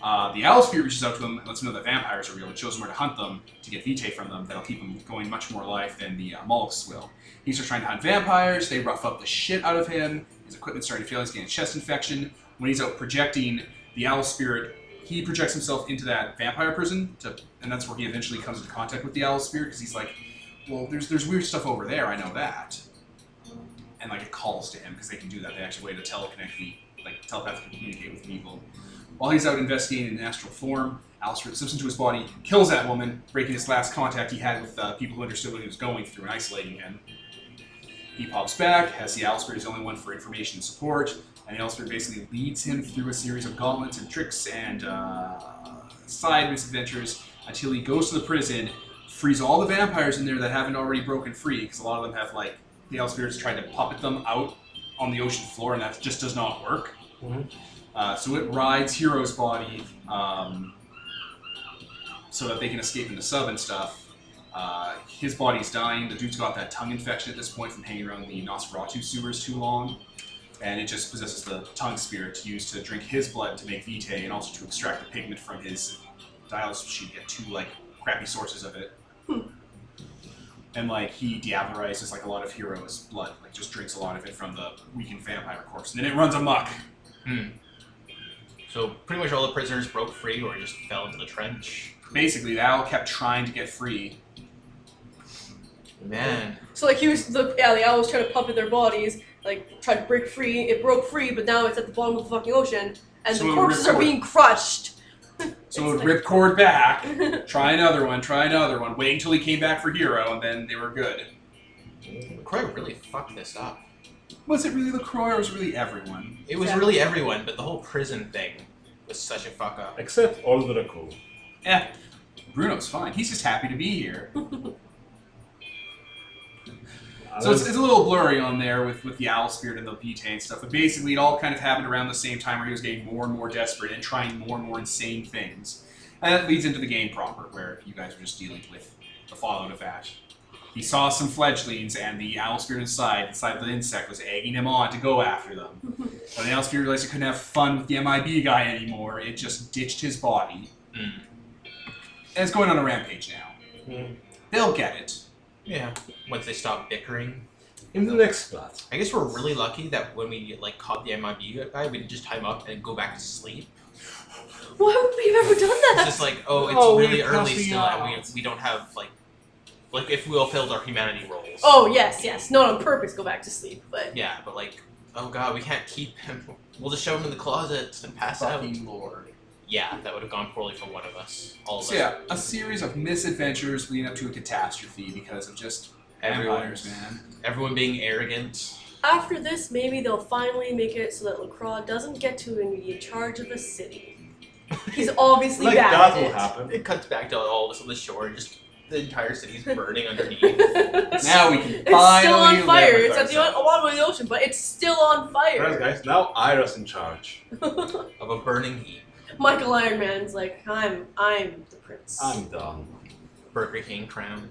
A: Uh, the owl spirit reaches out to him and lets him know that vampires are real and shows him where to hunt them to get vitae from them. That'll keep him going much more life than the uh, mollusks will. He's just trying to hunt vampires. They rough up the shit out of him. His equipment's starting to fail. He's getting a chest infection. When he's out projecting, the owl spirit he projects himself into that vampire prison, to, and that's where he eventually comes into contact with the owl spirit because he's like, well, there's there's weird stuff over there. I know that, and like it calls to him because they can do that. They actually way to teleconnect the like telepathically communicate with people. While he's out investigating in astral form, Owl Spirit slips into his body, kills that woman, breaking his last contact he had with uh, people who understood what he was going through and isolating him. He pops back, has the Owl Spirit as the only one for information and support, and the Owl Spirit basically leads him through a series of gauntlets and tricks and uh, side misadventures until he goes to the prison, frees all the vampires in there that haven't already broken free, because a lot of them have, like, the Owl Spirit's tried to puppet them out on the ocean floor, and that just does not work.
D: Mhm.
A: Uh, so it rides Hero's body um, so that they can escape into sub and stuff. Uh, his body's dying. The dude's got that tongue infection at this point from hanging around the Nosferatu sewers too long. And it just possesses the tongue spirit used to drink his blood to make Vitae and also to extract the pigment from his dialysis machine. You get two, like, crappy sources of it. And, like, he diabolizes, like, a lot of Hero's blood. Like, just drinks a lot of it from the weakened vampire corpse. And then it runs amok.
C: So pretty much all the prisoners broke free or just fell into the trench.
A: Basically, the owl kept trying to get free.
C: Man,
B: So like he was the yeah the owl was trying to puppet their bodies, like tried to break free. It broke free, but now it's at the bottom of the fucking ocean, and
A: So it
B: the
A: would
B: corpses are
A: record.
B: being crushed.
A: So
B: It's
A: it would
B: like-
A: rip cord back, try another one, try another one, wait until he came back for Hero, and then they were good.
C: Craig really fucked this up.
A: Was it really LaCroix or was it really everyone?
C: It was
B: Exactly.
C: really everyone, but the whole prison thing was such a fuck up.
D: except all the cool.
A: Eh, Bruno's fine. He's just happy to be here.
D: Uh,
A: So it's, it's a little blurry on there with, with the Owl Spirit and the Vitae and stuff, but basically it all kind of happened around the same time where he was getting more and more desperate and trying more and more insane things. And that leads into the game proper, where you guys are just dealing with the fallout of that. He saw some fledglings, and the owl spirit inside, inside the insect, was egging him on to go after them. but the owl spirit realized he couldn't have fun with the MIB guy anymore. It just ditched his body.
C: Mm.
A: And it's going on a rampage now.
D: Hmm.
A: They'll get it.
C: Yeah. Once they stop bickering.
D: In the next spot.
C: I guess we're really lucky that when we like caught the MIB guy, we didn't just tie him up and go back to sleep.
B: Why would we have ever done
C: It's
B: that?
C: just like, oh, it's
D: Oh, we
C: really
D: didn't
C: early
D: cross the
C: still, and we,
D: aisles.
C: we don't have like, like if we all failed our humanity roles.
B: Oh yes, yes. Not on purpose. Go back to sleep. But
C: Yeah, but like, oh god, we can't keep him. We'll just shove him in the closet and pass out.
A: Fucking lord.
C: Yeah, that would have gone poorly for one of us. All of
A: So
C: us.
A: yeah, a series of misadventures leading up to a catastrophe because of just
C: Everyone,
A: vampires, man.
C: everyone being arrogant.
B: after this, maybe they'll finally make it so that Lacroix doesn't get to be in charge of the city. He's obviously
D: Like
B: bad
D: that
B: at
D: will
B: it.
D: happen.
C: It cuts back to all of us on the shore, and just the entire city's burning underneath.
A: Now we can
B: It's
A: finally
B: still on
A: live
B: fire.
A: with
B: It's at the
A: ourselves.
B: o- bottom of the ocean, but it's still on
D: Alright,
B: fire.
D: guys, now Ira's in charge.
C: of a burning heap.
B: Michael Iron Man's like, I'm, I'm the prince.
D: I'm done.
C: Burger King crown.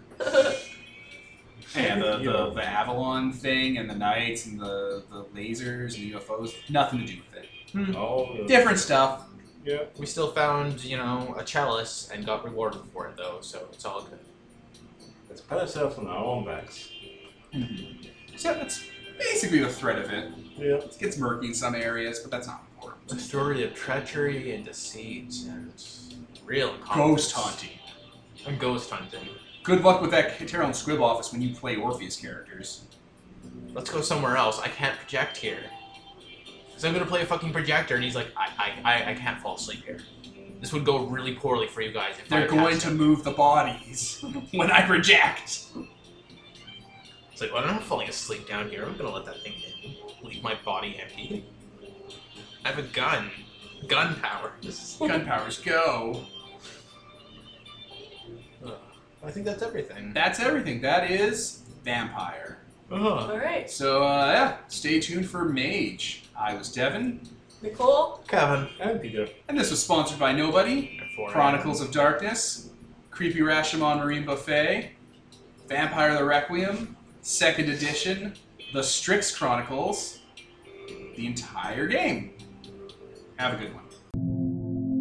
A: And the,
D: You
A: the,
D: know.
A: the Avalon thing and the knights and the, the lasers and UFOs, nothing to do with it.
D: Oh,
A: Different stuff.
D: Yeah.
C: We still found, you know, a chalice and got rewarded for it though, so it's all good.
D: Let's pat ourselves on our own backs.
B: Mm-hmm.
A: So that's basically the thread of it.
D: Yeah.
A: It gets murky in some areas, but that's not important.
C: A story of treachery and deceit and real
A: Ghost hunting.
C: And ghost hunting.
A: Good luck with that Terrell and Squib office when you play Orpheus characters.
C: Let's go somewhere else. I can't project here. Cause I'm gonna play a fucking projector, and he's like, I, I, I, I can't fall asleep here. This would go really poorly for you guys if I
A: They're
C: attached
A: going to
C: him.
A: move the bodies when I project.
C: It's like, well, I'm not falling asleep down here. I'm gonna let that thing in. leave my body empty. I have a gun. Gun power. This
A: Gun powers go.
C: is- Ugh. I think that's everything.
A: That's everything. That is Vampire.
C: Ugh.
B: All right,
A: So, uh, yeah, stay tuned for Mage. I was Devin,
B: Nicole.
C: Kevin.
D: And Peter.
A: and this was sponsored by Nobody.
C: Four.
A: Chronicles of Darkness, Creepy Rashomon Marine Buffet, Vampire the Requiem, Second Edition, The Strix Chronicles, the entire game. Have a good one.